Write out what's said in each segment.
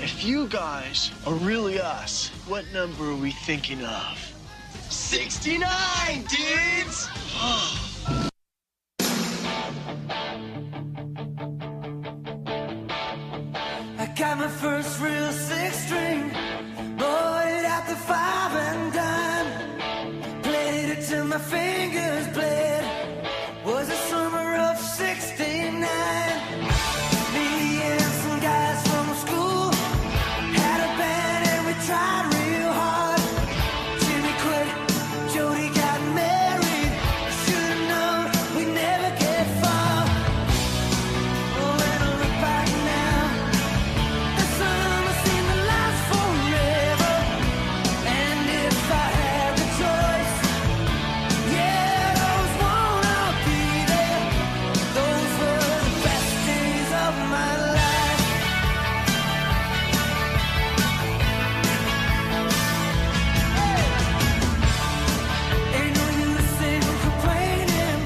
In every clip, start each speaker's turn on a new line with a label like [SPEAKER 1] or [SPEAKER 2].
[SPEAKER 1] If you guys are really us, what number are we thinking of? 69, dudes!
[SPEAKER 2] I got my first real six string, bought it at the five and dime. Played it till my fingers bled. Was the summer of '69. Me and some guys from school had a band and we tried real hard. Jimmy quit, Jody got married. Should've known we never get far. Oh, when I look back now. The summer seemed to last forever, and if I had the choice, yeah, those won't all be there. Those were the best days of my life. Ain't no use in complaining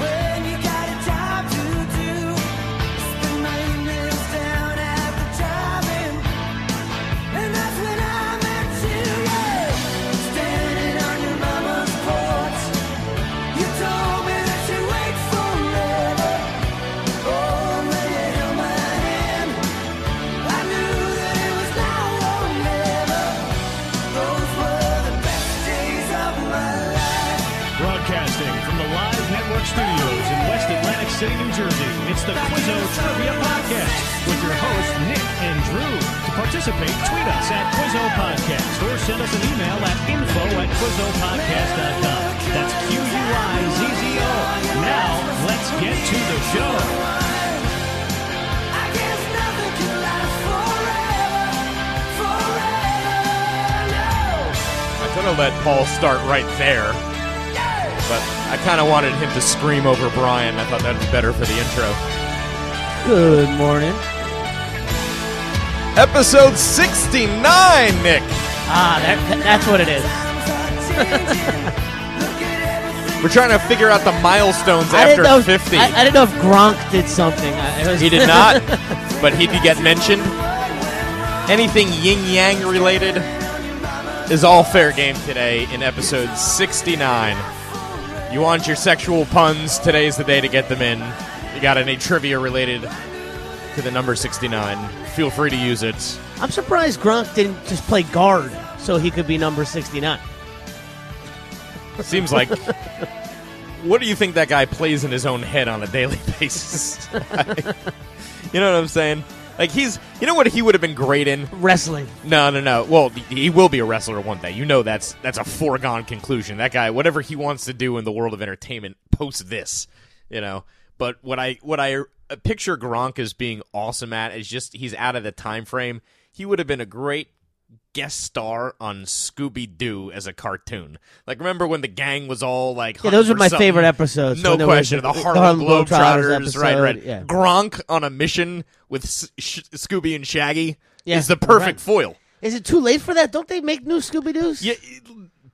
[SPEAKER 2] when you got a job to do. Spend my evenings down at the driving. And that's when I met you, yeah. Standing on your mama's porch. You told me that you wait forever. Oh, when you held my hand, I knew that it was now or never. Those were the best days of my life.
[SPEAKER 3] Broadcasting from the Live Network Studios in West Atlantic City, New Jersey, it's the Quizzo Trivia Podcast with your hosts, Nick and Drew. To participate, tweet us at Quizzo Podcast or send us an email at info at QuizzoPodcast.com. That's Q-U-I-Z-Z-O. Now, let's get to the show.
[SPEAKER 2] I guess nothing can last forever, forever.
[SPEAKER 4] I could have let Paul start right there, but I kind of wanted him to scream over Brian. I thought that'd be better for the intro.
[SPEAKER 5] Good morning.
[SPEAKER 4] Episode 69, Nick.
[SPEAKER 5] Ah, that, that- that's what it is.
[SPEAKER 4] We're trying to figure out the milestones
[SPEAKER 5] I
[SPEAKER 4] after
[SPEAKER 5] didn't know.
[SPEAKER 4] 50.
[SPEAKER 5] I, I didn't know if Gronk did something. I, it was-
[SPEAKER 4] he did not, but he'd get mentioned. Anything yin yang related is all fair game today in episode 69. You want your sexual puns? Today's the day to get them in. You got any trivia related to the number 69? Feel free to use it.
[SPEAKER 5] I'm surprised Gronk didn't just play guard so he could be number 69.
[SPEAKER 4] Seems like. what do you think that guy plays in his own head on a daily basis? you know what I'm saying? Like he's, you know what he would have been great in?
[SPEAKER 5] Wrestling.
[SPEAKER 4] No, no, no. Well, he- he will be a wrestler one day. You know that's that's a foregone conclusion. That guy, whatever he wants to do in the world of entertainment, post this, you know. But what I what I uh, picture Gronk as being awesome at is just he's out of the time frame. He would have been a great guest star on Scooby Doo as a cartoon. Like remember when the gang was all like
[SPEAKER 5] Yeah, those
[SPEAKER 4] hunting
[SPEAKER 5] were
[SPEAKER 4] for
[SPEAKER 5] my
[SPEAKER 4] something?
[SPEAKER 5] favorite episodes,
[SPEAKER 4] No
[SPEAKER 5] when there was
[SPEAKER 4] question, the,
[SPEAKER 5] the- the
[SPEAKER 4] Harlem, Globetrotters,
[SPEAKER 5] Harlem Globetrotters
[SPEAKER 4] right?
[SPEAKER 5] episode,
[SPEAKER 4] Right.
[SPEAKER 5] yeah.
[SPEAKER 4] Gronk on a mission with S- Sh- Scooby and Shaggy
[SPEAKER 5] Yeah,
[SPEAKER 4] is the perfect
[SPEAKER 5] right.
[SPEAKER 4] foil.
[SPEAKER 5] Is it too late for that? Don't they make new Scooby Doo's?
[SPEAKER 4] Yeah, it-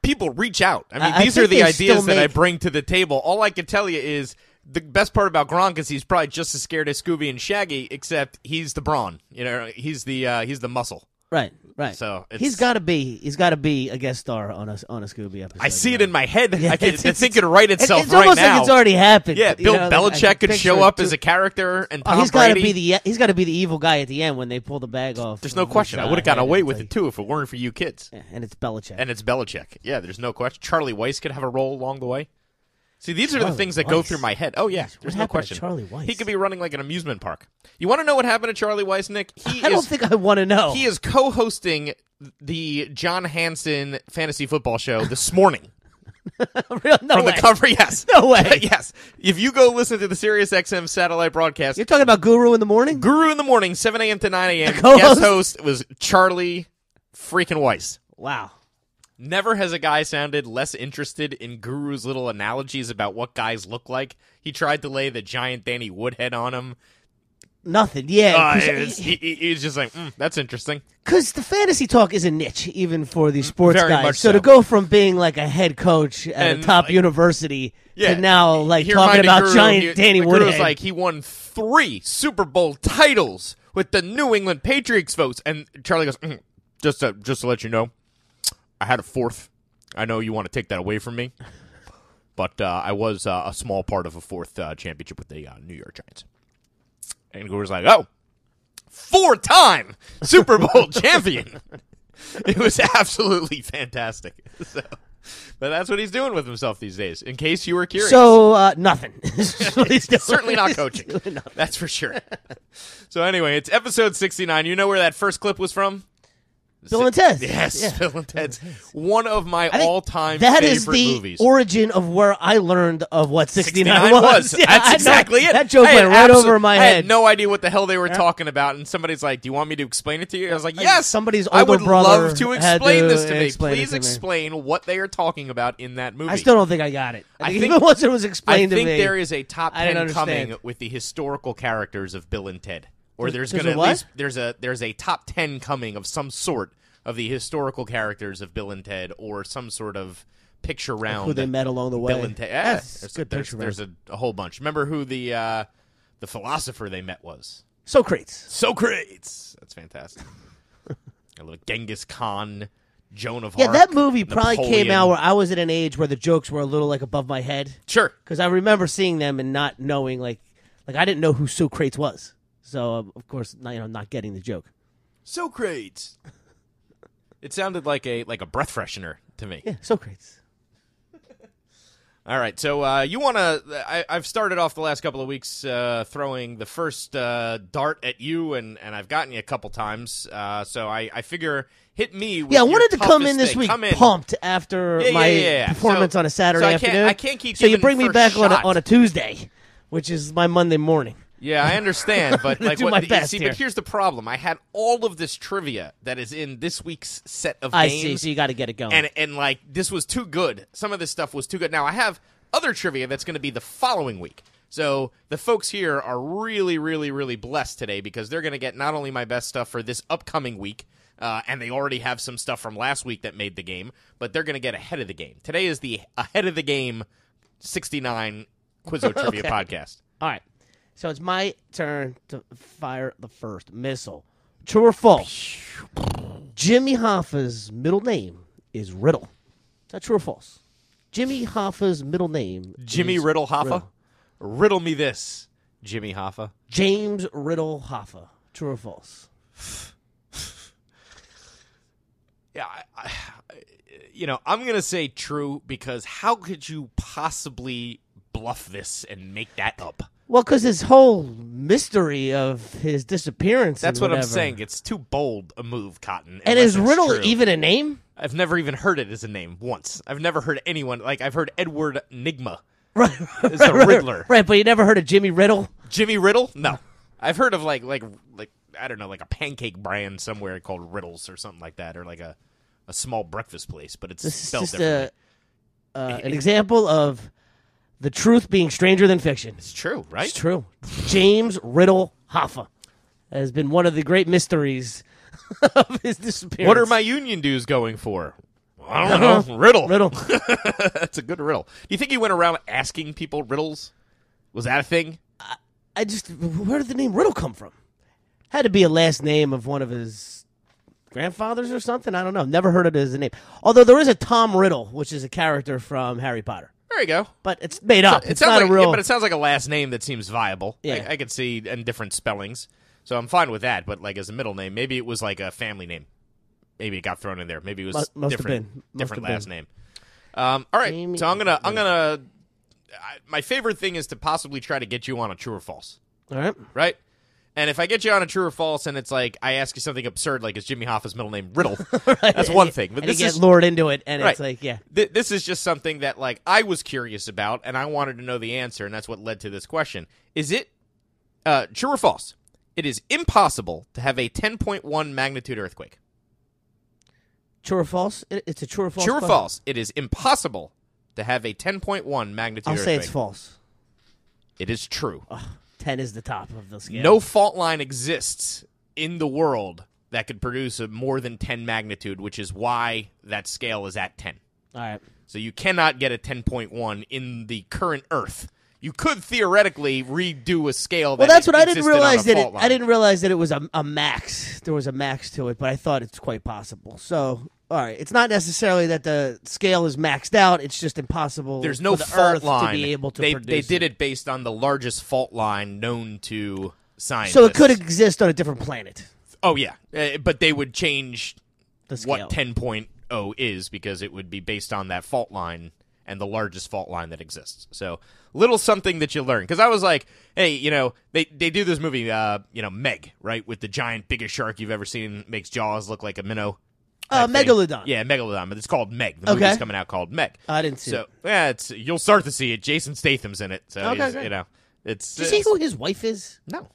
[SPEAKER 4] people reach out. I mean,
[SPEAKER 5] I- I
[SPEAKER 4] these are
[SPEAKER 5] think
[SPEAKER 4] the
[SPEAKER 5] they
[SPEAKER 4] ideas
[SPEAKER 5] still
[SPEAKER 4] that I
[SPEAKER 5] make-
[SPEAKER 4] bring to the table. All I can tell you is the best part about Gronk is he's probably just as scared as Scooby and Shaggy, except he's the brawn. You know, he's the uh, he's the muscle.
[SPEAKER 5] Right, right.
[SPEAKER 4] So, it's-
[SPEAKER 5] he's got to be. He's got to be a guest star on a on a Scooby episode.
[SPEAKER 4] I see it in my head. I can,
[SPEAKER 5] it's-
[SPEAKER 4] it's, think it right
[SPEAKER 5] It's,
[SPEAKER 4] itself
[SPEAKER 5] it's
[SPEAKER 4] right
[SPEAKER 5] almost
[SPEAKER 4] now.
[SPEAKER 5] like it's already happened.
[SPEAKER 4] yeah,
[SPEAKER 5] you
[SPEAKER 4] Bill
[SPEAKER 5] know, like, I
[SPEAKER 4] Belichick
[SPEAKER 5] can
[SPEAKER 4] could
[SPEAKER 5] picture
[SPEAKER 4] show
[SPEAKER 5] it
[SPEAKER 4] up
[SPEAKER 5] too.
[SPEAKER 4] as a character, and
[SPEAKER 5] Oh,
[SPEAKER 4] Tom
[SPEAKER 5] he's gotta
[SPEAKER 4] Brady.
[SPEAKER 5] be the he's got to be the evil guy at the end when they pull the bag off.
[SPEAKER 4] There's no question. I would have gotten away with it too if it weren't for you kids.
[SPEAKER 5] too. And it's Belichick.
[SPEAKER 4] And it's Belichick. Yeah, there's no question. Charlie Weiss could have a role along the way. See, these are the
[SPEAKER 5] Charlie
[SPEAKER 4] things that go
[SPEAKER 5] Weiss.
[SPEAKER 4] through my head. Oh yeah, there's no
[SPEAKER 5] happened to
[SPEAKER 4] question.
[SPEAKER 5] Charlie Weiss?
[SPEAKER 4] He could be running like an amusement park. You want to know what happened to Charlie Weiss, Nick? He
[SPEAKER 5] I don't
[SPEAKER 4] is
[SPEAKER 5] think I want to know.
[SPEAKER 4] he is co-hosting the John Hansen fantasy football show this morning
[SPEAKER 5] Real- no
[SPEAKER 4] from
[SPEAKER 5] way.
[SPEAKER 4] the cover. Yes,
[SPEAKER 5] No way.
[SPEAKER 4] yes, if you go listen to the Sirius XM satellite broadcast,
[SPEAKER 5] You're talking about Guru in the morning?
[SPEAKER 4] Guru in the morning, 7 a.m. to 9 a.m.
[SPEAKER 5] co-host?
[SPEAKER 4] Guest host was Charlie freaking Weiss.
[SPEAKER 5] Wow.
[SPEAKER 4] Never has a guy sounded less interested in Guru's little analogies about what guys look like. He tried to lay the giant Danny Woodhead on him.
[SPEAKER 5] Nothing. Yeah.
[SPEAKER 4] Uh,
[SPEAKER 5] Because
[SPEAKER 4] it was- he, he- he was just like, mm, that's interesting.
[SPEAKER 5] the fantasy talk is a niche, even for the sports
[SPEAKER 4] Mm, very
[SPEAKER 5] guys.
[SPEAKER 4] much
[SPEAKER 5] so. to
[SPEAKER 4] so.
[SPEAKER 5] go from being like a head coach at
[SPEAKER 4] And,
[SPEAKER 5] a top
[SPEAKER 4] like-
[SPEAKER 5] university
[SPEAKER 4] Yeah.
[SPEAKER 5] to now like
[SPEAKER 4] He
[SPEAKER 5] talking
[SPEAKER 4] reminded
[SPEAKER 5] about
[SPEAKER 4] Guru-
[SPEAKER 5] giant
[SPEAKER 4] he-
[SPEAKER 5] Danny
[SPEAKER 4] Guru's
[SPEAKER 5] Woodhead.
[SPEAKER 4] like, he won three Super Bowl titles with the New England Patriots votes. And Charlie goes, "Mm, just to just to let you know, I had a fourth. I know you want to take that away from me, but uh, I was uh, a small part of a fourth uh, championship with the uh, New York Giants. And Gore's like, oh, four time Super Bowl champion. It was absolutely fantastic. So, but that's what he's doing with himself these days. In case you were curious,
[SPEAKER 5] So uh, nothing. He's doing-
[SPEAKER 4] certainly not
[SPEAKER 5] he's
[SPEAKER 4] coaching.
[SPEAKER 5] doing nothing.
[SPEAKER 4] That's for sure. so anyway, it's episode sixty nine. You know where that first clip was from?
[SPEAKER 5] Bill and Ted.
[SPEAKER 4] Yes,
[SPEAKER 5] Yeah.
[SPEAKER 4] Bill and Ted's one of my
[SPEAKER 5] I think
[SPEAKER 4] all time
[SPEAKER 5] That
[SPEAKER 4] favorite
[SPEAKER 5] is the
[SPEAKER 4] movies.
[SPEAKER 5] origin of where I learned of what 69,
[SPEAKER 4] 69
[SPEAKER 5] was. Yeah, I
[SPEAKER 4] That's
[SPEAKER 5] know.
[SPEAKER 4] exactly it.
[SPEAKER 5] That joke
[SPEAKER 4] I had
[SPEAKER 5] went right
[SPEAKER 4] absolute-
[SPEAKER 5] over
[SPEAKER 4] I
[SPEAKER 5] my head.
[SPEAKER 4] had no idea what the hell they were talking about, and somebody's like, "Do you want me to explain it to you?" I was like, "Yes."
[SPEAKER 5] somebody's
[SPEAKER 4] I
[SPEAKER 5] older
[SPEAKER 4] would
[SPEAKER 5] brother
[SPEAKER 4] love to
[SPEAKER 5] had
[SPEAKER 4] explain
[SPEAKER 5] to
[SPEAKER 4] this to me.
[SPEAKER 5] explain it
[SPEAKER 4] Please
[SPEAKER 5] to me.
[SPEAKER 4] explain what they are talking about in that movie.
[SPEAKER 5] I still don't think I got it.
[SPEAKER 4] I
[SPEAKER 5] I,
[SPEAKER 4] think-
[SPEAKER 5] think, even once it was
[SPEAKER 4] I
[SPEAKER 5] explained
[SPEAKER 4] think
[SPEAKER 5] to me,
[SPEAKER 4] there is a top
[SPEAKER 5] I didn't
[SPEAKER 4] ten coming
[SPEAKER 5] understand.
[SPEAKER 4] with the historical characters of Bill and Ted, or there's,
[SPEAKER 5] There's-
[SPEAKER 4] going
[SPEAKER 5] there's
[SPEAKER 4] to
[SPEAKER 5] a
[SPEAKER 4] at
[SPEAKER 5] what?
[SPEAKER 4] least there's a there's a top ten coming of some sort of the historical characters of Bill and Ted, or some sort of picture round
[SPEAKER 5] who they met along the way.
[SPEAKER 4] Bill and Ted. Yeah,
[SPEAKER 5] That's
[SPEAKER 4] there's,
[SPEAKER 5] good
[SPEAKER 4] there's,
[SPEAKER 5] picture.
[SPEAKER 4] There's
[SPEAKER 5] man.
[SPEAKER 4] a, a whole bunch. Remember who the uh, the philosopher they met was?
[SPEAKER 5] Socrates.
[SPEAKER 4] Socrates. That's fantastic. a little Genghis Khan, Joan of
[SPEAKER 5] Yeah,
[SPEAKER 4] Arc.
[SPEAKER 5] that movie probably came
[SPEAKER 4] Napoleon.
[SPEAKER 5] out where I was at an age where the jokes were a little like above my head
[SPEAKER 4] Sure.
[SPEAKER 5] because I remember seeing them and not knowing like like I didn't know who Socrates was. So um, of course, not, you know, not getting the joke.
[SPEAKER 4] Socrates. It sounded like a like a breath freshener to me.
[SPEAKER 5] Yeah, Socrates.
[SPEAKER 4] All right, so uh, you want to? I- I've started off the last couple of weeks uh, throwing the first uh, dart at you, and, and I've gotten you a couple times. Uh, so I, I figure hit me. With
[SPEAKER 5] Yeah, I
[SPEAKER 4] your
[SPEAKER 5] wanted to come
[SPEAKER 4] toughest
[SPEAKER 5] in this
[SPEAKER 4] thing.
[SPEAKER 5] week
[SPEAKER 4] Come in.
[SPEAKER 5] pumped after
[SPEAKER 4] Yeah, yeah,
[SPEAKER 5] my
[SPEAKER 4] yeah, yeah.
[SPEAKER 5] performance
[SPEAKER 4] So-
[SPEAKER 5] on a Saturday
[SPEAKER 4] so I can't-
[SPEAKER 5] afternoon.
[SPEAKER 4] I can't keep
[SPEAKER 5] So you
[SPEAKER 4] giving
[SPEAKER 5] bring me
[SPEAKER 4] first
[SPEAKER 5] back on a,
[SPEAKER 4] shot.
[SPEAKER 5] on a Tuesday, which is my Monday morning.
[SPEAKER 4] Yeah, I understand, but like
[SPEAKER 5] do
[SPEAKER 4] what
[SPEAKER 5] my
[SPEAKER 4] you
[SPEAKER 5] best
[SPEAKER 4] see,
[SPEAKER 5] here.
[SPEAKER 4] but here's the problem. I had all of this trivia that is in this week's set of
[SPEAKER 5] I
[SPEAKER 4] games.
[SPEAKER 5] see. So you got to get it going.
[SPEAKER 4] and and like this was too good. Some of this stuff was too good. Now I have other trivia that's going to be the following week. So the folks here are really, really, really blessed today because they're going to get not only my best stuff for this upcoming week, uh, and they already have some stuff from last week that made the game, but they're going to get ahead of the game. Today is the ahead of the game sixty nine Quizzo Trivia Podcast.
[SPEAKER 5] All right. So it's my turn to fire the first missile. True or false? Jimmy Hoffa's middle name is Riddle. Is that true or false? Jimmy Hoffa's middle name
[SPEAKER 4] Jimmy
[SPEAKER 5] is
[SPEAKER 4] Riddle Hoffa, riddle me this, Jimmy Hoffa.
[SPEAKER 5] James Riddle Hoffa. True or false?
[SPEAKER 4] Yeah, I, I, you know, I'm gonna say true because how could you possibly bluff this and make that up?
[SPEAKER 5] Well, because his whole mystery of his disappearance.
[SPEAKER 4] That's
[SPEAKER 5] and
[SPEAKER 4] what I'm
[SPEAKER 5] whatever-
[SPEAKER 4] saying. It's too bold a move, Cotton.
[SPEAKER 5] And
[SPEAKER 4] unless
[SPEAKER 5] is
[SPEAKER 4] it's
[SPEAKER 5] Riddle
[SPEAKER 4] true.
[SPEAKER 5] even a name?
[SPEAKER 4] I've never even heard it as a name once. I've never heard anyone like I've heard Edward Nigma
[SPEAKER 5] Right.
[SPEAKER 4] is the Riddler.
[SPEAKER 5] Right, but you never heard of Jimmy Riddle?
[SPEAKER 4] Jimmy Riddle? No, I've heard of like like like I don't know like a pancake brand somewhere called Riddles or something like that, or like a a small breakfast place, but it's
[SPEAKER 5] This is
[SPEAKER 4] spelled
[SPEAKER 5] just
[SPEAKER 4] differently.
[SPEAKER 5] a, uh, an example of the truth being stranger than fiction.
[SPEAKER 4] It's true, right?
[SPEAKER 5] It's true. James Riddle Hoffa has been one of the great mysteries of his disappearance.
[SPEAKER 4] What are my union dues going for? I don't know. Riddle.
[SPEAKER 5] Uh-huh. Riddle?
[SPEAKER 4] That's a good riddle. Do you think he went around asking people riddles? Was that a thing?
[SPEAKER 5] I just where did the name Riddle come from? Had to be a last name of one of his grandfathers or something. I don't know. Never heard of it as a name. Although there is a Tom Riddle, which is a character from Harry Potter,
[SPEAKER 4] There you go.
[SPEAKER 5] but it's made up.
[SPEAKER 4] It
[SPEAKER 5] it's
[SPEAKER 4] sounds
[SPEAKER 5] not
[SPEAKER 4] like,
[SPEAKER 5] a
[SPEAKER 4] yeah,
[SPEAKER 5] real.
[SPEAKER 4] but it sounds like a last name that seems viable.
[SPEAKER 5] Yeah.
[SPEAKER 4] I, I could see in different spellings, so I'm fine with that. But like as a middle name, maybe it was like a family name. Maybe it got thrown in there. Maybe it was
[SPEAKER 5] Must- must have
[SPEAKER 4] different,
[SPEAKER 5] been. Must
[SPEAKER 4] different
[SPEAKER 5] have been.
[SPEAKER 4] last name. Um, all right,
[SPEAKER 5] Jamie-
[SPEAKER 4] so I'm gonna, I'm gonna. I, my favorite thing is to possibly try to get you on a true or false.
[SPEAKER 5] All right.
[SPEAKER 4] right? And if I get you on a true or false, and it's like I ask you something absurd, like is Jimmy Hoffa's middle name Riddle? That's one thing. But
[SPEAKER 5] And you
[SPEAKER 4] this
[SPEAKER 5] get
[SPEAKER 4] is
[SPEAKER 5] lured into it, and
[SPEAKER 4] Right.
[SPEAKER 5] it's like, yeah.
[SPEAKER 4] Th- this is just something that like I was curious about, and I wanted to know the answer, and that's what led to this question. Is it uh, true or false? It is impossible to have a 10.1 magnitude earthquake.
[SPEAKER 5] True or false? It- It's a true or false.
[SPEAKER 4] true or
[SPEAKER 5] question?
[SPEAKER 4] false? It is impossible to have a 10.1 magnitude.
[SPEAKER 5] I'll say
[SPEAKER 4] earthquake.
[SPEAKER 5] it's false.
[SPEAKER 4] It is true.
[SPEAKER 5] Ten is the top of the scale.
[SPEAKER 4] No fault line exists in the world that could produce a more than 10 magnitude, which is why that scale is at 10.
[SPEAKER 5] All right.
[SPEAKER 4] So you cannot get a 10.1 in the current Earth. You could theoretically redo a scale.
[SPEAKER 5] Well,
[SPEAKER 4] that
[SPEAKER 5] that's what I didn't
[SPEAKER 4] existed on a
[SPEAKER 5] realize that it,
[SPEAKER 4] fault
[SPEAKER 5] I
[SPEAKER 4] line.
[SPEAKER 5] didn't realize that it was a, a max. There was a max to it, but I thought it's quite possible. So, all right, it's not necessarily that the scale is maxed out. It's just impossible.
[SPEAKER 4] There's no
[SPEAKER 5] for the
[SPEAKER 4] fault
[SPEAKER 5] Earth
[SPEAKER 4] line.
[SPEAKER 5] to be able to
[SPEAKER 4] they, they
[SPEAKER 5] produce.
[SPEAKER 4] did it based on the largest fault line known to science.
[SPEAKER 5] so it could exist on a different planet.
[SPEAKER 4] Oh yeah, Uh, but they would change
[SPEAKER 5] The scale.
[SPEAKER 4] what 10.0 is because it would be based on that fault line and the largest fault line that exists. So little something that you learn because I was like, hey, you know, they they do this movie, uh, you know, Meg, right, with the giant biggest shark you've ever seen, makes jaws look like a minnow.
[SPEAKER 5] Uh,
[SPEAKER 4] type thing.
[SPEAKER 5] Megalodon.
[SPEAKER 4] Yeah, Megalodon, but it's called Meg. The movie's
[SPEAKER 5] Okay. Oh,
[SPEAKER 4] coming out called Meg.
[SPEAKER 5] I didn't see
[SPEAKER 4] so
[SPEAKER 5] it.
[SPEAKER 4] yeah, it's you'll start to see it. Jason Statham's in it, so
[SPEAKER 5] Okay,
[SPEAKER 4] he's-
[SPEAKER 5] great.
[SPEAKER 4] you know, it's.
[SPEAKER 5] Do you see who his wife is?
[SPEAKER 4] no.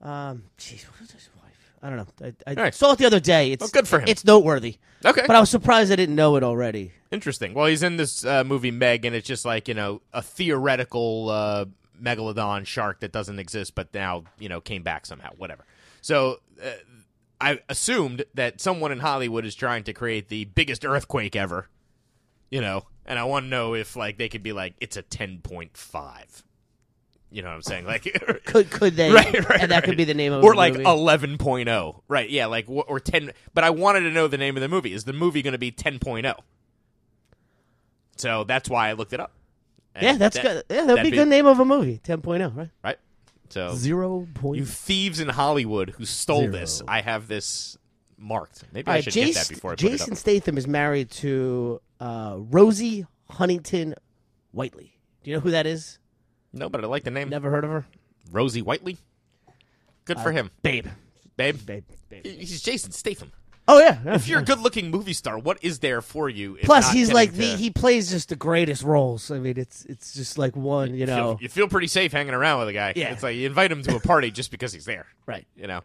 [SPEAKER 5] Um, jeez, what was his wife? I don't know. I, I
[SPEAKER 4] right.
[SPEAKER 5] saw it the other day. It's
[SPEAKER 4] Well, good for him.
[SPEAKER 5] It's noteworthy.
[SPEAKER 4] Okay.
[SPEAKER 5] But I was surprised I didn't know it already.
[SPEAKER 4] Interesting. Well, he's in this uh, movie Meg, and it's just like you know a theoretical uh, megalodon shark that doesn't exist, but now you know came back somehow. Whatever. So uh, I assumed that someone in Hollywood is trying to create the biggest earthquake ever. You know, and I want to know if like they could be like it's a ten point five. You know what I'm saying? Like
[SPEAKER 5] Could could they?
[SPEAKER 4] right, right,
[SPEAKER 5] And that
[SPEAKER 4] right.
[SPEAKER 5] could be the name of
[SPEAKER 4] or
[SPEAKER 5] the
[SPEAKER 4] like
[SPEAKER 5] movie.
[SPEAKER 4] 11.0 right yeah like wh- or 10 but i wanted to know the name of the movie is the movie going to be 10.0 so that's why i looked it up And
[SPEAKER 5] yeah, that's
[SPEAKER 4] that-
[SPEAKER 5] good. Yeah, that'd be a good name of a movie. 10.0, right?
[SPEAKER 4] right so
[SPEAKER 5] Zero point.
[SPEAKER 4] you thieves in hollywood who stole
[SPEAKER 5] Zero.
[SPEAKER 4] this i have this marked maybe
[SPEAKER 5] All
[SPEAKER 4] i
[SPEAKER 5] right,
[SPEAKER 4] should
[SPEAKER 5] Jason,
[SPEAKER 4] get that before i put it
[SPEAKER 5] Jason
[SPEAKER 4] up
[SPEAKER 5] Statham is married to uh, Rosie Huntington Whiteley. Do you know who that is?
[SPEAKER 4] no but i like the name
[SPEAKER 5] Never heard of her?
[SPEAKER 4] rosie whiteley good for him
[SPEAKER 5] Babe.
[SPEAKER 4] babe
[SPEAKER 5] Babe. babe.
[SPEAKER 4] he's jason statham
[SPEAKER 5] Oh yeah. yeah.
[SPEAKER 4] if you're a good-looking movie star what is there for you if
[SPEAKER 5] Plus,
[SPEAKER 4] not
[SPEAKER 5] he's
[SPEAKER 4] getting
[SPEAKER 5] like
[SPEAKER 4] to-
[SPEAKER 5] the he plays just the greatest roles. I mean, it's it's just like one, you
[SPEAKER 4] you
[SPEAKER 5] know.
[SPEAKER 4] feel, you feel pretty safe hanging around with a guy.
[SPEAKER 5] Yeah.
[SPEAKER 4] It's like you invite him to a party just because he's there,
[SPEAKER 5] Right.
[SPEAKER 4] you know.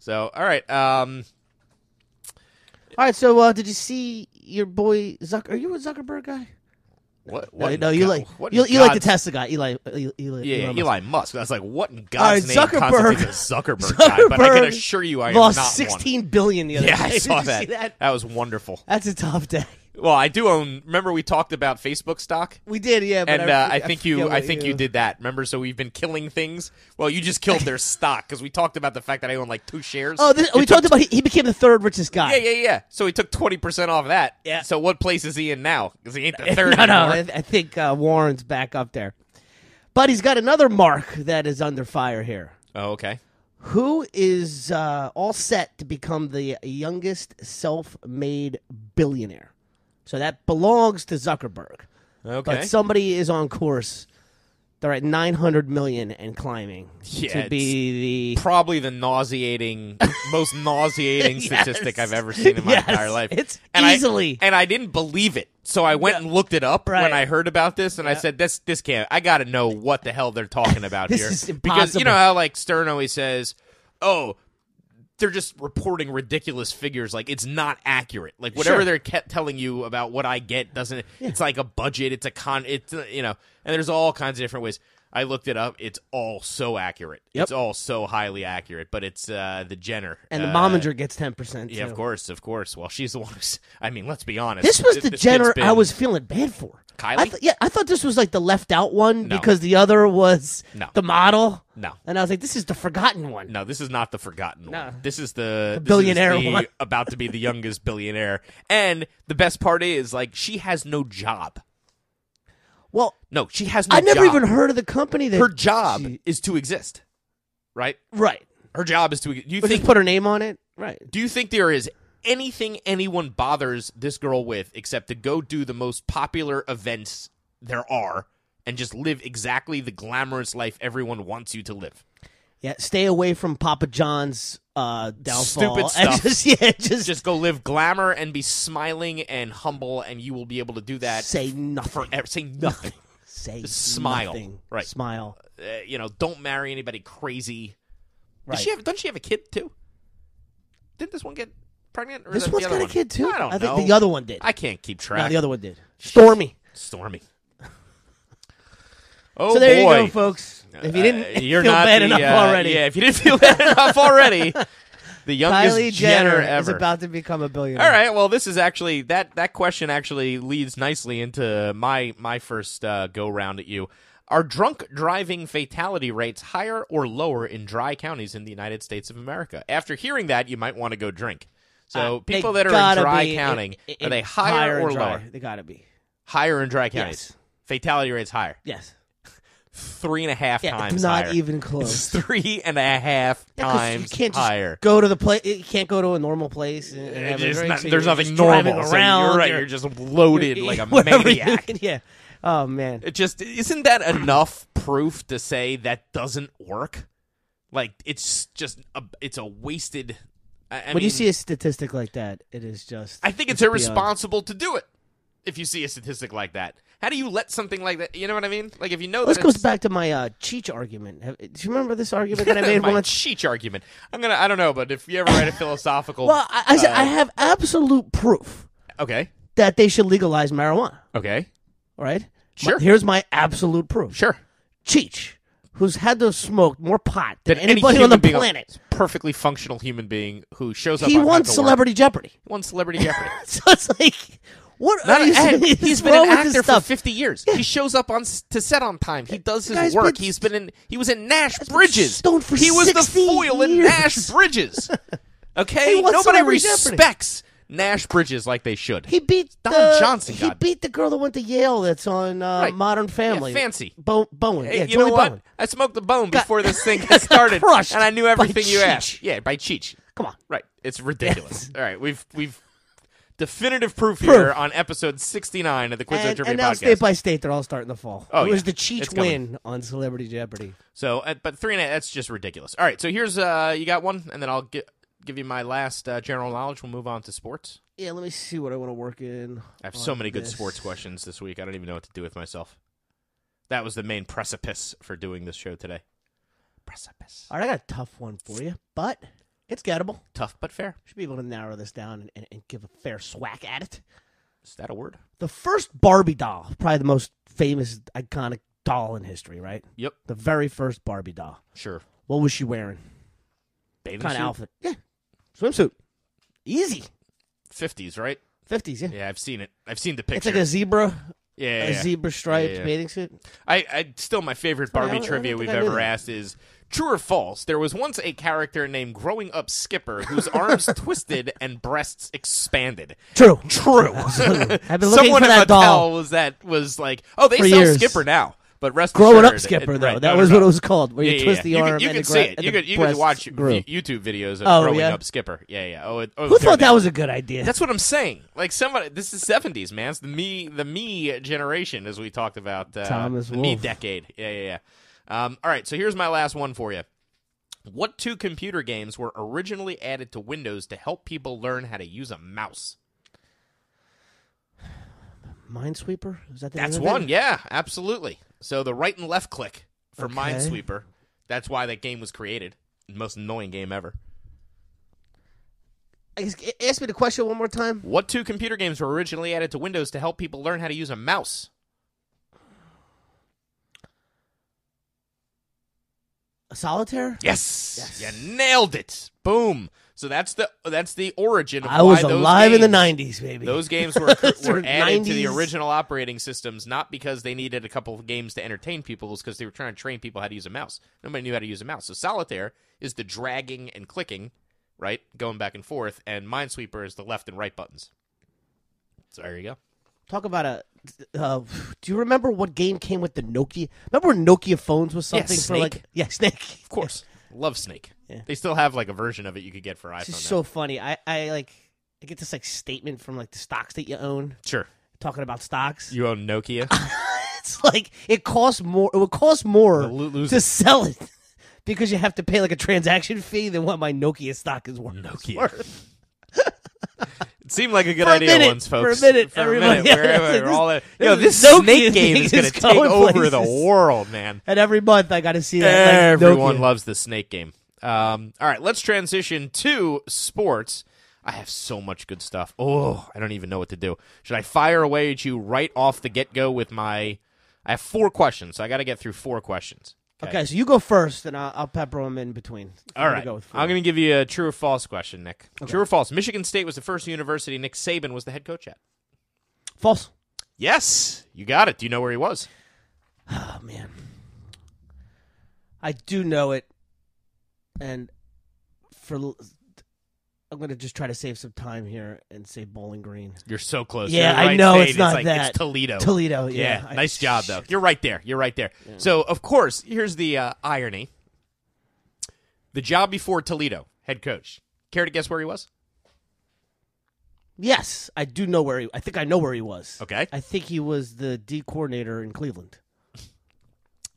[SPEAKER 4] So, all right. Um
[SPEAKER 5] All right. So, uh, did you see your boy Zuck? Are you a Zuckerberg guy?
[SPEAKER 4] what
[SPEAKER 5] No,
[SPEAKER 4] what in
[SPEAKER 5] no, you
[SPEAKER 4] go-
[SPEAKER 5] like
[SPEAKER 4] what in
[SPEAKER 5] you, you like the
[SPEAKER 4] God's-
[SPEAKER 5] Tesla guy, Eli. Eli, Eli
[SPEAKER 4] Yeah,
[SPEAKER 5] Elon Musk.
[SPEAKER 4] Eli Musk. That's like what in
[SPEAKER 5] All right,
[SPEAKER 4] God's name
[SPEAKER 5] Zuckerberg-
[SPEAKER 4] constitutes a Zuckerberg, guy, but I can
[SPEAKER 5] Zuckerberg
[SPEAKER 4] assure you I am
[SPEAKER 5] lost
[SPEAKER 4] not
[SPEAKER 5] sixteen billion the
[SPEAKER 4] one.
[SPEAKER 5] other
[SPEAKER 4] Yeah,
[SPEAKER 5] day.
[SPEAKER 4] I saw
[SPEAKER 5] Did you see
[SPEAKER 4] that. That was wonderful.
[SPEAKER 5] That's a tough day.
[SPEAKER 4] Well, I do own remember we talked about Facebook stock?
[SPEAKER 5] We did, yeah. But
[SPEAKER 4] and uh, I,
[SPEAKER 5] I
[SPEAKER 4] think
[SPEAKER 5] forget
[SPEAKER 4] you, I
[SPEAKER 5] what
[SPEAKER 4] think you did that. Remember, so we've been killing things. Well, you just killed their stock because we talked about the fact that I own like two shares.
[SPEAKER 5] Oh, this,
[SPEAKER 4] You
[SPEAKER 5] we
[SPEAKER 4] took
[SPEAKER 5] talked about he, he became the third richest guy.
[SPEAKER 4] Yeah, yeah, yeah. So he took twenty percent off that.
[SPEAKER 5] Yeah.
[SPEAKER 4] So what place is he in now? Because he ain't the third.
[SPEAKER 5] no, no, I,
[SPEAKER 4] anymore.
[SPEAKER 5] I think uh, Warren's back up there, but he's got another mark that is under fire here.
[SPEAKER 4] Oh, okay.
[SPEAKER 5] Who is uh, all set to become the youngest self-made billionaire? So that belongs to Zuckerberg,
[SPEAKER 4] Okay.
[SPEAKER 5] but somebody is on course. They're at nine hundred million and climbing
[SPEAKER 4] Yeah,
[SPEAKER 5] to be the
[SPEAKER 4] Probably the nauseating, most nauseating statistic I've ever seen in my
[SPEAKER 5] Yes.
[SPEAKER 4] entire life.
[SPEAKER 5] It's
[SPEAKER 4] and
[SPEAKER 5] easily-
[SPEAKER 4] I, and I didn't believe it, so I went and looked it up
[SPEAKER 5] Right.
[SPEAKER 4] when I heard about this, and I said, "This, this can't. I got to know what the hell they're talking about
[SPEAKER 5] This
[SPEAKER 4] here."
[SPEAKER 5] is
[SPEAKER 4] because you
[SPEAKER 5] impossible.
[SPEAKER 4] know how like Stern always says, "Oh." They're just reporting ridiculous figures. Like it's not accurate. Like whatever
[SPEAKER 5] Sure.
[SPEAKER 4] they're kept telling you about what I get doesn't. It's like a budget. It's a con. It's uh, you know. And there's all kinds of different ways. I looked it up. It's all so accurate.
[SPEAKER 5] Yep.
[SPEAKER 4] It's all so highly accurate, but it's uh, the Jenner
[SPEAKER 5] and the
[SPEAKER 4] uh,
[SPEAKER 5] Mominger gets ten percent.
[SPEAKER 4] Yeah, of course, of course. Well, she's the one who's. I mean, let's be honest.
[SPEAKER 5] This was
[SPEAKER 4] Th-
[SPEAKER 5] the
[SPEAKER 4] kid's
[SPEAKER 5] Jenner
[SPEAKER 4] been-
[SPEAKER 5] I was feeling bad for.
[SPEAKER 4] Kylie?
[SPEAKER 5] I th- yeah, I thought this was like the left out one
[SPEAKER 4] No.
[SPEAKER 5] because the other was
[SPEAKER 4] No.
[SPEAKER 5] the model.
[SPEAKER 4] No.
[SPEAKER 5] And I was like, this is the forgotten one.
[SPEAKER 4] No, this is not the forgotten
[SPEAKER 5] No.
[SPEAKER 4] one. This is the, this is
[SPEAKER 5] billionaire
[SPEAKER 4] the-
[SPEAKER 5] one.
[SPEAKER 4] about to be the youngest billionaire. And the best part is, like, she has no job.
[SPEAKER 5] Well,
[SPEAKER 4] No, she has no.
[SPEAKER 5] I never
[SPEAKER 4] job.
[SPEAKER 5] even heard of the company that
[SPEAKER 4] her job
[SPEAKER 5] she-
[SPEAKER 4] is to exist, right?
[SPEAKER 5] right.
[SPEAKER 4] Her job is to. Do you
[SPEAKER 5] But
[SPEAKER 4] think
[SPEAKER 5] just put her name on it. Right.
[SPEAKER 4] Do you think there is anything anyone bothers this girl with except to go do the most popular events there are and just live exactly the glamorous life everyone wants you to live?
[SPEAKER 5] Yeah. Stay away from Papa John's uh downfall.
[SPEAKER 4] Stupid
[SPEAKER 5] And
[SPEAKER 4] stuff.
[SPEAKER 5] just yeah, just,
[SPEAKER 4] Just go live glamour and be smiling and humble, and you will be able to do that
[SPEAKER 5] say nothing.
[SPEAKER 4] forever. Say nothing.
[SPEAKER 5] Say
[SPEAKER 4] smile.
[SPEAKER 5] nothing.
[SPEAKER 4] Right.
[SPEAKER 5] Smile.
[SPEAKER 4] uh, you know, don't marry anybody crazy.
[SPEAKER 5] Right.
[SPEAKER 4] Does she have, doesn't she have a kid too? Didn't this one get pregnant? Or is
[SPEAKER 5] this
[SPEAKER 4] that
[SPEAKER 5] one's
[SPEAKER 4] the
[SPEAKER 5] got
[SPEAKER 4] other
[SPEAKER 5] a kid too.
[SPEAKER 4] I don't
[SPEAKER 5] think
[SPEAKER 4] know.
[SPEAKER 5] the other one did.
[SPEAKER 4] I can't keep track.
[SPEAKER 5] no, the other one did. Stormy.
[SPEAKER 4] Stormy. Oh
[SPEAKER 5] so there
[SPEAKER 4] boy.
[SPEAKER 5] you go, folks. If you didn't
[SPEAKER 4] Uh, you're
[SPEAKER 5] feel
[SPEAKER 4] not
[SPEAKER 5] bad
[SPEAKER 4] the,
[SPEAKER 5] enough
[SPEAKER 4] uh,
[SPEAKER 5] already,
[SPEAKER 4] Yeah, if you didn't feel bad enough already, the youngest
[SPEAKER 5] Kylie Jenner, is
[SPEAKER 4] ever.
[SPEAKER 5] about to become a billionaire.
[SPEAKER 4] All right, well, this is actually that that question actually leads nicely into my my first uh, go round at you. Are drunk driving fatality rates higher or lower in dry counties in the United States of America? After hearing that, you might want to go drink. So
[SPEAKER 5] Uh, they
[SPEAKER 4] people that are in
[SPEAKER 5] gotta
[SPEAKER 4] dry
[SPEAKER 5] be
[SPEAKER 4] counting,
[SPEAKER 5] in- in-
[SPEAKER 4] are they
[SPEAKER 5] in
[SPEAKER 4] higher,
[SPEAKER 5] and
[SPEAKER 4] or
[SPEAKER 5] dry.
[SPEAKER 4] lower?
[SPEAKER 5] They gotta be.
[SPEAKER 4] Higher in dry counties.
[SPEAKER 5] Yes.
[SPEAKER 4] Fatality rates higher.
[SPEAKER 5] Yes.
[SPEAKER 4] Three and a half
[SPEAKER 5] Yeah,
[SPEAKER 4] times
[SPEAKER 5] not
[SPEAKER 4] higher.
[SPEAKER 5] even close.
[SPEAKER 4] Three and a half
[SPEAKER 5] 'Cause
[SPEAKER 4] times
[SPEAKER 5] you can't just
[SPEAKER 4] higher.
[SPEAKER 5] go to the place. You can't go to a normal place. And, and
[SPEAKER 4] It
[SPEAKER 5] have a
[SPEAKER 4] is
[SPEAKER 5] drink,
[SPEAKER 4] not-
[SPEAKER 5] so
[SPEAKER 4] there's
[SPEAKER 5] you're
[SPEAKER 4] nothing
[SPEAKER 5] just
[SPEAKER 4] normal.
[SPEAKER 5] driving
[SPEAKER 4] so
[SPEAKER 5] around,
[SPEAKER 4] you're right.
[SPEAKER 5] you're-
[SPEAKER 4] You're just loaded
[SPEAKER 5] you're-
[SPEAKER 4] like a
[SPEAKER 5] whatever you
[SPEAKER 4] maniac.
[SPEAKER 5] can- yeah. Oh man.
[SPEAKER 4] It just isn't that enough proof to say that doesn't work? Like it's just a, it's a wasted. I, I
[SPEAKER 5] when you
[SPEAKER 4] mean,
[SPEAKER 5] see a statistic like that, it is just.
[SPEAKER 4] I think it's,
[SPEAKER 5] beyond-
[SPEAKER 4] irresponsible to do it. If you see a statistic like that, how do you let something like that? You know what I mean? Like if you know
[SPEAKER 5] This
[SPEAKER 4] that
[SPEAKER 5] goes
[SPEAKER 4] it's-
[SPEAKER 5] back to my uh, Cheech argument. Have, do you remember this argument that I made
[SPEAKER 4] my
[SPEAKER 5] once?
[SPEAKER 4] Cheech argument. I'm gonna. I don't know, but if you ever write a philosophical,
[SPEAKER 5] Well, I, I, said, I
[SPEAKER 4] uh,
[SPEAKER 5] have absolute proof
[SPEAKER 4] okay,
[SPEAKER 5] that they should legalize marijuana.
[SPEAKER 4] okay,
[SPEAKER 5] All right.
[SPEAKER 4] Sure.
[SPEAKER 5] My- here's my absolute proof.
[SPEAKER 4] sure.
[SPEAKER 5] Cheech, who's had to smoke more pot than,
[SPEAKER 4] That any
[SPEAKER 5] anybody on
[SPEAKER 4] human
[SPEAKER 5] the
[SPEAKER 4] being on-
[SPEAKER 5] planet.
[SPEAKER 4] Perfectly functional human being who shows up.
[SPEAKER 5] he
[SPEAKER 4] on
[SPEAKER 5] won
[SPEAKER 4] Hackaway.
[SPEAKER 5] Celebrity Jeopardy.
[SPEAKER 4] He won Celebrity Jeopardy.
[SPEAKER 5] So it's like, what
[SPEAKER 4] Not
[SPEAKER 5] are
[SPEAKER 4] an
[SPEAKER 5] you
[SPEAKER 4] ad.
[SPEAKER 5] saying?
[SPEAKER 4] He's
[SPEAKER 5] is
[SPEAKER 4] been an
[SPEAKER 5] wrong with this
[SPEAKER 4] actor for
[SPEAKER 5] stuff?
[SPEAKER 4] 50 years. He shows up on s- to set on time. He does his
[SPEAKER 5] guy's
[SPEAKER 4] work.
[SPEAKER 5] been-
[SPEAKER 4] He's been in. He was in Nash
[SPEAKER 5] been
[SPEAKER 4] Bridges.
[SPEAKER 5] stoned for
[SPEAKER 4] he was the
[SPEAKER 5] 60
[SPEAKER 4] foil in
[SPEAKER 5] years.
[SPEAKER 4] Nash Bridges. Okay,
[SPEAKER 5] He won
[SPEAKER 4] nobody
[SPEAKER 5] Celebrity Jeopardy.
[SPEAKER 4] respects Nash Bridges like they should.
[SPEAKER 5] He beat
[SPEAKER 4] Don
[SPEAKER 5] the-
[SPEAKER 4] Johnson,
[SPEAKER 5] He
[SPEAKER 4] God.
[SPEAKER 5] beat the girl that went to Yale. That's on uh,
[SPEAKER 4] Right.
[SPEAKER 5] Modern
[SPEAKER 4] Yeah,
[SPEAKER 5] Family.
[SPEAKER 4] Fancy.
[SPEAKER 5] Bo- Bowen.
[SPEAKER 4] Hey,
[SPEAKER 5] yeah,
[SPEAKER 4] you
[SPEAKER 5] Julie
[SPEAKER 4] know what?
[SPEAKER 5] Bowen.
[SPEAKER 4] I smoked the bone
[SPEAKER 5] Got-
[SPEAKER 4] before this thing got
[SPEAKER 5] got
[SPEAKER 4] started,
[SPEAKER 5] crushed
[SPEAKER 4] and I knew
[SPEAKER 5] by
[SPEAKER 4] everything you
[SPEAKER 5] Cheech.
[SPEAKER 4] asked. Yeah, by Cheech.
[SPEAKER 5] Come on.
[SPEAKER 4] Right. It's ridiculous.
[SPEAKER 5] Yes.
[SPEAKER 4] All right, we've we've definitive proof,
[SPEAKER 5] Proof.
[SPEAKER 4] here on episode 69 of the Quiz
[SPEAKER 5] And,
[SPEAKER 4] Trivia
[SPEAKER 5] and now
[SPEAKER 4] podcast.
[SPEAKER 5] state by state, they're all starting to fall.
[SPEAKER 4] Oh,
[SPEAKER 5] it was
[SPEAKER 4] yeah.
[SPEAKER 5] the Cheech
[SPEAKER 4] It's coming.
[SPEAKER 5] win on Celebrity Jeopardy.
[SPEAKER 4] So, uh, but three and a that's just ridiculous. All right, so here's uh, you got one, and then I'll gi- give you my last uh, general knowledge. We'll move on to sports.
[SPEAKER 5] Yeah, let me see what I want to work in.
[SPEAKER 4] I have so
[SPEAKER 5] on
[SPEAKER 4] many good
[SPEAKER 5] this.
[SPEAKER 4] sports questions this week. I don't even know what to do with myself. That was the main precipice for doing this show today. Precipice,
[SPEAKER 5] All right, I got a tough one for you, but it's gettable.
[SPEAKER 4] tough but fair.
[SPEAKER 5] Should be able to narrow this down and, and, and give a fair swack at it.
[SPEAKER 4] Is that a word?
[SPEAKER 5] The first Barbie doll, probably the most famous, iconic doll in history, right?
[SPEAKER 4] Yep,
[SPEAKER 5] The very first Barbie doll.
[SPEAKER 4] sure.
[SPEAKER 5] What was she wearing?
[SPEAKER 4] Bathing
[SPEAKER 5] Kind
[SPEAKER 4] suit?
[SPEAKER 5] of outfit? Yeah, swimsuit. Easy.
[SPEAKER 4] 50s, right?
[SPEAKER 5] Fifties. Yeah.
[SPEAKER 4] Yeah, I've seen it. I've seen the
[SPEAKER 5] it's
[SPEAKER 4] picture.
[SPEAKER 5] like a zebra,
[SPEAKER 4] yeah,
[SPEAKER 5] a
[SPEAKER 4] yeah.
[SPEAKER 5] zebra striped
[SPEAKER 4] Yeah, yeah.
[SPEAKER 5] bathing suit.
[SPEAKER 4] I, I still my favorite
[SPEAKER 5] Sorry, I
[SPEAKER 4] Barbie
[SPEAKER 5] don't- I
[SPEAKER 4] trivia
[SPEAKER 5] don't
[SPEAKER 4] we've
[SPEAKER 5] think I knew
[SPEAKER 4] ever
[SPEAKER 5] that.
[SPEAKER 4] asked is true or false. There was once a character named Growing Up Skipper whose arms twisted and breasts expanded.
[SPEAKER 5] True.
[SPEAKER 4] True.
[SPEAKER 5] I've been looking
[SPEAKER 4] Someone
[SPEAKER 5] for
[SPEAKER 4] in
[SPEAKER 5] that
[SPEAKER 4] Mattel
[SPEAKER 5] doll.
[SPEAKER 4] was that was like, oh, they
[SPEAKER 5] For
[SPEAKER 4] sell
[SPEAKER 5] years.
[SPEAKER 4] Skipper now, but rest
[SPEAKER 5] Growing up
[SPEAKER 4] assured,
[SPEAKER 5] skipper
[SPEAKER 4] it-
[SPEAKER 5] though.
[SPEAKER 4] right,
[SPEAKER 5] that
[SPEAKER 4] no,
[SPEAKER 5] was
[SPEAKER 4] no,
[SPEAKER 5] what
[SPEAKER 4] no.
[SPEAKER 5] it was called. Where
[SPEAKER 4] Yeah,
[SPEAKER 5] you
[SPEAKER 4] yeah,
[SPEAKER 5] twist
[SPEAKER 4] yeah.
[SPEAKER 5] the
[SPEAKER 4] you
[SPEAKER 5] arm
[SPEAKER 4] Could, you
[SPEAKER 5] and
[SPEAKER 4] could
[SPEAKER 5] the
[SPEAKER 4] see
[SPEAKER 5] gra-
[SPEAKER 4] it.
[SPEAKER 5] and
[SPEAKER 4] You
[SPEAKER 5] the
[SPEAKER 4] could, you could
[SPEAKER 5] breasts
[SPEAKER 4] watch
[SPEAKER 5] grew.
[SPEAKER 4] v- YouTube videos of
[SPEAKER 5] Oh,
[SPEAKER 4] Growing
[SPEAKER 5] yeah?
[SPEAKER 4] Up Skipper. Yeah, yeah. Oh, it, oh, they're
[SPEAKER 5] Who thought that
[SPEAKER 4] now.
[SPEAKER 5] was a good idea?
[SPEAKER 4] That's what I'm saying. Like somebody, this is seventies, man. It's the me, the me generation, as we talked about. Uh,
[SPEAKER 5] Thomas
[SPEAKER 4] the me
[SPEAKER 5] Wolfe.
[SPEAKER 4] decade. Yeah, yeah, yeah. Um, all right, so here's my last one for you. What two computer games were originally added to Windows to help people learn how to use a mouse?
[SPEAKER 5] Minesweeper. Is that the
[SPEAKER 4] That's
[SPEAKER 5] name of it?
[SPEAKER 4] one, yeah, absolutely. So the right and left click for
[SPEAKER 5] Okay.
[SPEAKER 4] Minesweeper. That's why that game was created. Most annoying game ever.
[SPEAKER 5] I guess- a- Ask me the question one more time.
[SPEAKER 4] What two computer games were originally added to Windows to help people learn how to use a mouse?
[SPEAKER 5] Solitaire.
[SPEAKER 4] Yes,
[SPEAKER 5] Yes.
[SPEAKER 4] you nailed it. Boom. So that's the that's the origin. Of
[SPEAKER 5] I was
[SPEAKER 4] why those
[SPEAKER 5] alive in the
[SPEAKER 4] games-
[SPEAKER 5] '90s, baby.
[SPEAKER 4] Those games were,
[SPEAKER 5] Those
[SPEAKER 4] were
[SPEAKER 5] were
[SPEAKER 4] added to the
[SPEAKER 5] 90s.
[SPEAKER 4] original operating systems not because they needed a couple of games to entertain people, it was because they were trying to train people how to use a mouse. Nobody knew how to use a mouse. So solitaire is the dragging and clicking, right, going back and forth, and Minesweeper is the left and right buttons. So there you go.
[SPEAKER 5] Talk about a. Uh, do you remember what game came with the Nokia? Remember when Nokia phones was
[SPEAKER 4] Yeah,
[SPEAKER 5] something for
[SPEAKER 4] Snake.
[SPEAKER 5] like yeah, Snake.
[SPEAKER 4] Of course, love Snake.
[SPEAKER 5] Yeah.
[SPEAKER 4] They still have like a version of it you could get for iPhone.
[SPEAKER 5] It's just
[SPEAKER 4] now.
[SPEAKER 5] so funny. I I like I get this like statement from like the stocks that you own
[SPEAKER 4] sure,
[SPEAKER 5] talking about stocks.
[SPEAKER 4] you own Nokia.
[SPEAKER 5] It's like it costs more. It would cost more
[SPEAKER 4] Lo- lose
[SPEAKER 5] to
[SPEAKER 4] it.
[SPEAKER 5] sell it because you have to pay like a transaction fee than what my Nokia stock is worth.
[SPEAKER 4] Nokia.
[SPEAKER 5] Worth.
[SPEAKER 4] It seemed like a good
[SPEAKER 5] For a
[SPEAKER 4] idea
[SPEAKER 5] minute,
[SPEAKER 4] once,
[SPEAKER 5] for a
[SPEAKER 4] folks.
[SPEAKER 5] minute,
[SPEAKER 4] for
[SPEAKER 5] everybody-
[SPEAKER 4] a minute, we're-
[SPEAKER 5] This-
[SPEAKER 4] we're all in-
[SPEAKER 5] this
[SPEAKER 4] Yo, this
[SPEAKER 5] Nokia
[SPEAKER 4] snake game
[SPEAKER 5] thing
[SPEAKER 4] is going
[SPEAKER 5] is
[SPEAKER 4] to take
[SPEAKER 5] going
[SPEAKER 4] over the
[SPEAKER 5] places.
[SPEAKER 4] world, man.
[SPEAKER 5] And every month I got to see that. Like,
[SPEAKER 4] Everyone
[SPEAKER 5] Nokia.
[SPEAKER 4] loves the snake game. Um, all right, let's transition to sports. I have so much good stuff. Oh, I don't even know what to do. Should I fire away at you right off the get go with my? I have four questions, so I got to get through four questions.
[SPEAKER 5] Okay, so you go first, and I'll, I'll pepper them in between.
[SPEAKER 4] All right.
[SPEAKER 5] Go with four.
[SPEAKER 4] I'm going to give you a true or false question, Nick. True or false? Michigan State was the first university Nick Saban was the head coach at.
[SPEAKER 5] false.
[SPEAKER 4] Yes, you got it. Do you know where he was?
[SPEAKER 5] Oh man, I do know it, and for l- I'm gonna just try to save some time here and say Bowling Green,
[SPEAKER 4] You're so close.
[SPEAKER 5] Yeah,
[SPEAKER 4] You're
[SPEAKER 5] I
[SPEAKER 4] right
[SPEAKER 5] know,
[SPEAKER 4] state.
[SPEAKER 5] it's not
[SPEAKER 4] like,
[SPEAKER 5] that.
[SPEAKER 4] It's Toledo.
[SPEAKER 5] Toledo.
[SPEAKER 4] Yeah,
[SPEAKER 5] Yeah, I-
[SPEAKER 4] nice job though. You're right there. You're right there. So of course, here's the uh, irony: the job before Toledo head coach. Care to guess where he was?
[SPEAKER 5] Yes, I do know where he. I think I know where he was.
[SPEAKER 4] Okay.
[SPEAKER 5] I think he was the D coordinator in Cleveland.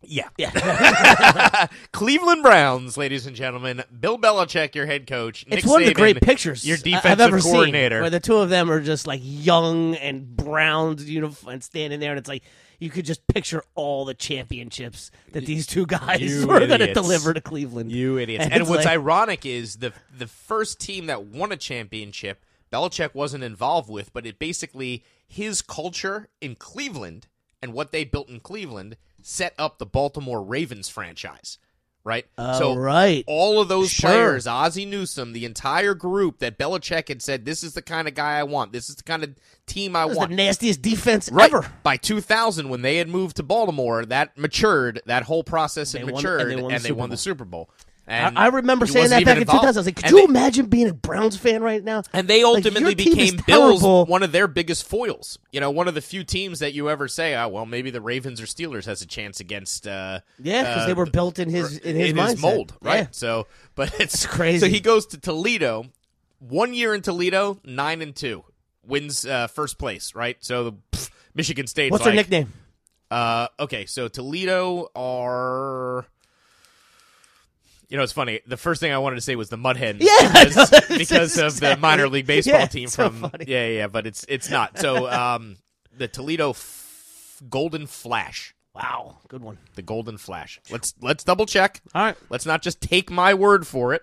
[SPEAKER 4] Yeah,
[SPEAKER 5] Yeah,
[SPEAKER 4] Cleveland Browns, ladies and gentlemen. Bill Belichick, your head coach. Nick
[SPEAKER 5] it's one of the
[SPEAKER 4] Saban,
[SPEAKER 5] great pictures
[SPEAKER 4] Your
[SPEAKER 5] I-
[SPEAKER 4] defensive
[SPEAKER 5] I've ever
[SPEAKER 4] coordinator.
[SPEAKER 5] seen, where the two of them are just like young and browned uniform and standing there, and it's like you could just picture all the championships that these two guys
[SPEAKER 4] you
[SPEAKER 5] were going to
[SPEAKER 4] idiots.
[SPEAKER 5] deliver to Cleveland.
[SPEAKER 4] You idiots. And,
[SPEAKER 5] it's
[SPEAKER 4] what's
[SPEAKER 5] like-
[SPEAKER 4] ironic is the the first team that won a championship, Belichick wasn't involved with, but it basically his culture in Cleveland and what they built in Cleveland set up the Baltimore Ravens franchise. Right? so
[SPEAKER 5] right.
[SPEAKER 4] all of those
[SPEAKER 5] Sure.
[SPEAKER 4] players, Ozzie Newsome, the entire group that Belichick had said, This is the kind of guy I want, this is the kind of team I
[SPEAKER 5] That was
[SPEAKER 4] want.
[SPEAKER 5] the nastiest defense
[SPEAKER 4] Right.
[SPEAKER 5] ever.
[SPEAKER 4] By 2000, when they had moved to Baltimore, that matured. That whole process had
[SPEAKER 5] They won- and
[SPEAKER 4] matured,
[SPEAKER 5] they won the Super
[SPEAKER 4] the
[SPEAKER 5] Bowl.
[SPEAKER 4] Super Bowl.
[SPEAKER 5] I,
[SPEAKER 4] And
[SPEAKER 5] I remember
[SPEAKER 4] he
[SPEAKER 5] saying
[SPEAKER 4] wasn't
[SPEAKER 5] that back
[SPEAKER 4] even
[SPEAKER 5] in
[SPEAKER 4] involved.
[SPEAKER 5] 2000. I was like, could
[SPEAKER 4] and
[SPEAKER 5] you
[SPEAKER 4] they,
[SPEAKER 5] imagine being a Browns fan right now?
[SPEAKER 4] And they
[SPEAKER 5] Like,
[SPEAKER 4] ultimately
[SPEAKER 5] your team is
[SPEAKER 4] became Bills
[SPEAKER 5] terrible.
[SPEAKER 4] one of their biggest foils. You know, one of the few teams that you ever say, "Ah, well, maybe the Ravens or Steelers has a chance against." Uh,
[SPEAKER 5] Yeah, because
[SPEAKER 4] uh,
[SPEAKER 5] they were built in his in his
[SPEAKER 4] in
[SPEAKER 5] mindset.
[SPEAKER 4] his mold, right?
[SPEAKER 5] Yeah.
[SPEAKER 4] So, but it's
[SPEAKER 5] crazy.
[SPEAKER 4] So he goes to Toledo, one year in Toledo, nine and two, wins uh, first place, right? So, pff, Michigan State.
[SPEAKER 5] What's
[SPEAKER 4] like,
[SPEAKER 5] their nickname?
[SPEAKER 4] Uh, okay, so Toledo are. You know, it's funny. The first thing I wanted to say was the Mudhens,
[SPEAKER 5] Yeah, I know.
[SPEAKER 4] because,
[SPEAKER 5] That's
[SPEAKER 4] because of the
[SPEAKER 5] exactly-
[SPEAKER 4] minor league baseball
[SPEAKER 5] yeah,
[SPEAKER 4] team
[SPEAKER 5] it's so
[SPEAKER 4] from
[SPEAKER 5] funny.
[SPEAKER 4] yeah, yeah, yeah, but it's it's not. So um, the Toledo f- Golden Flash,
[SPEAKER 5] Wow, good one.
[SPEAKER 4] the Golden Flash. Let's let's double check.
[SPEAKER 5] All right,
[SPEAKER 4] Let's not just take my word for it.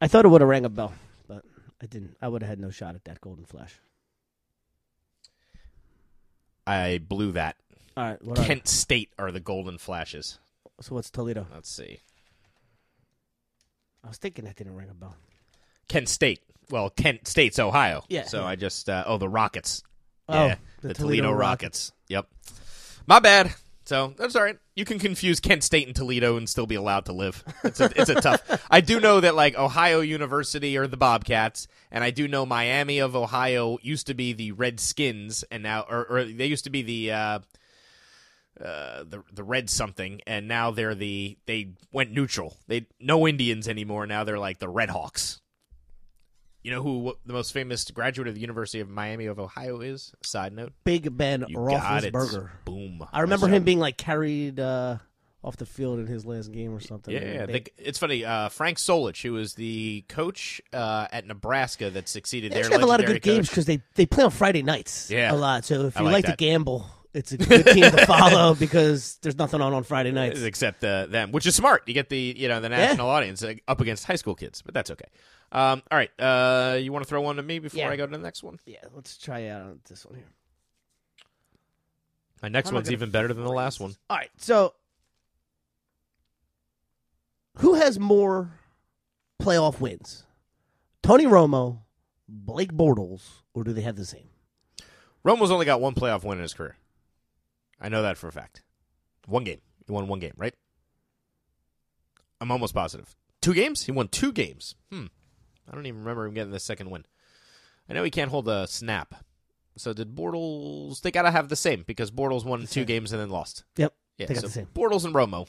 [SPEAKER 5] I thought it would have rang a bell, but I didn't. I would have had no shot at that golden flash.
[SPEAKER 4] I blew that.
[SPEAKER 5] All right, what are
[SPEAKER 4] Kent State are the Golden Flashes.
[SPEAKER 5] so what's Toledo?
[SPEAKER 4] Let's see.
[SPEAKER 5] I was thinking that didn't ring a bell.
[SPEAKER 4] Kent State. Well, Kent State's Ohio.
[SPEAKER 5] Yeah.
[SPEAKER 4] So I just uh, oh the Rockets.
[SPEAKER 5] Oh,
[SPEAKER 4] yeah, the,
[SPEAKER 5] the
[SPEAKER 4] Toledo,
[SPEAKER 5] Toledo
[SPEAKER 4] Rockets. Yep. My bad. So that's all right. You can confuse Kent State and Toledo and still be allowed to live. It's a, it's a tough. I do know that like Ohio University are the Bobcats, and I do know Miami of Ohio used to be the Redskins, and now or, or they used to be the. Uh, uh, the the red something, and now they're the they went neutral. They no Indians anymore. Now they're like the Red Hawks. You know who the most famous graduate of the University of Miami of Ohio is? Side note.
[SPEAKER 5] Big Ben
[SPEAKER 4] You got it.
[SPEAKER 5] Roethlisberger.
[SPEAKER 4] Boom.
[SPEAKER 5] I remember
[SPEAKER 4] Nice
[SPEAKER 5] him
[SPEAKER 4] job.
[SPEAKER 5] being like carried uh, off the field in his last game or something.
[SPEAKER 4] Yeah, yeah, the- it's funny. Uh, Frank Solich, who was the coach uh, at Nebraska that succeeded
[SPEAKER 5] they
[SPEAKER 4] there,
[SPEAKER 5] actually have a lot of good
[SPEAKER 4] legendary
[SPEAKER 5] games
[SPEAKER 4] coach.
[SPEAKER 5] because they, they play on Friday nights.
[SPEAKER 4] Yeah.
[SPEAKER 5] a lot. So if
[SPEAKER 4] I
[SPEAKER 5] you
[SPEAKER 4] like
[SPEAKER 5] like,
[SPEAKER 4] that.
[SPEAKER 5] to gamble, it's a good team to follow because there's nothing on on Friday nights.
[SPEAKER 4] except uh, them, which is smart. You get the you know the national audience uh, up against high school kids, but that's okay. Um, all right, uh, you want to throw one to me before
[SPEAKER 5] Yeah.
[SPEAKER 4] I go to the next one?
[SPEAKER 5] Yeah, let's try out this one here.
[SPEAKER 4] My next
[SPEAKER 5] How am I
[SPEAKER 4] one's
[SPEAKER 5] gonna
[SPEAKER 4] even better than the last one.
[SPEAKER 5] All right, so who has more playoff wins, Tony Romo, Blake Bortles, or do they have the same?
[SPEAKER 4] Romo's only got one playoff win in his career. I know that for a fact. One game. He won one game, right? I'm almost positive. Two games? He won two games. Hmm. I don't even remember him getting the second win. I know he can't hold a snap. So did Bortles? They gotta have the same because Bortles won two games and then lost.
[SPEAKER 5] Yep,
[SPEAKER 4] Yeah,
[SPEAKER 5] they got
[SPEAKER 4] so
[SPEAKER 5] the same.
[SPEAKER 4] Bortles and Romo.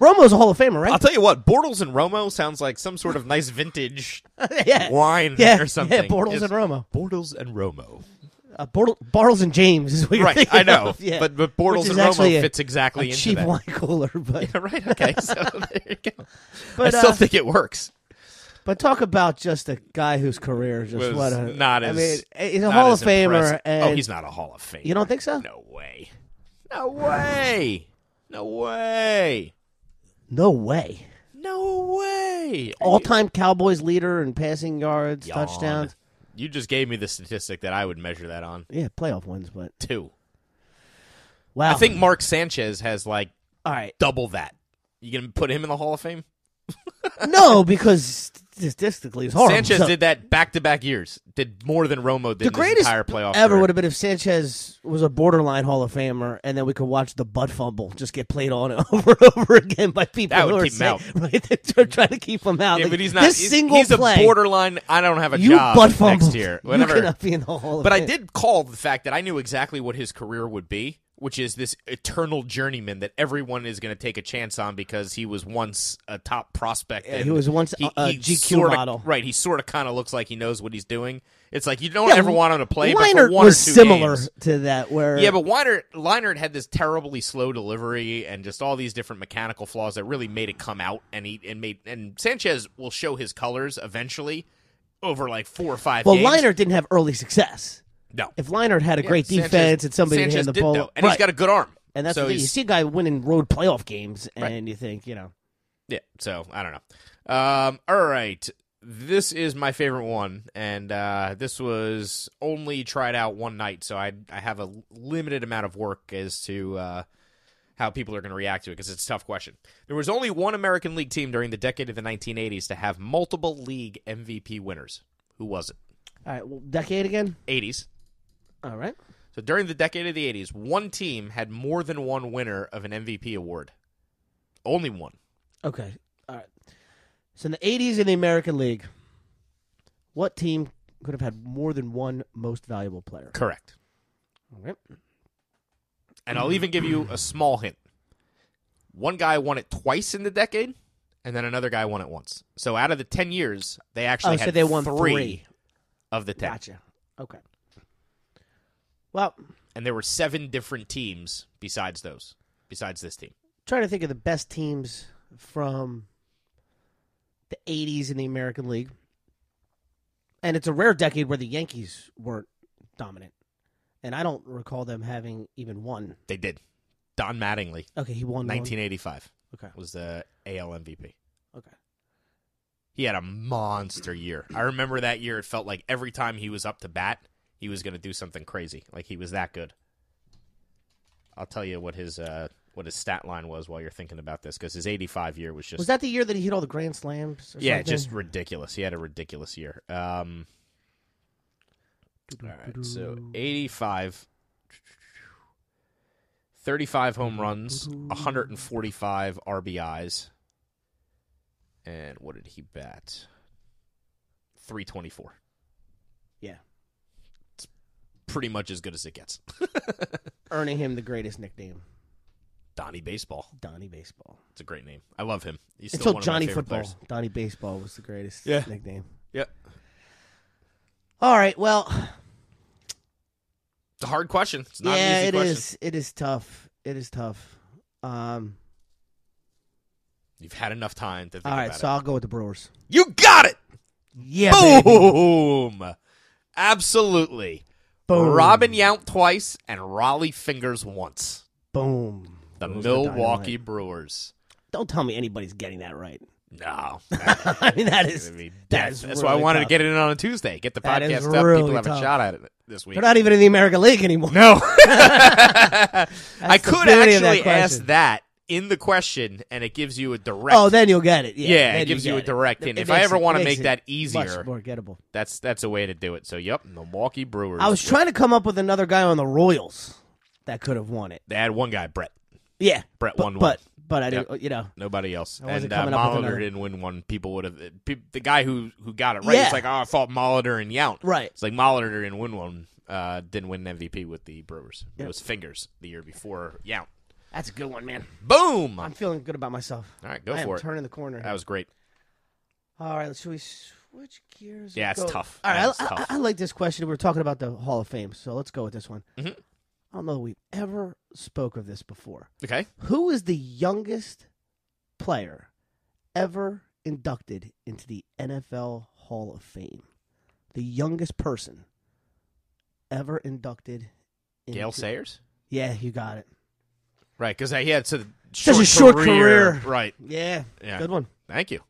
[SPEAKER 5] Romo's a Hall of Famer, right?
[SPEAKER 4] I'll tell you what, Bortles and Romo sounds like some sort of nice vintage
[SPEAKER 5] yeah,
[SPEAKER 4] wine
[SPEAKER 5] yeah,
[SPEAKER 4] or something.
[SPEAKER 5] Yeah, Bortles
[SPEAKER 4] It's
[SPEAKER 5] and Romo,
[SPEAKER 4] Bortles and Romo.
[SPEAKER 5] uh, Bortles, Bortles and James is what you're
[SPEAKER 4] right,
[SPEAKER 5] thinking
[SPEAKER 4] I know.
[SPEAKER 5] of, yeah.
[SPEAKER 4] But but
[SPEAKER 5] Which
[SPEAKER 4] Bortles
[SPEAKER 5] is
[SPEAKER 4] and Romo
[SPEAKER 5] actually a-
[SPEAKER 4] fits exactly
[SPEAKER 5] a
[SPEAKER 4] into
[SPEAKER 5] cheap
[SPEAKER 4] that.
[SPEAKER 5] wine cooler, but
[SPEAKER 4] Yeah, right. Okay, so there you go.
[SPEAKER 5] but,
[SPEAKER 4] I still
[SPEAKER 5] uh,
[SPEAKER 4] think it works.
[SPEAKER 5] but talk about just a guy whose career just
[SPEAKER 4] Was
[SPEAKER 5] what a,
[SPEAKER 4] not
[SPEAKER 5] I
[SPEAKER 4] as
[SPEAKER 5] mean, he's a
[SPEAKER 4] not
[SPEAKER 5] Hall
[SPEAKER 4] as
[SPEAKER 5] of Famer,
[SPEAKER 4] impressive.
[SPEAKER 5] and
[SPEAKER 4] oh, he's not a Hall of Famer.
[SPEAKER 5] you don't think so?
[SPEAKER 4] No way. No way. No way.
[SPEAKER 5] No way.
[SPEAKER 4] No way.
[SPEAKER 5] All time Cowboys leader in passing yards,
[SPEAKER 4] Yawn.
[SPEAKER 5] touchdowns.
[SPEAKER 4] You just gave me the statistic that I would measure that on
[SPEAKER 5] Yeah, playoff wins, but
[SPEAKER 4] two.
[SPEAKER 5] wow.
[SPEAKER 4] I think Mark Sanchez has like
[SPEAKER 5] all right.
[SPEAKER 4] double that. You gonna put him in the Hall of Fame?
[SPEAKER 5] no, because statistically, it's horrible.
[SPEAKER 4] Sanchez
[SPEAKER 5] So-
[SPEAKER 4] did that back to back years. Did more than Romo did
[SPEAKER 5] the
[SPEAKER 4] in his
[SPEAKER 5] greatest
[SPEAKER 4] entire playoff
[SPEAKER 5] ever
[SPEAKER 4] career.
[SPEAKER 5] would have been if Sanchez was a borderline Hall of Famer, and then we could watch the butt fumble just get played on and over and over again by people
[SPEAKER 4] That would
[SPEAKER 5] who are
[SPEAKER 4] keep him
[SPEAKER 5] saying-
[SPEAKER 4] out.
[SPEAKER 5] right? They're trying to keep him out.
[SPEAKER 4] Yeah,
[SPEAKER 5] Like,
[SPEAKER 4] but he's not.
[SPEAKER 5] This
[SPEAKER 4] he's,
[SPEAKER 5] single
[SPEAKER 4] he's
[SPEAKER 5] play,
[SPEAKER 4] a borderline. I don't have a
[SPEAKER 5] you
[SPEAKER 4] job
[SPEAKER 5] butt fumble
[SPEAKER 4] next year.
[SPEAKER 5] You
[SPEAKER 4] Whatever.
[SPEAKER 5] cannot be in the Hall of
[SPEAKER 4] But I
[SPEAKER 5] Fame.
[SPEAKER 4] did call the fact that I knew exactly what his career would be, which is this eternal journeyman that everyone is going to take a chance on because he was once a top prospect. and
[SPEAKER 5] he was once a- a GQ
[SPEAKER 4] sorta,
[SPEAKER 5] model.
[SPEAKER 4] Right. He sort of kind of looks like he knows what he's doing. It's like you don't
[SPEAKER 5] Yeah,
[SPEAKER 4] ever want him to play. but for
[SPEAKER 5] Leinart
[SPEAKER 4] one
[SPEAKER 5] was
[SPEAKER 4] or two
[SPEAKER 5] similar
[SPEAKER 4] games-
[SPEAKER 5] to that, where
[SPEAKER 4] Yeah, but Weinert, Leinart had this terribly slow delivery and just all these different mechanical flaws that really made it come out. And he and made and Sanchez will show his colors eventually over like four or five.
[SPEAKER 5] well,
[SPEAKER 4] games.
[SPEAKER 5] Leinart didn't have early success.
[SPEAKER 4] no,
[SPEAKER 5] If Leinart had a great
[SPEAKER 4] Yeah,
[SPEAKER 5] defense
[SPEAKER 4] Sanchez-
[SPEAKER 5] and somebody
[SPEAKER 4] Sanchez
[SPEAKER 5] had the
[SPEAKER 4] did,
[SPEAKER 5] ball,
[SPEAKER 4] though, and
[SPEAKER 5] right.
[SPEAKER 4] he's got a good arm.
[SPEAKER 5] and that's
[SPEAKER 4] so
[SPEAKER 5] the thing. you
[SPEAKER 4] he's-
[SPEAKER 5] see a guy winning road playoff games, and
[SPEAKER 4] Right.
[SPEAKER 5] you think, you know,
[SPEAKER 4] Yeah. So I don't know. Um, all right. This is my favorite one, and uh, this was only tried out one night, so I I have a limited amount of work as to uh, how people are going to react to it because it's a tough question. There was only one American League team during the decade of the 1980s to have multiple league MVP winners. Who was it?
[SPEAKER 5] all right, well, decade again,
[SPEAKER 4] 80s.
[SPEAKER 5] all right.
[SPEAKER 4] So during the decade of the 80s, one team had more than one winner of an MVP award. Only one.
[SPEAKER 5] Okay. All right. So in the 80s in the American League, what team could have had more than one most valuable player?
[SPEAKER 4] Correct.
[SPEAKER 5] All right.
[SPEAKER 4] And I'll even give you a small hint. One guy won it twice in the decade, and then another guy won it once. So out of the 10 years, they actually
[SPEAKER 5] Oh,
[SPEAKER 4] had
[SPEAKER 5] so they won
[SPEAKER 4] three,
[SPEAKER 5] three.
[SPEAKER 4] of the 10.
[SPEAKER 5] Gotcha. Okay. Well,
[SPEAKER 4] And there were seven different teams besides those, besides this team.
[SPEAKER 5] trying to think of the best teams from the 80s in the American League. And it's a rare decade where the Yankees weren't dominant. And I don't recall them having even one.
[SPEAKER 4] They did. Don Mattingly,
[SPEAKER 5] Okay, he won one.
[SPEAKER 4] 1985,
[SPEAKER 5] Okay.
[SPEAKER 4] was the AL MVP.
[SPEAKER 5] Okay.
[SPEAKER 4] He had a monster year. I remember that year. It felt like every time he was up to bat, he was going to do something crazy. Like he was that good. I'll tell you what his uh, what his stat line was while you're thinking about this because his 85 year was just
[SPEAKER 5] Was that the year that he hit all the grand slams? Or
[SPEAKER 4] yeah,
[SPEAKER 5] something?
[SPEAKER 4] just ridiculous. He had a ridiculous year. Um, all right, so 85, 35 home runs, 145 RBIs, and what did he bat? 324.
[SPEAKER 5] yeah,
[SPEAKER 4] Pretty much as good as it gets.
[SPEAKER 5] earning him the greatest nickname,
[SPEAKER 4] Donnie Baseball.
[SPEAKER 5] Donnie Baseball.
[SPEAKER 4] It's a great name. I love him. He's still
[SPEAKER 5] Until
[SPEAKER 4] one of my
[SPEAKER 5] Johnny
[SPEAKER 4] favorite
[SPEAKER 5] Football,
[SPEAKER 4] Players.
[SPEAKER 5] Donnie Baseball was the greatest
[SPEAKER 4] Yeah.
[SPEAKER 5] nickname.
[SPEAKER 4] Yeah.
[SPEAKER 5] All right, well,
[SPEAKER 4] It's a hard question. It's not
[SPEAKER 5] yeah,
[SPEAKER 4] an easy
[SPEAKER 5] it
[SPEAKER 4] question.
[SPEAKER 5] is. It is tough. It is tough. Um,
[SPEAKER 4] You've had enough time to think
[SPEAKER 5] all right,
[SPEAKER 4] about
[SPEAKER 5] so
[SPEAKER 4] it.
[SPEAKER 5] I'll go with the Brewers.
[SPEAKER 4] You got it!
[SPEAKER 5] Yeah, baby.
[SPEAKER 4] Boom! Absolutely.
[SPEAKER 5] Boom.
[SPEAKER 4] Robin Yount twice and Raleigh Fingers once.
[SPEAKER 5] boom.
[SPEAKER 4] The
[SPEAKER 5] Those are
[SPEAKER 4] Milwaukee
[SPEAKER 5] dynamite.
[SPEAKER 4] Brewers.
[SPEAKER 5] Don't tell me anybody's getting that right.
[SPEAKER 4] No.
[SPEAKER 5] I mean, that is
[SPEAKER 4] I mean,
[SPEAKER 5] that
[SPEAKER 4] that's
[SPEAKER 5] is
[SPEAKER 4] that's why I
[SPEAKER 5] really
[SPEAKER 4] wanted to
[SPEAKER 5] tough.
[SPEAKER 4] get it in on a Tuesday. Get the
[SPEAKER 5] That is
[SPEAKER 4] podcast up. People
[SPEAKER 5] really
[SPEAKER 4] have a
[SPEAKER 5] tough.
[SPEAKER 4] shot at it this week.
[SPEAKER 5] They're not e- even in the American League anymore.
[SPEAKER 4] No. I
[SPEAKER 5] the
[SPEAKER 4] could
[SPEAKER 5] beauty of that
[SPEAKER 4] actually ask
[SPEAKER 5] question.
[SPEAKER 4] that in the question, and it gives you a direct.
[SPEAKER 5] Oh, then you'll get it. Yeah,
[SPEAKER 4] Yeah, it
[SPEAKER 5] then
[SPEAKER 4] gives
[SPEAKER 5] you,
[SPEAKER 4] you
[SPEAKER 5] get
[SPEAKER 4] a direct
[SPEAKER 5] It
[SPEAKER 4] hint. If
[SPEAKER 5] makes
[SPEAKER 4] I ever
[SPEAKER 5] it-
[SPEAKER 4] wanna
[SPEAKER 5] makes
[SPEAKER 4] make
[SPEAKER 5] it
[SPEAKER 4] that
[SPEAKER 5] much
[SPEAKER 4] easier-
[SPEAKER 5] more gettable.
[SPEAKER 4] that's that's a way to do it. So, yep, Milwaukee Brewers.
[SPEAKER 5] I was trying to come up with another guy on the Royals that could have won it.
[SPEAKER 4] They had one guy, Brett.
[SPEAKER 5] Yeah,
[SPEAKER 4] Brett
[SPEAKER 5] but,
[SPEAKER 4] won one.
[SPEAKER 5] but but I didn't,
[SPEAKER 4] Yep.
[SPEAKER 5] you know,
[SPEAKER 4] Nobody else.
[SPEAKER 5] I
[SPEAKER 4] and
[SPEAKER 5] wasn't
[SPEAKER 4] uh,
[SPEAKER 5] coming up with
[SPEAKER 4] Molitor
[SPEAKER 5] another.
[SPEAKER 4] didn't win one. People would have. pe- The guy who who got it right
[SPEAKER 5] Yeah.
[SPEAKER 4] was like, oh, I thought Molitor and Yount.
[SPEAKER 5] Right.
[SPEAKER 4] It's like Molitor didn't win one. Uh, didn't win an MVP with the Brewers. It was Fingers the year before Yount.
[SPEAKER 5] that's a good one, man.
[SPEAKER 4] Boom.
[SPEAKER 5] I'm feeling good about myself.
[SPEAKER 4] All right, go
[SPEAKER 5] I am
[SPEAKER 4] for it.
[SPEAKER 5] Turning the corner.
[SPEAKER 4] that was great.
[SPEAKER 5] All right, should we switch gears? or
[SPEAKER 4] Yeah, it's
[SPEAKER 5] go-
[SPEAKER 4] tough.
[SPEAKER 5] All right,
[SPEAKER 4] That is
[SPEAKER 5] I, I-
[SPEAKER 4] tough.
[SPEAKER 5] I like this question. We were talking about the Hall of Fame, so let's go with this one.
[SPEAKER 4] Mm-hmm.
[SPEAKER 5] I don't know that we've ever spoke of this before.
[SPEAKER 4] Okay.
[SPEAKER 5] Who is the youngest player ever inducted into the NFL Hall of Fame? The youngest person ever inducted. Into,
[SPEAKER 4] Gail Sayers.
[SPEAKER 5] Yeah, you got it.
[SPEAKER 4] Right, because he had such a
[SPEAKER 5] Such
[SPEAKER 4] short,
[SPEAKER 5] a short career.
[SPEAKER 4] Right.
[SPEAKER 5] Yeah,
[SPEAKER 4] Yeah.
[SPEAKER 5] good one.
[SPEAKER 4] Thank you.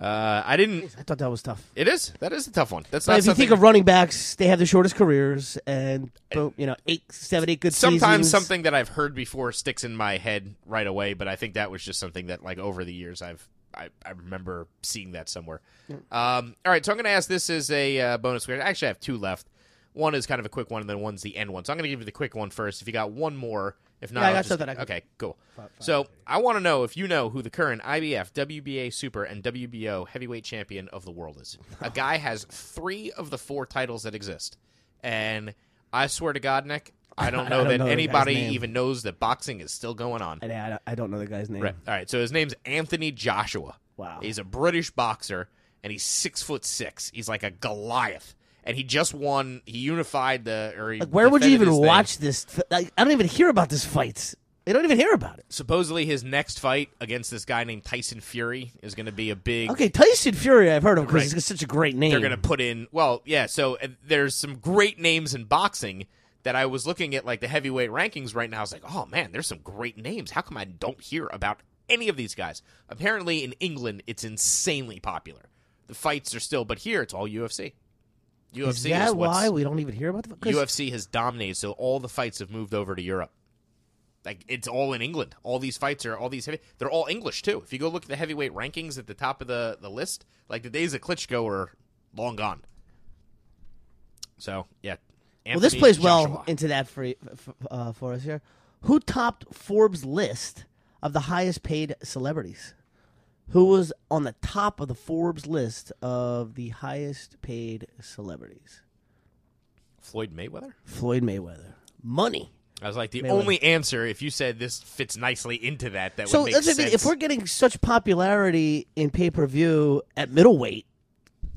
[SPEAKER 4] Uh, I didn't.
[SPEAKER 5] I thought that was tough.
[SPEAKER 4] It is. That is a tough one. That's
[SPEAKER 5] But
[SPEAKER 4] not
[SPEAKER 5] if you
[SPEAKER 4] something.
[SPEAKER 5] think of running backs, they have the shortest careers, and boom, you know, eight, seven, eight good
[SPEAKER 4] sometimes
[SPEAKER 5] seasons.
[SPEAKER 4] something that I've heard before sticks in my head right away, but I think that was just something that like over the years I've I, I remember seeing that somewhere. Um, all right, so I'm going to ask this as a uh, bonus. question. I actually have two left. One is kind of a quick one, and then one's the end one. So I'm going to give you the quick one first. If you got one more, if not,
[SPEAKER 5] Yeah, I
[SPEAKER 4] I'll
[SPEAKER 5] got
[SPEAKER 4] just-
[SPEAKER 5] something I can-
[SPEAKER 4] okay, cool. so I want to know if you know who the current IBF, WBA Super, and WBO heavyweight champion of the world is. a guy has three of the four titles that exist, and I swear to God, Nick, I don't know
[SPEAKER 5] don't
[SPEAKER 4] that
[SPEAKER 5] know the guy's
[SPEAKER 4] anybody
[SPEAKER 5] name.
[SPEAKER 4] even knows that boxing is still going on.
[SPEAKER 5] I, I, I don't know the guy's name.
[SPEAKER 4] Right. All right. So his name's Anthony Joshua.
[SPEAKER 5] Wow.
[SPEAKER 4] He's a British boxer, and he's six foot six. He's like a Goliath, and he just won. He unified the. Or he
[SPEAKER 5] Like, where would you
[SPEAKER 4] defended
[SPEAKER 5] even
[SPEAKER 4] his thing.
[SPEAKER 5] watch this? Th- like, I don't even hear about this fight. They don't even hear about it.
[SPEAKER 4] Supposedly, his next fight against this guy named Tyson Fury is going to be a big.
[SPEAKER 5] Okay, Tyson Fury, I've heard of because
[SPEAKER 4] Right.
[SPEAKER 5] he's got such a great name.
[SPEAKER 4] They're going to put in. Well, yeah. So uh, there's some great names in boxing. That I was looking at like the heavyweight rankings right now. I was like, oh man, there's some great names. How come I don't hear about any of these guys? Apparently in England, it's insanely popular. The fights are still, but here it's all UFC. UFC
[SPEAKER 5] Is that
[SPEAKER 4] is what's,
[SPEAKER 5] why we don't even hear about the 'cause
[SPEAKER 4] UFC has dominated, so all the fights have moved over to Europe. Like it's all in England. All these fights are all these heavy. They're all English too. If you go look at the heavyweight rankings at the top of the the list, like the days of Klitschko are long gone. So yeah,
[SPEAKER 5] Well, this
[SPEAKER 4] Anthony
[SPEAKER 5] plays well
[SPEAKER 4] Joshua.
[SPEAKER 5] into that for f- uh, for us here. Who topped Forbes' list of the highest paid celebrities? Who was on the top of the Forbes list of the highest paid celebrities?
[SPEAKER 4] Floyd Mayweather.
[SPEAKER 5] Floyd Mayweather. Money.
[SPEAKER 4] I was like the
[SPEAKER 5] Mayweather.
[SPEAKER 4] only answer if you said this fits nicely into that. That
[SPEAKER 5] So
[SPEAKER 4] would make
[SPEAKER 5] that's what
[SPEAKER 4] sense.
[SPEAKER 5] I mean, if we're getting such popularity in pay per view at middleweight,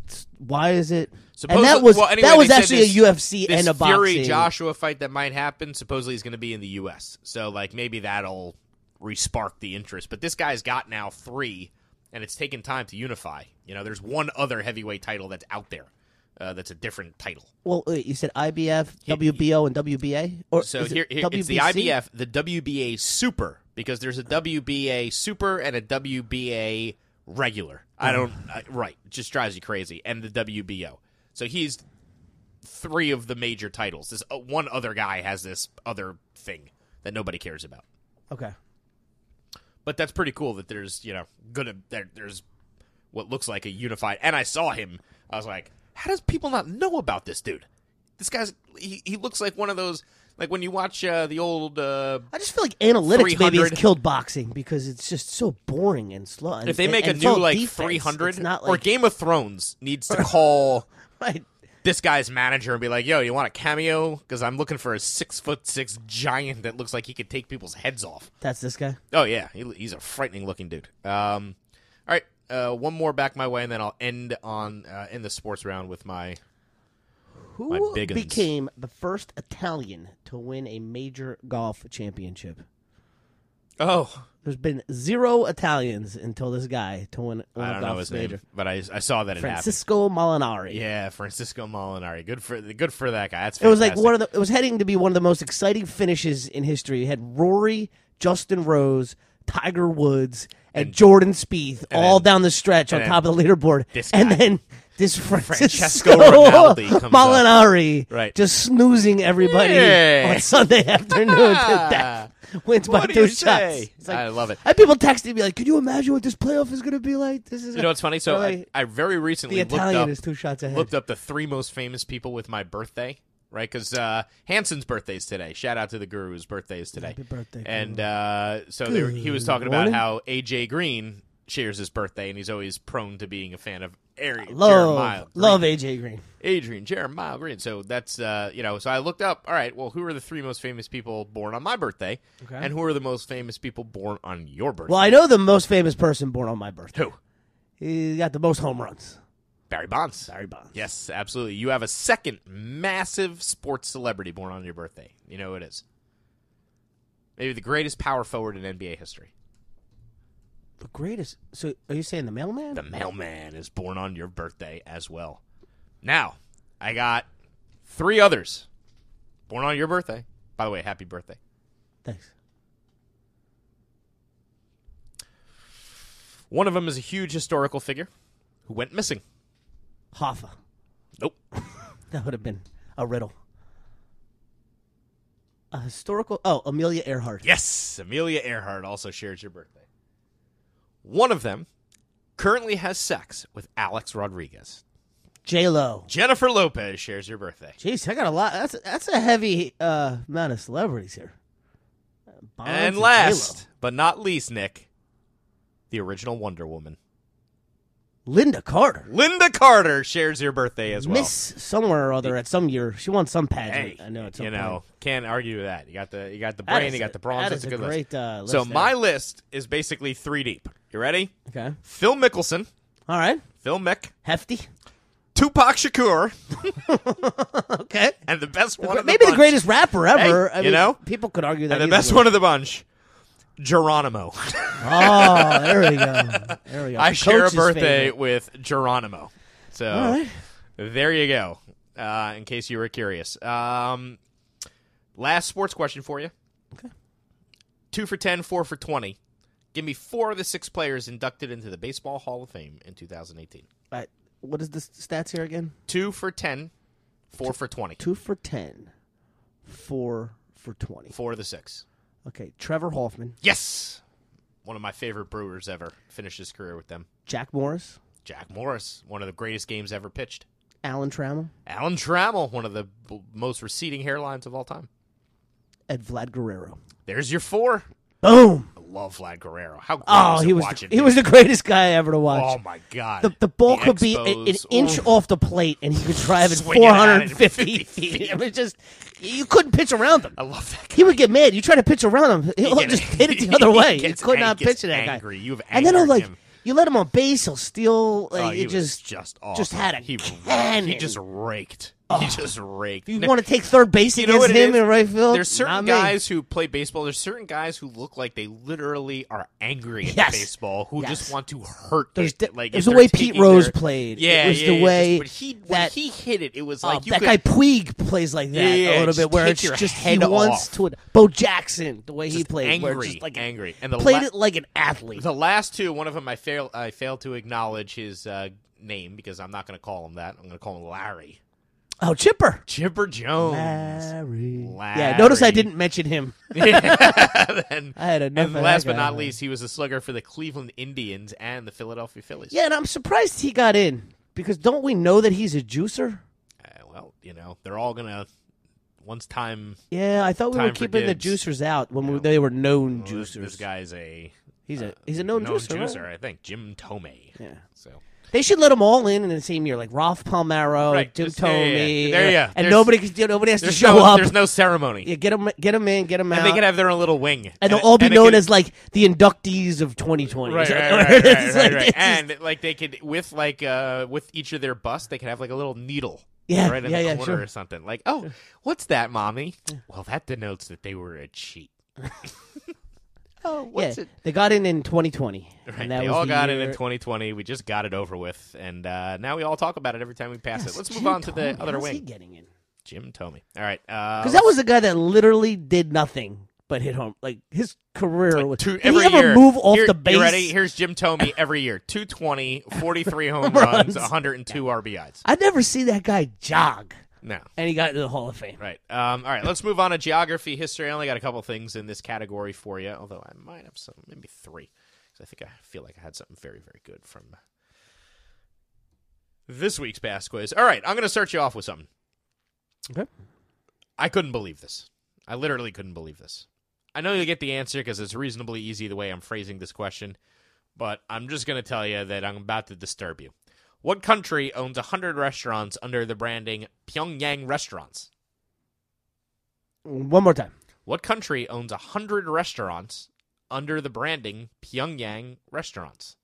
[SPEAKER 5] s- why is it?
[SPEAKER 4] Supposedly-
[SPEAKER 5] and that was
[SPEAKER 4] well, anyway,
[SPEAKER 5] that was
[SPEAKER 4] they said
[SPEAKER 5] actually
[SPEAKER 4] this-
[SPEAKER 5] a UFC
[SPEAKER 4] this
[SPEAKER 5] and a
[SPEAKER 4] Fury
[SPEAKER 5] boxing.
[SPEAKER 4] Joshua fight that might happen. Supposedly is going to be in the U.S. So like maybe that'll respark the interest. But this guy's got now three, and it's taken time to unify. You know, there's one other heavyweight title that's out there. Uh, that's a different title.
[SPEAKER 5] Well, wait, you said IBF, WBO, and WBA, or
[SPEAKER 4] So
[SPEAKER 5] is it
[SPEAKER 4] here, here it's the
[SPEAKER 5] WBC?
[SPEAKER 4] IBF, the WBA Super, because there's a WBA Super and a WBA regular. I
[SPEAKER 5] Hmm.
[SPEAKER 4] don't I, right, it just drives you crazy. And the WBO. So he's three of the major titles. This uh, one other guy has this other thing that nobody cares about.
[SPEAKER 5] Okay.
[SPEAKER 4] But that's pretty cool that there's you know gonna there, there's what looks like a unified. And I saw him. I was like, how does people not know about this dude? This guy's he, he looks like one of those like when you watch uh, the old uh,
[SPEAKER 5] I just feel like analytics maybe has
[SPEAKER 4] 300.
[SPEAKER 5] killed boxing because it's just so boring and slow. And,
[SPEAKER 4] if they
[SPEAKER 5] and-
[SPEAKER 4] make
[SPEAKER 5] and
[SPEAKER 4] a
[SPEAKER 5] it's
[SPEAKER 4] new
[SPEAKER 5] all
[SPEAKER 4] like
[SPEAKER 5] defense.
[SPEAKER 4] three hundred
[SPEAKER 5] It's not
[SPEAKER 4] or
[SPEAKER 5] like
[SPEAKER 4] Game of Thrones needs to call
[SPEAKER 5] right.
[SPEAKER 4] this guy's manager and be like, "Yo, you want a cameo? Because I'm looking for a six foot six giant that looks like he could take people's heads off."
[SPEAKER 5] That's this guy.
[SPEAKER 4] Oh yeah, he, he's a frightening looking dude. Um, all right, uh, one more back my way, and then I'll end on uh, end the sports round with my. My
[SPEAKER 5] Who
[SPEAKER 4] biggins.
[SPEAKER 5] became the first Italian to win a major golf championship?
[SPEAKER 4] Oh,
[SPEAKER 5] There's been zero Italians until this guy to win one
[SPEAKER 4] I
[SPEAKER 5] of
[SPEAKER 4] don't know
[SPEAKER 5] golf's
[SPEAKER 4] his
[SPEAKER 5] major.
[SPEAKER 4] name, but I I saw that it happened.
[SPEAKER 5] Francisco Molinari.
[SPEAKER 4] Yeah, Francisco Molinari. Good for good for that guy. That's
[SPEAKER 5] It was like
[SPEAKER 4] fantastic.
[SPEAKER 5] one of the, it was heading to be one of the most exciting finishes in history. It had Rory, Justin Rose, Tiger Woods, and, Jordan Spieth all
[SPEAKER 4] then-
[SPEAKER 5] down the stretch on
[SPEAKER 4] and
[SPEAKER 5] top of the leaderboard.
[SPEAKER 4] this
[SPEAKER 5] and
[SPEAKER 4] guy.
[SPEAKER 5] then this Francisco,
[SPEAKER 4] Rinaldi comes up.
[SPEAKER 5] Molinari
[SPEAKER 4] Right.
[SPEAKER 5] just snoozing everybody
[SPEAKER 4] Hey.
[SPEAKER 5] on Sunday afternoon to death. Wins by
[SPEAKER 4] What do
[SPEAKER 5] two
[SPEAKER 4] you
[SPEAKER 5] shots.
[SPEAKER 4] say?
[SPEAKER 5] It's like-
[SPEAKER 4] I love it.
[SPEAKER 5] I had people texting me like, "Could you imagine what this playoff is going to be like?" This is
[SPEAKER 4] You know what's funny? So I,
[SPEAKER 5] Really?
[SPEAKER 4] I very
[SPEAKER 5] the
[SPEAKER 4] recently looked
[SPEAKER 5] Italian
[SPEAKER 4] up
[SPEAKER 5] is two shots ahead.
[SPEAKER 4] looked up the three most famous people with my birthday, right? Because uh, Hanson's birthday is today. Shout out to the Guru's birthday is today.
[SPEAKER 5] Happy birthday, Guru.
[SPEAKER 4] And uh, so they were, he was talking
[SPEAKER 5] morning.
[SPEAKER 4] about how AJ Green shares his birthday, and he's always prone to being a fan of Ari Jeremiah.
[SPEAKER 5] love,
[SPEAKER 4] Green.
[SPEAKER 5] love AJ Green.
[SPEAKER 4] Adrian Jeremiah Green. So that's uh, you know. So I looked up. All right, well, who are the three most famous people born on my birthday,
[SPEAKER 5] Okay.
[SPEAKER 4] and who are the most famous people born on your birthday?
[SPEAKER 5] Well, I know the most famous person born on my birthday.
[SPEAKER 4] Who?
[SPEAKER 5] He got the most home runs.
[SPEAKER 4] Barry Bonds.
[SPEAKER 5] Barry Bonds.
[SPEAKER 4] Yes, absolutely. You have a second massive sports celebrity born on your birthday. You know who it is. Maybe the greatest power forward in NBA history.
[SPEAKER 5] The greatest. So, are you saying the mailman?
[SPEAKER 4] The mailman is born on your birthday as well. Now, I got three others born on your birthday. By the way, happy birthday.
[SPEAKER 5] Thanks.
[SPEAKER 4] One of them is a huge historical figure who went missing.
[SPEAKER 5] Hoffa.
[SPEAKER 4] Nope.
[SPEAKER 5] That would have been a riddle. A historical. Oh, Amelia Earhart.
[SPEAKER 4] Yes, Amelia Earhart also shares your birthday. One of them currently has sex with Alex Rodriguez.
[SPEAKER 5] J Lo.
[SPEAKER 4] Jennifer Lopez shares her birthday.
[SPEAKER 5] Jeez, I got a lot. That's that's a heavy uh, amount of celebrities here. Bonds
[SPEAKER 4] and
[SPEAKER 5] J-Lo.
[SPEAKER 4] last but not least, Nick, the original Wonder Woman.
[SPEAKER 5] Linda Carter.
[SPEAKER 4] Linda Carter shares her birthday as well.
[SPEAKER 5] Miss somewhere or other at some year. She won some pageant.
[SPEAKER 4] Hey,
[SPEAKER 5] I know. At some
[SPEAKER 4] you
[SPEAKER 5] point.
[SPEAKER 4] know, can't argue with that. You got the you got the
[SPEAKER 5] That
[SPEAKER 4] brain,
[SPEAKER 5] is
[SPEAKER 4] you got
[SPEAKER 5] a-
[SPEAKER 4] the bronze.
[SPEAKER 5] that
[SPEAKER 4] That's
[SPEAKER 5] is
[SPEAKER 4] a
[SPEAKER 5] a
[SPEAKER 4] good
[SPEAKER 5] great,
[SPEAKER 4] list.
[SPEAKER 5] uh, list
[SPEAKER 4] so
[SPEAKER 5] there.
[SPEAKER 4] my list is basically three deep. You ready?
[SPEAKER 5] Okay.
[SPEAKER 4] Phil Mickelson,
[SPEAKER 5] All right.
[SPEAKER 4] Phil Mick,
[SPEAKER 5] Hefty.
[SPEAKER 4] Tupac Shakur,
[SPEAKER 5] Okay.
[SPEAKER 4] and the best one. of the
[SPEAKER 5] Maybe the
[SPEAKER 4] bunch-
[SPEAKER 5] greatest rapper ever.
[SPEAKER 4] Hey,
[SPEAKER 5] I
[SPEAKER 4] you
[SPEAKER 5] mean,
[SPEAKER 4] know?
[SPEAKER 5] people could argue
[SPEAKER 4] and
[SPEAKER 5] that.
[SPEAKER 4] the
[SPEAKER 5] either
[SPEAKER 4] best
[SPEAKER 5] way.
[SPEAKER 4] one of the bunch, Geronimo.
[SPEAKER 5] Oh, there we go. There we go.
[SPEAKER 4] I share a
[SPEAKER 5] Coach's
[SPEAKER 4] birthday
[SPEAKER 5] favorite.
[SPEAKER 4] with Geronimo. So
[SPEAKER 5] All right.
[SPEAKER 4] there you go. Uh, in case you were curious. Um, last sports question for you. Okay. Two for ten, four for twenty. Give me four of the six players inducted into the Baseball Hall of Fame in 2018.
[SPEAKER 5] I- what is the s- stats here again?
[SPEAKER 4] Two for ten, four for twenty.
[SPEAKER 5] Two for ten, four for twenty.
[SPEAKER 4] Four of the six.
[SPEAKER 5] Okay, Trevor Hoffman,
[SPEAKER 4] Yes. One of my favorite Brewers ever. Finished his career with them.
[SPEAKER 5] Jack Morris,
[SPEAKER 4] Jack Morris, one of the greatest games ever pitched.
[SPEAKER 5] Alan Trammell,
[SPEAKER 4] Alan Trammell, one of the b- most receding hairlines of all time.
[SPEAKER 5] and Vlad Guerrero.
[SPEAKER 4] There's your four.
[SPEAKER 5] Boom!
[SPEAKER 4] I love Vlad Guerrero. How great
[SPEAKER 5] Oh,
[SPEAKER 4] was it
[SPEAKER 5] he was
[SPEAKER 4] watching
[SPEAKER 5] he
[SPEAKER 4] him?
[SPEAKER 5] was the greatest guy ever to
[SPEAKER 4] Oh
[SPEAKER 5] watch.
[SPEAKER 4] my god.
[SPEAKER 5] the, the ball could be a- an
[SPEAKER 4] Expos.
[SPEAKER 5] inch
[SPEAKER 4] Oof.
[SPEAKER 5] off the plate, and he could drive it
[SPEAKER 4] Swing it at it
[SPEAKER 5] 450
[SPEAKER 4] 50 feet.
[SPEAKER 5] feet. I mean, just you couldn't pitch around him.
[SPEAKER 4] I love that. Guy.
[SPEAKER 5] He would get mad. You try to pitch around him, he'll
[SPEAKER 4] gets-
[SPEAKER 5] just hit it the other
[SPEAKER 4] he
[SPEAKER 5] way. You
[SPEAKER 4] gets-
[SPEAKER 5] could
[SPEAKER 4] he
[SPEAKER 5] not
[SPEAKER 4] gets
[SPEAKER 5] pitch it at that
[SPEAKER 4] angry.
[SPEAKER 5] guy.
[SPEAKER 4] You've
[SPEAKER 5] and then he'll
[SPEAKER 4] angered
[SPEAKER 5] like
[SPEAKER 4] him.
[SPEAKER 5] you let him on base, he'll steal. Like
[SPEAKER 4] Oh, he
[SPEAKER 5] it
[SPEAKER 4] was
[SPEAKER 5] just
[SPEAKER 4] just
[SPEAKER 5] just
[SPEAKER 4] awful.
[SPEAKER 5] had a
[SPEAKER 4] he
[SPEAKER 5] cannon.
[SPEAKER 4] He just raked. He just raked.
[SPEAKER 5] you
[SPEAKER 4] Now,
[SPEAKER 5] want to take third base
[SPEAKER 4] you know what
[SPEAKER 5] against
[SPEAKER 4] it is?
[SPEAKER 5] him in right field.
[SPEAKER 4] There's certain
[SPEAKER 5] Not me.
[SPEAKER 4] guys who play baseball. There's certain guys who look like they literally are angry at
[SPEAKER 5] Yes.
[SPEAKER 4] baseball, who
[SPEAKER 5] Yes.
[SPEAKER 4] just want to hurt.
[SPEAKER 5] There's
[SPEAKER 4] it.
[SPEAKER 5] the-
[SPEAKER 4] like
[SPEAKER 5] there's
[SPEAKER 4] if
[SPEAKER 5] the way
[SPEAKER 4] they're
[SPEAKER 5] Pete
[SPEAKER 4] taking
[SPEAKER 5] Rose
[SPEAKER 4] their-
[SPEAKER 5] played. It
[SPEAKER 4] Yeah,
[SPEAKER 5] was
[SPEAKER 4] yeah,
[SPEAKER 5] the
[SPEAKER 4] yeah.
[SPEAKER 5] way
[SPEAKER 4] But he when
[SPEAKER 5] that-
[SPEAKER 4] he hit it. It was
[SPEAKER 5] Oh,
[SPEAKER 4] like you
[SPEAKER 5] that
[SPEAKER 4] could,
[SPEAKER 5] guy Puig plays like that
[SPEAKER 4] Yeah, yeah,
[SPEAKER 5] a little
[SPEAKER 4] just
[SPEAKER 5] bit, where
[SPEAKER 4] take
[SPEAKER 5] it's
[SPEAKER 4] your
[SPEAKER 5] just he
[SPEAKER 4] head
[SPEAKER 5] wants
[SPEAKER 4] off.
[SPEAKER 5] to. Bo Jackson, the way he
[SPEAKER 4] Just
[SPEAKER 5] played, where
[SPEAKER 4] angry,
[SPEAKER 5] just like
[SPEAKER 4] angry. And the
[SPEAKER 5] played
[SPEAKER 4] la-
[SPEAKER 5] it like an athlete.
[SPEAKER 4] The last two, one of them I fail I failed to acknowledge his uh, name because I'm not going to call him that. I'm going to call him Larry.
[SPEAKER 5] oh, Chipper.
[SPEAKER 4] Chipper Jones.
[SPEAKER 5] Larry.
[SPEAKER 4] Larry.
[SPEAKER 5] Yeah, notice I didn't mention him.
[SPEAKER 4] and,
[SPEAKER 5] I had enough.
[SPEAKER 4] and
[SPEAKER 5] of
[SPEAKER 4] last
[SPEAKER 5] that
[SPEAKER 4] but
[SPEAKER 5] guy.
[SPEAKER 4] not least, he was a slugger for the Cleveland Indians and the Philadelphia Phillies.
[SPEAKER 5] Yeah, and I'm surprised he got in because don't we know that he's a juicer?
[SPEAKER 4] Uh, well, you know, they're all going to once time
[SPEAKER 5] Yeah, I thought we were
[SPEAKER 4] Time for
[SPEAKER 5] keeping the
[SPEAKER 4] dibs.
[SPEAKER 5] juicers out when we, they were known
[SPEAKER 4] well, this-
[SPEAKER 5] juicers.
[SPEAKER 4] uh, This uh, guy's a
[SPEAKER 5] he's a he's a known, juicer. right?
[SPEAKER 4] I think Jim Tomei.
[SPEAKER 5] Yeah.
[SPEAKER 4] So
[SPEAKER 5] They should let them all in in the same year, like Ralph Palmero,
[SPEAKER 4] Right,
[SPEAKER 5] Jim
[SPEAKER 4] just- yeah, yeah, yeah.
[SPEAKER 5] Tomey.
[SPEAKER 4] There you go.
[SPEAKER 5] And
[SPEAKER 4] There's-
[SPEAKER 5] nobody can- you know, nobody has to
[SPEAKER 4] there's
[SPEAKER 5] show
[SPEAKER 4] no
[SPEAKER 5] up.
[SPEAKER 4] there's no ceremony.
[SPEAKER 5] Yeah, get them get them in, get them out.
[SPEAKER 4] And they could have their own little wing.
[SPEAKER 5] and they'll all be known
[SPEAKER 4] as.
[SPEAKER 5] as like the inductees of 2020.
[SPEAKER 4] right,
[SPEAKER 5] It's
[SPEAKER 4] right,
[SPEAKER 5] like-
[SPEAKER 4] right, right,
[SPEAKER 5] it's
[SPEAKER 4] right,
[SPEAKER 5] like,
[SPEAKER 4] right.
[SPEAKER 5] this is-
[SPEAKER 4] and like they could with like uh with each of their busts, they could have like a little needle.
[SPEAKER 5] Yeah,
[SPEAKER 4] right in
[SPEAKER 5] yeah,
[SPEAKER 4] the
[SPEAKER 5] yeah,
[SPEAKER 4] corner
[SPEAKER 5] sure.
[SPEAKER 4] or something. Like, oh, what's that, mommy? Well, that denotes that they were a cheat. oh, what's
[SPEAKER 5] yeah,
[SPEAKER 4] it?
[SPEAKER 5] they got in in 2020.
[SPEAKER 4] Right,
[SPEAKER 5] And that
[SPEAKER 4] they
[SPEAKER 5] was
[SPEAKER 4] all
[SPEAKER 5] the
[SPEAKER 4] got it
[SPEAKER 5] year-
[SPEAKER 4] in 2020. We just got it over with, and uh, now we all talk about it every time we pass it. Let's move on to the
[SPEAKER 5] Tomey,
[SPEAKER 4] other
[SPEAKER 5] how's he
[SPEAKER 4] wing.
[SPEAKER 5] getting in?
[SPEAKER 4] Jim Tomey. All right, uh, because
[SPEAKER 5] Because that was the guy that literally did nothing but hit home. Like his career was.
[SPEAKER 4] Two,
[SPEAKER 5] did
[SPEAKER 4] every
[SPEAKER 5] he ever
[SPEAKER 4] year,
[SPEAKER 5] move off
[SPEAKER 4] here-
[SPEAKER 5] the
[SPEAKER 4] you
[SPEAKER 5] base?
[SPEAKER 4] ready? Here's Jim Tomey every year: 220, 43 home runs,
[SPEAKER 5] Runs.
[SPEAKER 4] 102 RBIs.
[SPEAKER 5] I never see that guy jog,
[SPEAKER 4] No.
[SPEAKER 5] and he got into the Hall of Fame.
[SPEAKER 4] Right. Um, all right. Let's move on to geography, history. I only got a couple things in this category for you, although I might have some, maybe three, 'cause I think I feel like I had something very, very good from this week's Bass Quiz. All right. I'm going to start you off with something.
[SPEAKER 5] Okay.
[SPEAKER 4] I couldn't believe this. I literally couldn't believe this. I know you'll get the answer because it's reasonably easy the way I'm phrasing this question, but I'm just going to tell you that I'm about to disturb you. What country owns 100 restaurants under the branding Pyongyang Restaurants?
[SPEAKER 5] One more time.
[SPEAKER 4] What country owns 100 restaurants under the branding Pyongyang Restaurants?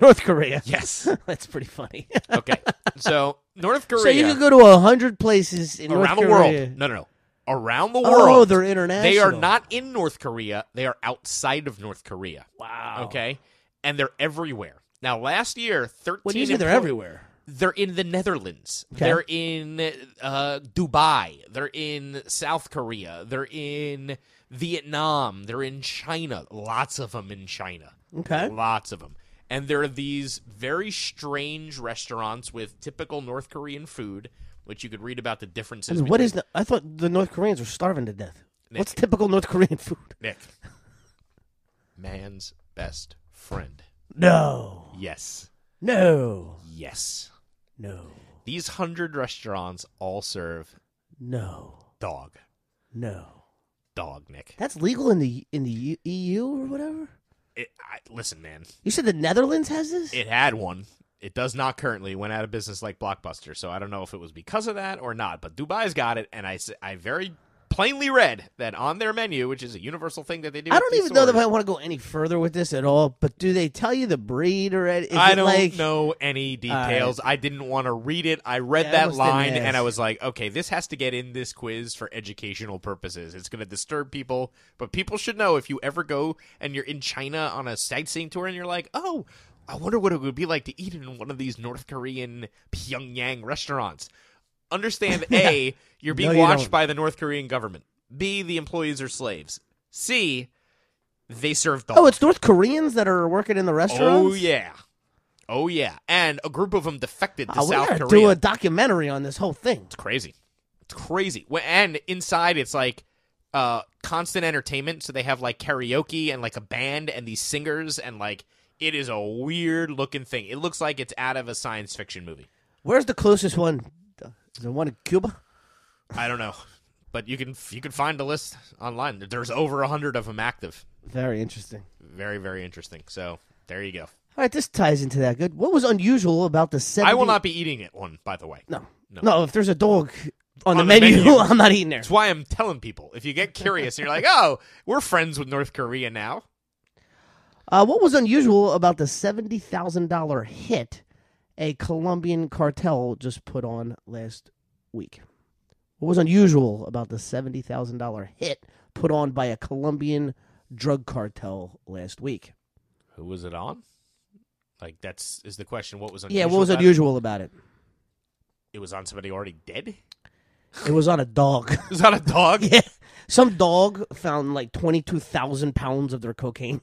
[SPEAKER 5] North Korea.
[SPEAKER 4] Yes.
[SPEAKER 5] That's pretty funny.
[SPEAKER 4] okay. So, North Korea.
[SPEAKER 5] so you could go to a hundred places in
[SPEAKER 4] around
[SPEAKER 5] North
[SPEAKER 4] the world.
[SPEAKER 5] Korea.
[SPEAKER 4] No, no, no. Around the
[SPEAKER 5] Oh,
[SPEAKER 4] world.
[SPEAKER 5] they're
[SPEAKER 4] They are
[SPEAKER 5] international.
[SPEAKER 4] not in North Korea. They are outside of North Korea.
[SPEAKER 5] Wow.
[SPEAKER 4] Okay? And they're everywhere. Now, last year, 13
[SPEAKER 5] When you say they're
[SPEAKER 4] employ-
[SPEAKER 5] everywhere.
[SPEAKER 4] They're in the Netherlands.
[SPEAKER 5] Okay.
[SPEAKER 4] They're in uh, Dubai. They're in South Korea. They're in Vietnam. They're in China. Lots of them in China.
[SPEAKER 5] Okay.
[SPEAKER 4] Lots of them. And there are these very strange restaurants with typical North Korean food, which you could read about the differences.
[SPEAKER 5] I mean, what
[SPEAKER 4] between-
[SPEAKER 5] is the? I thought the North Koreans were starving to death. What's typical North Korean food?
[SPEAKER 4] Nick? Man's best friend.
[SPEAKER 5] No.
[SPEAKER 4] Yes.
[SPEAKER 5] No.
[SPEAKER 4] Yes.
[SPEAKER 5] No.
[SPEAKER 4] These hundred restaurants all serve
[SPEAKER 5] No.
[SPEAKER 4] dog.
[SPEAKER 5] No.
[SPEAKER 4] Dog, Nick.
[SPEAKER 5] That's legal in the in the E, U- EU or whatever.
[SPEAKER 4] It, I, listen, man.
[SPEAKER 5] You said the Netherlands has this.
[SPEAKER 4] It had one. It does not currently. It Went out of business like Blockbuster. So I don't know if it was because of that or not. But Dubai's got it, and I s- I very plainly read that on their menu, which is a universal thing that they do.
[SPEAKER 5] I
[SPEAKER 4] with
[SPEAKER 5] don't
[SPEAKER 4] these
[SPEAKER 5] even know if
[SPEAKER 4] stores,
[SPEAKER 5] I want to go any further with this at all. But do they tell you the breed or any- is
[SPEAKER 4] I
[SPEAKER 5] it
[SPEAKER 4] don't
[SPEAKER 5] like,
[SPEAKER 4] know any details. I didn't want to read it. I read
[SPEAKER 5] Yeah, I
[SPEAKER 4] that
[SPEAKER 5] almost
[SPEAKER 4] line
[SPEAKER 5] didn't
[SPEAKER 4] and I
[SPEAKER 5] ask.
[SPEAKER 4] was like, okay, this has to get in this quiz for educational purposes. It's going to disturb people, but people should know if you ever go and you're in China on a sightseeing tour and you're like, oh, I wonder what it would be like to eat in one of these North Korean Pyongyang restaurants. Understand A, you're being
[SPEAKER 5] No, you
[SPEAKER 4] watched
[SPEAKER 5] don't.
[SPEAKER 4] by the North Korean government. B, the employees are slaves. C, they serve dogs.
[SPEAKER 5] Oh, it's North Koreans that are working in the restaurants.
[SPEAKER 4] Oh yeah, oh yeah, and a group of them defected to
[SPEAKER 5] Oh, we
[SPEAKER 4] South
[SPEAKER 5] gotta
[SPEAKER 4] Korea.
[SPEAKER 5] do a documentary on this whole thing.
[SPEAKER 4] it's crazy, it's crazy. Wh- And inside, it's like uh, constant entertainment. So they have like karaoke and like a band and these singers and like it is a weird looking thing. It looks like it's out of a science fiction movie.
[SPEAKER 5] Where's the closest one? Is there one in Cuba?
[SPEAKER 4] I don't know, but you can you can find a list online. There's over a hundred of them active.
[SPEAKER 5] Very interesting.
[SPEAKER 4] Very very interesting. So there you go.
[SPEAKER 5] All right, this ties into that. Good. What was unusual about the 70-
[SPEAKER 4] I will not be eating it one, by the way.
[SPEAKER 5] No.
[SPEAKER 4] No.
[SPEAKER 5] No. if there's a dog on,
[SPEAKER 4] On
[SPEAKER 5] the,
[SPEAKER 4] the
[SPEAKER 5] menu,
[SPEAKER 4] menu.
[SPEAKER 5] I'm not eating there.
[SPEAKER 4] That's why I'm telling people. If you get curious and you're like, oh, we're friends with North Korea now.
[SPEAKER 5] Uh, what was unusual about the $70,000 hit a Colombian cartel just put on last week? What was unusual about the $70,000 hit put on by a Colombian drug cartel last week?
[SPEAKER 4] Who was it on? Like, that's is the question. What was
[SPEAKER 5] Yeah,
[SPEAKER 4] unusual?
[SPEAKER 5] what was
[SPEAKER 4] about
[SPEAKER 5] unusual about it?
[SPEAKER 4] It? it was on somebody already dead? It
[SPEAKER 5] It was on a dog.
[SPEAKER 4] was on a dog?
[SPEAKER 5] Yeah. Some dog found like 22,000 pounds of their cocaine.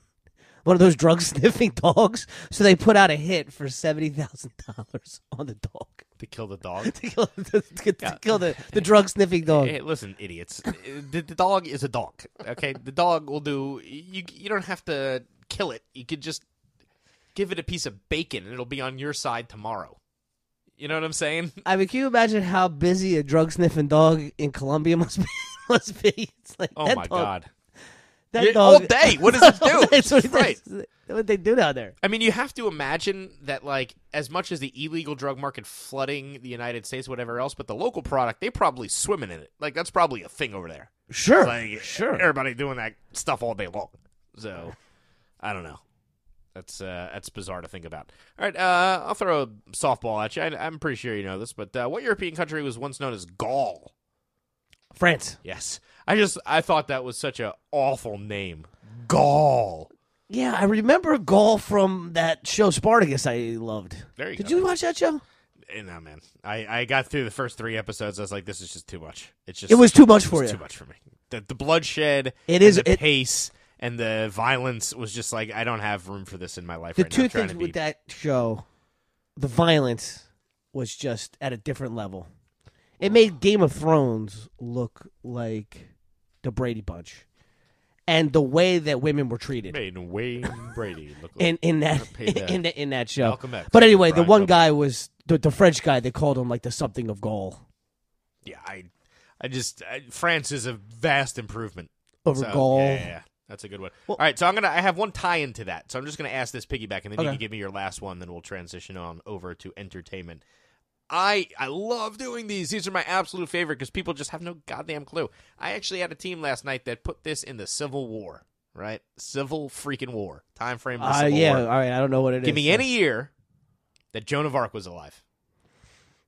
[SPEAKER 5] One of those drug sniffing dogs. So they put out a hit for $70,000 on the dog
[SPEAKER 4] To kill the dog?
[SPEAKER 5] to kill, to, to kill the, the drug sniffing dog.
[SPEAKER 4] Hey, listen, idiots. Uh, The, the dog is a dog. Okay, the dog will do. You you don't have to kill it. You could just give it a piece of bacon, and it'll be on your side tomorrow. You know what I'm saying?
[SPEAKER 5] I mean, can you imagine how busy a drug sniffing dog in Colombia must be? Must be. It's like
[SPEAKER 4] Oh
[SPEAKER 5] that
[SPEAKER 4] my
[SPEAKER 5] dog,
[SPEAKER 4] god!
[SPEAKER 5] That
[SPEAKER 4] Yeah,
[SPEAKER 5] dog,
[SPEAKER 4] all day. What does it
[SPEAKER 5] All
[SPEAKER 4] do?
[SPEAKER 5] day. It's what, it
[SPEAKER 4] Right.
[SPEAKER 5] does. It's what they do down there.
[SPEAKER 4] I mean, you have to imagine that, like, as much as the illegal drug market flooding the United States, whatever else, but the local product, they probably swimming in it. Like, that's probably a thing over there.
[SPEAKER 5] Sure.
[SPEAKER 4] Like,
[SPEAKER 5] sure.
[SPEAKER 4] everybody doing that stuff all day long. So, I don't know. That's uh, that's bizarre to think about. All right, uh, I'll throw a softball at you. I, I'm pretty sure you know this, but uh, what European country was once known as Gaul?
[SPEAKER 5] France.
[SPEAKER 4] Yes, I just I thought that was such an awful name, Gaul.
[SPEAKER 5] Yeah, I remember Gaul from that show Spartacus I loved.
[SPEAKER 4] There you
[SPEAKER 5] Did
[SPEAKER 4] go.
[SPEAKER 5] you watch that show?
[SPEAKER 4] Eh, No man, I, I got through the first three episodes. I was like, this is just too much. It's just
[SPEAKER 5] It was too much
[SPEAKER 4] it's
[SPEAKER 5] for
[SPEAKER 4] Too
[SPEAKER 5] you.
[SPEAKER 4] much for me. The, the bloodshed.
[SPEAKER 5] It
[SPEAKER 4] and
[SPEAKER 5] is-
[SPEAKER 4] the
[SPEAKER 5] it-
[SPEAKER 4] pace and the violence was just like I don't have room for this in my life.
[SPEAKER 5] The
[SPEAKER 4] right now.
[SPEAKER 5] two
[SPEAKER 4] I'm trying
[SPEAKER 5] things
[SPEAKER 4] to
[SPEAKER 5] with
[SPEAKER 4] be-
[SPEAKER 5] that show, the violence was just at a different level. It made Game of Thrones look like the Brady Bunch, and the way that women were treated
[SPEAKER 4] made Wayne Brady look like
[SPEAKER 5] in in that
[SPEAKER 4] Pay that.
[SPEAKER 5] in, that in that show.
[SPEAKER 4] Malcolm X,
[SPEAKER 5] But anyway, the
[SPEAKER 4] Brian
[SPEAKER 5] one
[SPEAKER 4] Coble.
[SPEAKER 5] guy was the, the French guy. They called him like the something of Gaul
[SPEAKER 4] yeah. I I just I, France is a vast improvement
[SPEAKER 5] over
[SPEAKER 4] So,
[SPEAKER 5] Gaul.
[SPEAKER 4] Yeah, yeah, yeah. that's a good one. All right, so I'm gonna I have one tie into that. So I'm just gonna ask this piggyback, and then you
[SPEAKER 5] Okay.
[SPEAKER 4] can give me your last one. Then we'll transition on over to entertainment. I I love doing these. These are my absolute favorite because people just have no goddamn clue. I actually had a team last night that put this in the Civil War, right? Civil freaking war time frame. Of the
[SPEAKER 5] Uh,
[SPEAKER 4] Civil
[SPEAKER 5] yeah,
[SPEAKER 4] War.
[SPEAKER 5] all right. I don't know what it is.
[SPEAKER 4] Give me any year that Joan of Arc was alive.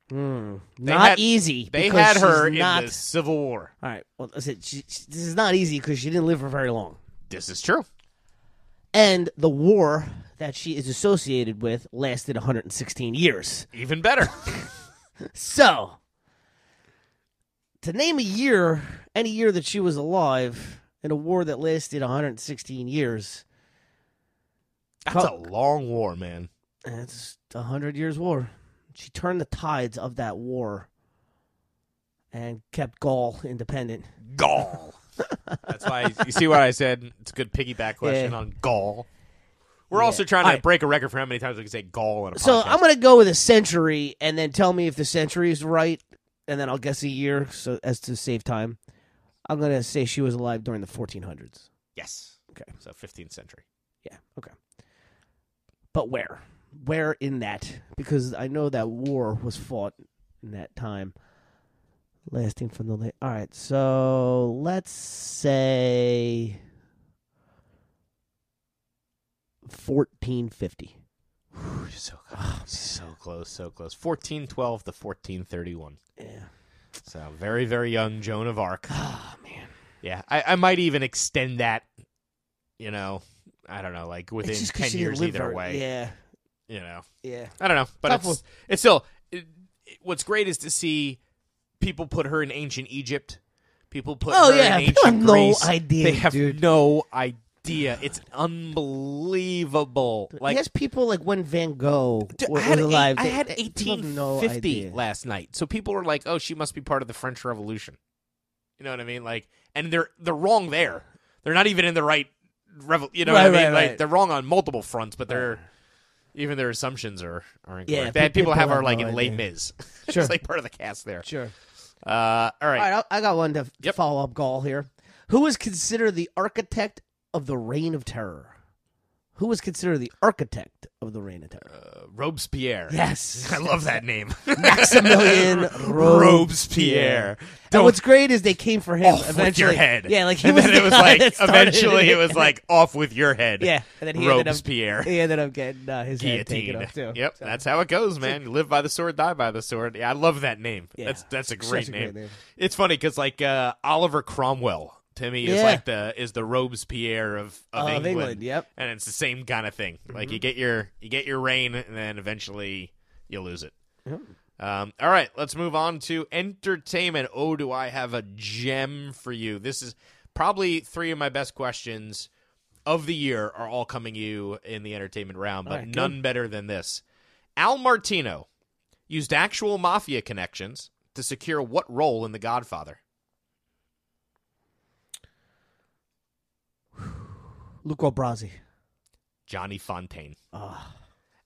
[SPEAKER 4] They
[SPEAKER 5] Not
[SPEAKER 4] had-
[SPEAKER 5] easy.
[SPEAKER 4] They
[SPEAKER 5] because
[SPEAKER 4] had her
[SPEAKER 5] she's
[SPEAKER 4] in
[SPEAKER 5] not
[SPEAKER 4] the Civil War.
[SPEAKER 5] All right. Well, I said she, she- this is not easy because she didn't live for very long,
[SPEAKER 4] This is true.
[SPEAKER 5] and the war that she is associated with lasted 116 years.
[SPEAKER 4] Even better.
[SPEAKER 5] So, to name a year, any year that she was alive in a war that lasted 116 years,
[SPEAKER 4] That's a long war, man.
[SPEAKER 5] that's a hundred years war. She turned the tides of that war and kept Gaul independent.
[SPEAKER 4] Gaul. That's why you see what I said. It's a good piggyback question
[SPEAKER 5] Yeah.
[SPEAKER 4] on Gaul. We're also trying to
[SPEAKER 5] All right.
[SPEAKER 4] break a record for how many times we can say gall in a podcast.
[SPEAKER 5] So I'm gonna go with a century, and then tell me if the century is right, and then I'll guess a year so as to save time. I'm gonna say she was alive during the 1400s.
[SPEAKER 4] yes.
[SPEAKER 5] Okay.
[SPEAKER 4] So 15th century.
[SPEAKER 5] Yeah. Okay. But where? Where in that? Because I know that war was fought in that time, lasting from the late. All right. So let's say 1450.
[SPEAKER 4] so close. Ah, so close. So close. 1412 to 1431.
[SPEAKER 5] Yeah.
[SPEAKER 4] So very, very young Joan of Arc.
[SPEAKER 5] Oh man.
[SPEAKER 4] Yeah, I, I might even extend that. You know, I don't know, like within
[SPEAKER 5] It's just 'cause
[SPEAKER 4] ten
[SPEAKER 5] she
[SPEAKER 4] years
[SPEAKER 5] lived
[SPEAKER 4] either
[SPEAKER 5] her-
[SPEAKER 4] way.
[SPEAKER 5] Yeah.
[SPEAKER 4] You know,
[SPEAKER 5] Yeah.
[SPEAKER 4] I don't know, but
[SPEAKER 5] Tough
[SPEAKER 4] it's it's still. It, it- what's great is to see people put her in ancient Egypt. People put
[SPEAKER 5] Oh,
[SPEAKER 4] her
[SPEAKER 5] yeah,
[SPEAKER 4] in
[SPEAKER 5] people
[SPEAKER 4] ancient
[SPEAKER 5] have no
[SPEAKER 4] Greece.
[SPEAKER 5] idea,
[SPEAKER 4] They have
[SPEAKER 5] dude.
[SPEAKER 4] no idea. It's unbelievable.
[SPEAKER 5] Like,
[SPEAKER 4] Like
[SPEAKER 5] yes, people like when Van Gogh
[SPEAKER 4] Dude,
[SPEAKER 5] was
[SPEAKER 4] I had, eight-
[SPEAKER 5] alive.
[SPEAKER 4] I
[SPEAKER 5] they-
[SPEAKER 4] had
[SPEAKER 5] people have no
[SPEAKER 4] 1850
[SPEAKER 5] idea.
[SPEAKER 4] last night. So people were like, "Oh, she must be part of the French Revolution." You know what I mean? Like, and they're they're wrong there. They're not even in the right. Revo- you know
[SPEAKER 5] Right,
[SPEAKER 4] what I mean? like
[SPEAKER 5] right, right. Uh-huh.
[SPEAKER 4] they're wrong on multiple fronts, but they're even their assumptions are are incorrect.
[SPEAKER 5] Yeah,
[SPEAKER 4] they had
[SPEAKER 5] pe-
[SPEAKER 4] people,
[SPEAKER 5] people
[SPEAKER 4] have
[SPEAKER 5] have
[SPEAKER 4] her like
[SPEAKER 5] no
[SPEAKER 4] in Les
[SPEAKER 5] idea.
[SPEAKER 4] Mis.
[SPEAKER 5] Sure.
[SPEAKER 4] She's like part of the cast there.
[SPEAKER 5] Sure.
[SPEAKER 4] Uh, all right.
[SPEAKER 5] All right, I I got one to f-
[SPEAKER 4] Yep.
[SPEAKER 5] follow up Gaul here. Who was considered the architect of the Reign of Terror? Who was considered the architect of the Reign of Terror?
[SPEAKER 4] Uh, Robespierre.
[SPEAKER 5] Yes.
[SPEAKER 4] I love that name.
[SPEAKER 5] Maximilian
[SPEAKER 4] Robespierre.
[SPEAKER 5] Robespierre. And what's great is they came for him
[SPEAKER 4] off
[SPEAKER 5] eventually.
[SPEAKER 4] with your head.
[SPEAKER 5] Yeah, like he
[SPEAKER 4] and
[SPEAKER 5] was
[SPEAKER 4] then
[SPEAKER 5] the
[SPEAKER 4] it was
[SPEAKER 5] guy
[SPEAKER 4] like
[SPEAKER 5] that started
[SPEAKER 4] eventually it
[SPEAKER 5] it.
[SPEAKER 4] was like off with your head.
[SPEAKER 5] yeah, and then he
[SPEAKER 4] Robespierre.
[SPEAKER 5] ended up he ended up getting uh, his
[SPEAKER 4] Guillotine.
[SPEAKER 5] head taken off too.
[SPEAKER 4] Yep,
[SPEAKER 5] So-
[SPEAKER 4] that's how it goes, man. You live by the sword, die by the sword. Yeah, I love that name.
[SPEAKER 5] Yeah.
[SPEAKER 4] That's that's a
[SPEAKER 5] Such
[SPEAKER 4] great,
[SPEAKER 5] a
[SPEAKER 4] name.
[SPEAKER 5] great name.
[SPEAKER 4] It's funny because like uh, Oliver Cromwell to me is
[SPEAKER 5] Yeah.
[SPEAKER 4] like the is the Robespierre of of,
[SPEAKER 5] Of England, yep. Mm-hmm.
[SPEAKER 4] and it's the same kind of thing. Like you get your you get your reign, and then eventually you lose it. Um, all right, let's move on to entertainment. Oh, do I have a gem for you? This is probably three of my best questions of the year are all coming you in the entertainment round, but
[SPEAKER 5] right, good.
[SPEAKER 4] none better than this. Al Martino used actual mafia connections to secure what role in The Godfather?
[SPEAKER 5] Luco Brasi.
[SPEAKER 4] Johnny Fontaine.
[SPEAKER 5] Ah.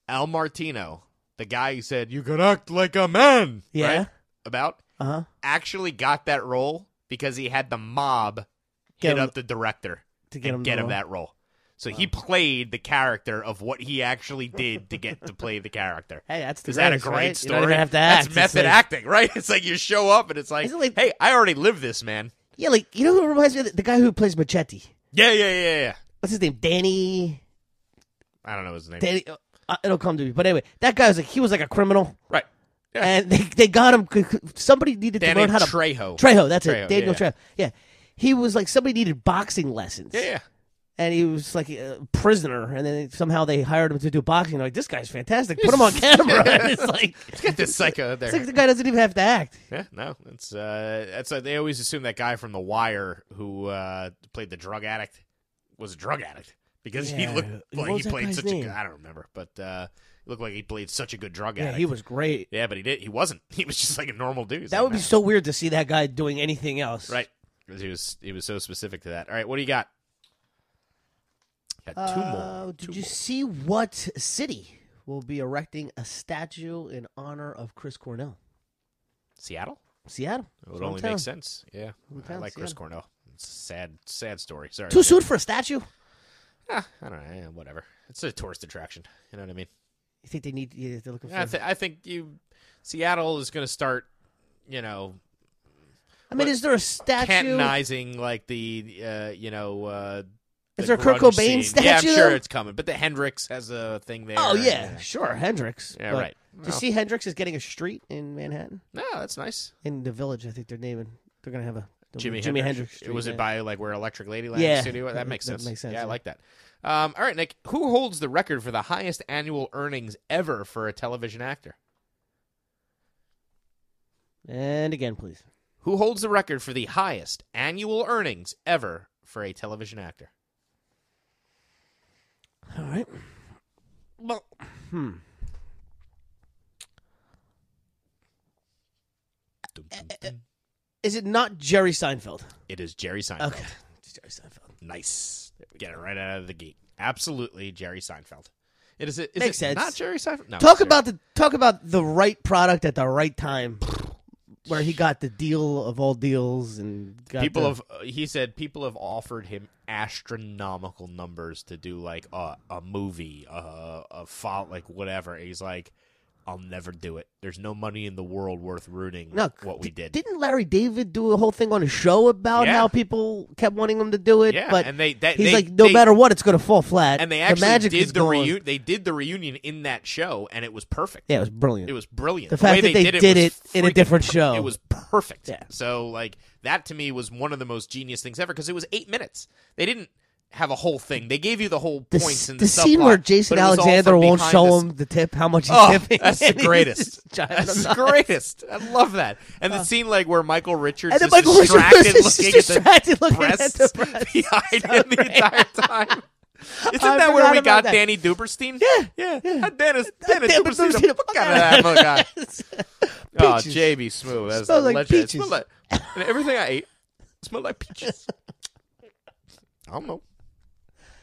[SPEAKER 4] Al Martino, the guy who said, You can act like a man.
[SPEAKER 5] Yeah.
[SPEAKER 4] right? About
[SPEAKER 5] Uh huh.
[SPEAKER 4] actually got that role because he had the mob
[SPEAKER 5] Get
[SPEAKER 4] hit
[SPEAKER 5] him-
[SPEAKER 4] up the director
[SPEAKER 5] to get
[SPEAKER 4] and
[SPEAKER 5] him the
[SPEAKER 4] get him
[SPEAKER 5] role.
[SPEAKER 4] that role. So he played the character of what he actually did to get to play the character.
[SPEAKER 5] Hey, that's the
[SPEAKER 4] Is that a
[SPEAKER 5] greatest,
[SPEAKER 4] great
[SPEAKER 5] right? You
[SPEAKER 4] story?
[SPEAKER 5] don't even have to act.
[SPEAKER 4] That's
[SPEAKER 5] It's
[SPEAKER 4] method
[SPEAKER 5] like-
[SPEAKER 4] acting, right? It's like you show up and it's like,
[SPEAKER 5] Isn't it like-
[SPEAKER 4] hey, I already lived this, man.
[SPEAKER 5] Yeah, like you know who reminds me of the, the guy who plays Machete.
[SPEAKER 4] Yeah, yeah, yeah, yeah.
[SPEAKER 5] What's his name? Danny.
[SPEAKER 4] I don't know his name.
[SPEAKER 5] Danny. Uh, it'll come to me. But anyway, that guy was like he was like a criminal,
[SPEAKER 4] right. Yeah.
[SPEAKER 5] and they they got him. c- c- Somebody needed
[SPEAKER 4] Danny
[SPEAKER 5] to learn how to
[SPEAKER 4] Trejo.
[SPEAKER 5] Trejo. That's
[SPEAKER 4] Trejo,
[SPEAKER 5] it. Daniel
[SPEAKER 4] yeah.
[SPEAKER 5] Trejo. Yeah, he was like somebody needed boxing lessons.
[SPEAKER 4] Yeah, yeah.
[SPEAKER 5] and he was like a prisoner, and then somehow they hired him to do boxing. They're like this guy's fantastic. Put him on camera. And it's like
[SPEAKER 4] Get this psycho there.
[SPEAKER 5] it's like the guy doesn't even have to act.
[SPEAKER 4] Yeah, no, that's uh, that's uh, they always assume that guy from The Wire who uh, played the drug addict was a drug addict because he
[SPEAKER 5] Yeah.
[SPEAKER 4] looked
[SPEAKER 5] What
[SPEAKER 4] like he
[SPEAKER 5] was that
[SPEAKER 4] played
[SPEAKER 5] guy's
[SPEAKER 4] such a
[SPEAKER 5] name?
[SPEAKER 4] good, I don't remember, but uh, he looked like he played such a good drug
[SPEAKER 5] Yeah,
[SPEAKER 4] addict.
[SPEAKER 5] he was great.
[SPEAKER 4] Yeah, but he did. He wasn't. He was just like a normal dude. He's
[SPEAKER 5] That
[SPEAKER 4] like,
[SPEAKER 5] would be
[SPEAKER 4] "Nah."
[SPEAKER 5] so weird to see that guy doing anything else.
[SPEAKER 4] right because he was he was so specific to that. All right, what do you got? Got two
[SPEAKER 5] Uh,
[SPEAKER 4] more.
[SPEAKER 5] did
[SPEAKER 4] Two
[SPEAKER 5] you
[SPEAKER 4] more.
[SPEAKER 5] see what city will be erecting a statue in honor of Chris Cornell?
[SPEAKER 4] Seattle? It
[SPEAKER 5] Seattle. That's
[SPEAKER 4] would
[SPEAKER 5] what I'm
[SPEAKER 4] only
[SPEAKER 5] telling.
[SPEAKER 4] make sense. Yeah, I
[SPEAKER 5] telling
[SPEAKER 4] like Chris
[SPEAKER 5] Seattle.
[SPEAKER 4] Cornell. It's a sad, sad story. Sorry.
[SPEAKER 5] Too soon for a statue? You
[SPEAKER 4] Ah, I don't know. yeah, Whatever. It's a tourist attraction. You know what I mean?
[SPEAKER 5] think they need? Yeah, they're looking for.
[SPEAKER 4] I, th- I think you Seattle is going to start, you know,
[SPEAKER 5] I mean, is there a statue?
[SPEAKER 4] cantonizing like the uh, you know. Uh,
[SPEAKER 5] Is
[SPEAKER 4] the
[SPEAKER 5] there a Kurt
[SPEAKER 4] grunge
[SPEAKER 5] Cobain
[SPEAKER 4] scene. Yeah, I'm
[SPEAKER 5] statue,
[SPEAKER 4] sure
[SPEAKER 5] though?
[SPEAKER 4] it's coming. But the Hendrix has a thing there.
[SPEAKER 5] Oh
[SPEAKER 4] and, uh,
[SPEAKER 5] yeah, sure, Hendrix.
[SPEAKER 4] Yeah,
[SPEAKER 5] but
[SPEAKER 4] right.
[SPEAKER 5] Do you
[SPEAKER 4] Well.
[SPEAKER 5] see Hendrix is getting a street in Manhattan
[SPEAKER 4] No, that's nice.
[SPEAKER 5] in the Village? I think they're naming. They're gonna have a the
[SPEAKER 4] Jimmy,
[SPEAKER 5] Jimi
[SPEAKER 4] Hendrix.
[SPEAKER 5] Hendrix. Street,
[SPEAKER 4] was
[SPEAKER 5] yeah.
[SPEAKER 4] it by like where Electric Ladyland
[SPEAKER 5] Yeah,
[SPEAKER 4] Studio? That
[SPEAKER 5] that-
[SPEAKER 4] makes
[SPEAKER 5] that
[SPEAKER 4] sense.
[SPEAKER 5] makes sense,
[SPEAKER 4] Yeah, I
[SPEAKER 5] yeah.
[SPEAKER 4] like that. Um, all right, Nick. Who holds the record for the highest annual earnings ever for a television actor?
[SPEAKER 5] And again, please.
[SPEAKER 4] Who holds the record for the highest annual earnings ever for a television actor?
[SPEAKER 5] All right. Well, hmm.
[SPEAKER 4] Dum,
[SPEAKER 5] uh,
[SPEAKER 4] dum, dum.
[SPEAKER 5] Is it not Jerry Seinfeld?
[SPEAKER 4] It is Jerry Seinfeld.
[SPEAKER 5] Okay, it's Jerry Seinfeld.
[SPEAKER 4] Nice. Get it right out of the gate. Absolutely, Jerry Seinfeld. It is. It is
[SPEAKER 5] Makes
[SPEAKER 4] it
[SPEAKER 5] sense.
[SPEAKER 4] Not Jerry Seinfeld. No,
[SPEAKER 5] Talk
[SPEAKER 4] it's Jerry-
[SPEAKER 5] about the talk about the right product at the right time, where he got the deal of all deals and got
[SPEAKER 4] people
[SPEAKER 5] the-
[SPEAKER 4] have. uh, He said people have offered him astronomical numbers to do like a a movie, a a fault, like whatever. He's like, I'll never do it. There's no money in the world worth ruining
[SPEAKER 5] No,
[SPEAKER 4] what we did.
[SPEAKER 5] Didn't Larry David do a whole thing on a show about
[SPEAKER 4] Yeah.
[SPEAKER 5] how people kept wanting him to do it?
[SPEAKER 4] Yeah,
[SPEAKER 5] but
[SPEAKER 4] and they- that-
[SPEAKER 5] he's
[SPEAKER 4] they-
[SPEAKER 5] like, no
[SPEAKER 4] they-
[SPEAKER 5] matter what, it's going to fall flat.
[SPEAKER 4] and they
[SPEAKER 5] The
[SPEAKER 4] actually
[SPEAKER 5] magic
[SPEAKER 4] did
[SPEAKER 5] is
[SPEAKER 4] the
[SPEAKER 5] gone.
[SPEAKER 4] reunion. They did the reunion in that show, and it was perfect.
[SPEAKER 5] Yeah, it was brilliant.
[SPEAKER 4] It was brilliant.
[SPEAKER 5] The fact
[SPEAKER 4] way
[SPEAKER 5] that they did
[SPEAKER 4] was
[SPEAKER 5] it in a
[SPEAKER 4] freaking
[SPEAKER 5] different
[SPEAKER 4] per-
[SPEAKER 5] show.
[SPEAKER 4] It was perfect.
[SPEAKER 5] Yeah.
[SPEAKER 4] So like that to me was one of the most genius things ever because it was eight minutes. They didn't have a whole thing. They gave you the whole
[SPEAKER 5] the,
[SPEAKER 4] points and
[SPEAKER 5] the scene
[SPEAKER 4] subplot,
[SPEAKER 5] where Jason
[SPEAKER 4] but it was all
[SPEAKER 5] Alexander
[SPEAKER 4] from
[SPEAKER 5] won't
[SPEAKER 4] behind
[SPEAKER 5] show
[SPEAKER 4] the
[SPEAKER 5] him the tip how much he's
[SPEAKER 4] Oh,
[SPEAKER 5] tipping.
[SPEAKER 4] that's the
[SPEAKER 5] and he's
[SPEAKER 4] greatest.
[SPEAKER 5] just jiving
[SPEAKER 4] That's
[SPEAKER 5] him
[SPEAKER 4] the
[SPEAKER 5] off.
[SPEAKER 4] greatest. I love that. And the scene like where Michael Richards
[SPEAKER 5] Oh. And then
[SPEAKER 4] is
[SPEAKER 5] Michael Richards
[SPEAKER 4] distracted
[SPEAKER 5] is
[SPEAKER 4] looking
[SPEAKER 5] distracted
[SPEAKER 4] at the
[SPEAKER 5] looking at
[SPEAKER 4] breasts
[SPEAKER 5] the breasts.
[SPEAKER 4] behind him the entire time. Isn't
[SPEAKER 5] I
[SPEAKER 4] that where
[SPEAKER 5] forgot
[SPEAKER 4] we
[SPEAKER 5] about
[SPEAKER 4] got
[SPEAKER 5] that.
[SPEAKER 4] Danny Duberstein?
[SPEAKER 5] Yeah,
[SPEAKER 4] yeah. Uh, Dennis, Dennis
[SPEAKER 5] Damn it,
[SPEAKER 4] Duberstein,
[SPEAKER 5] Bruce,
[SPEAKER 4] the
[SPEAKER 5] see the
[SPEAKER 4] fuck out of that guy. Oh,
[SPEAKER 5] Peaches.
[SPEAKER 4] JB Smooth. That's
[SPEAKER 5] Smells
[SPEAKER 4] a
[SPEAKER 5] like
[SPEAKER 4] legend. It
[SPEAKER 5] peaches.
[SPEAKER 4] smelled like- and everything I ate smelled like peaches. I don't know.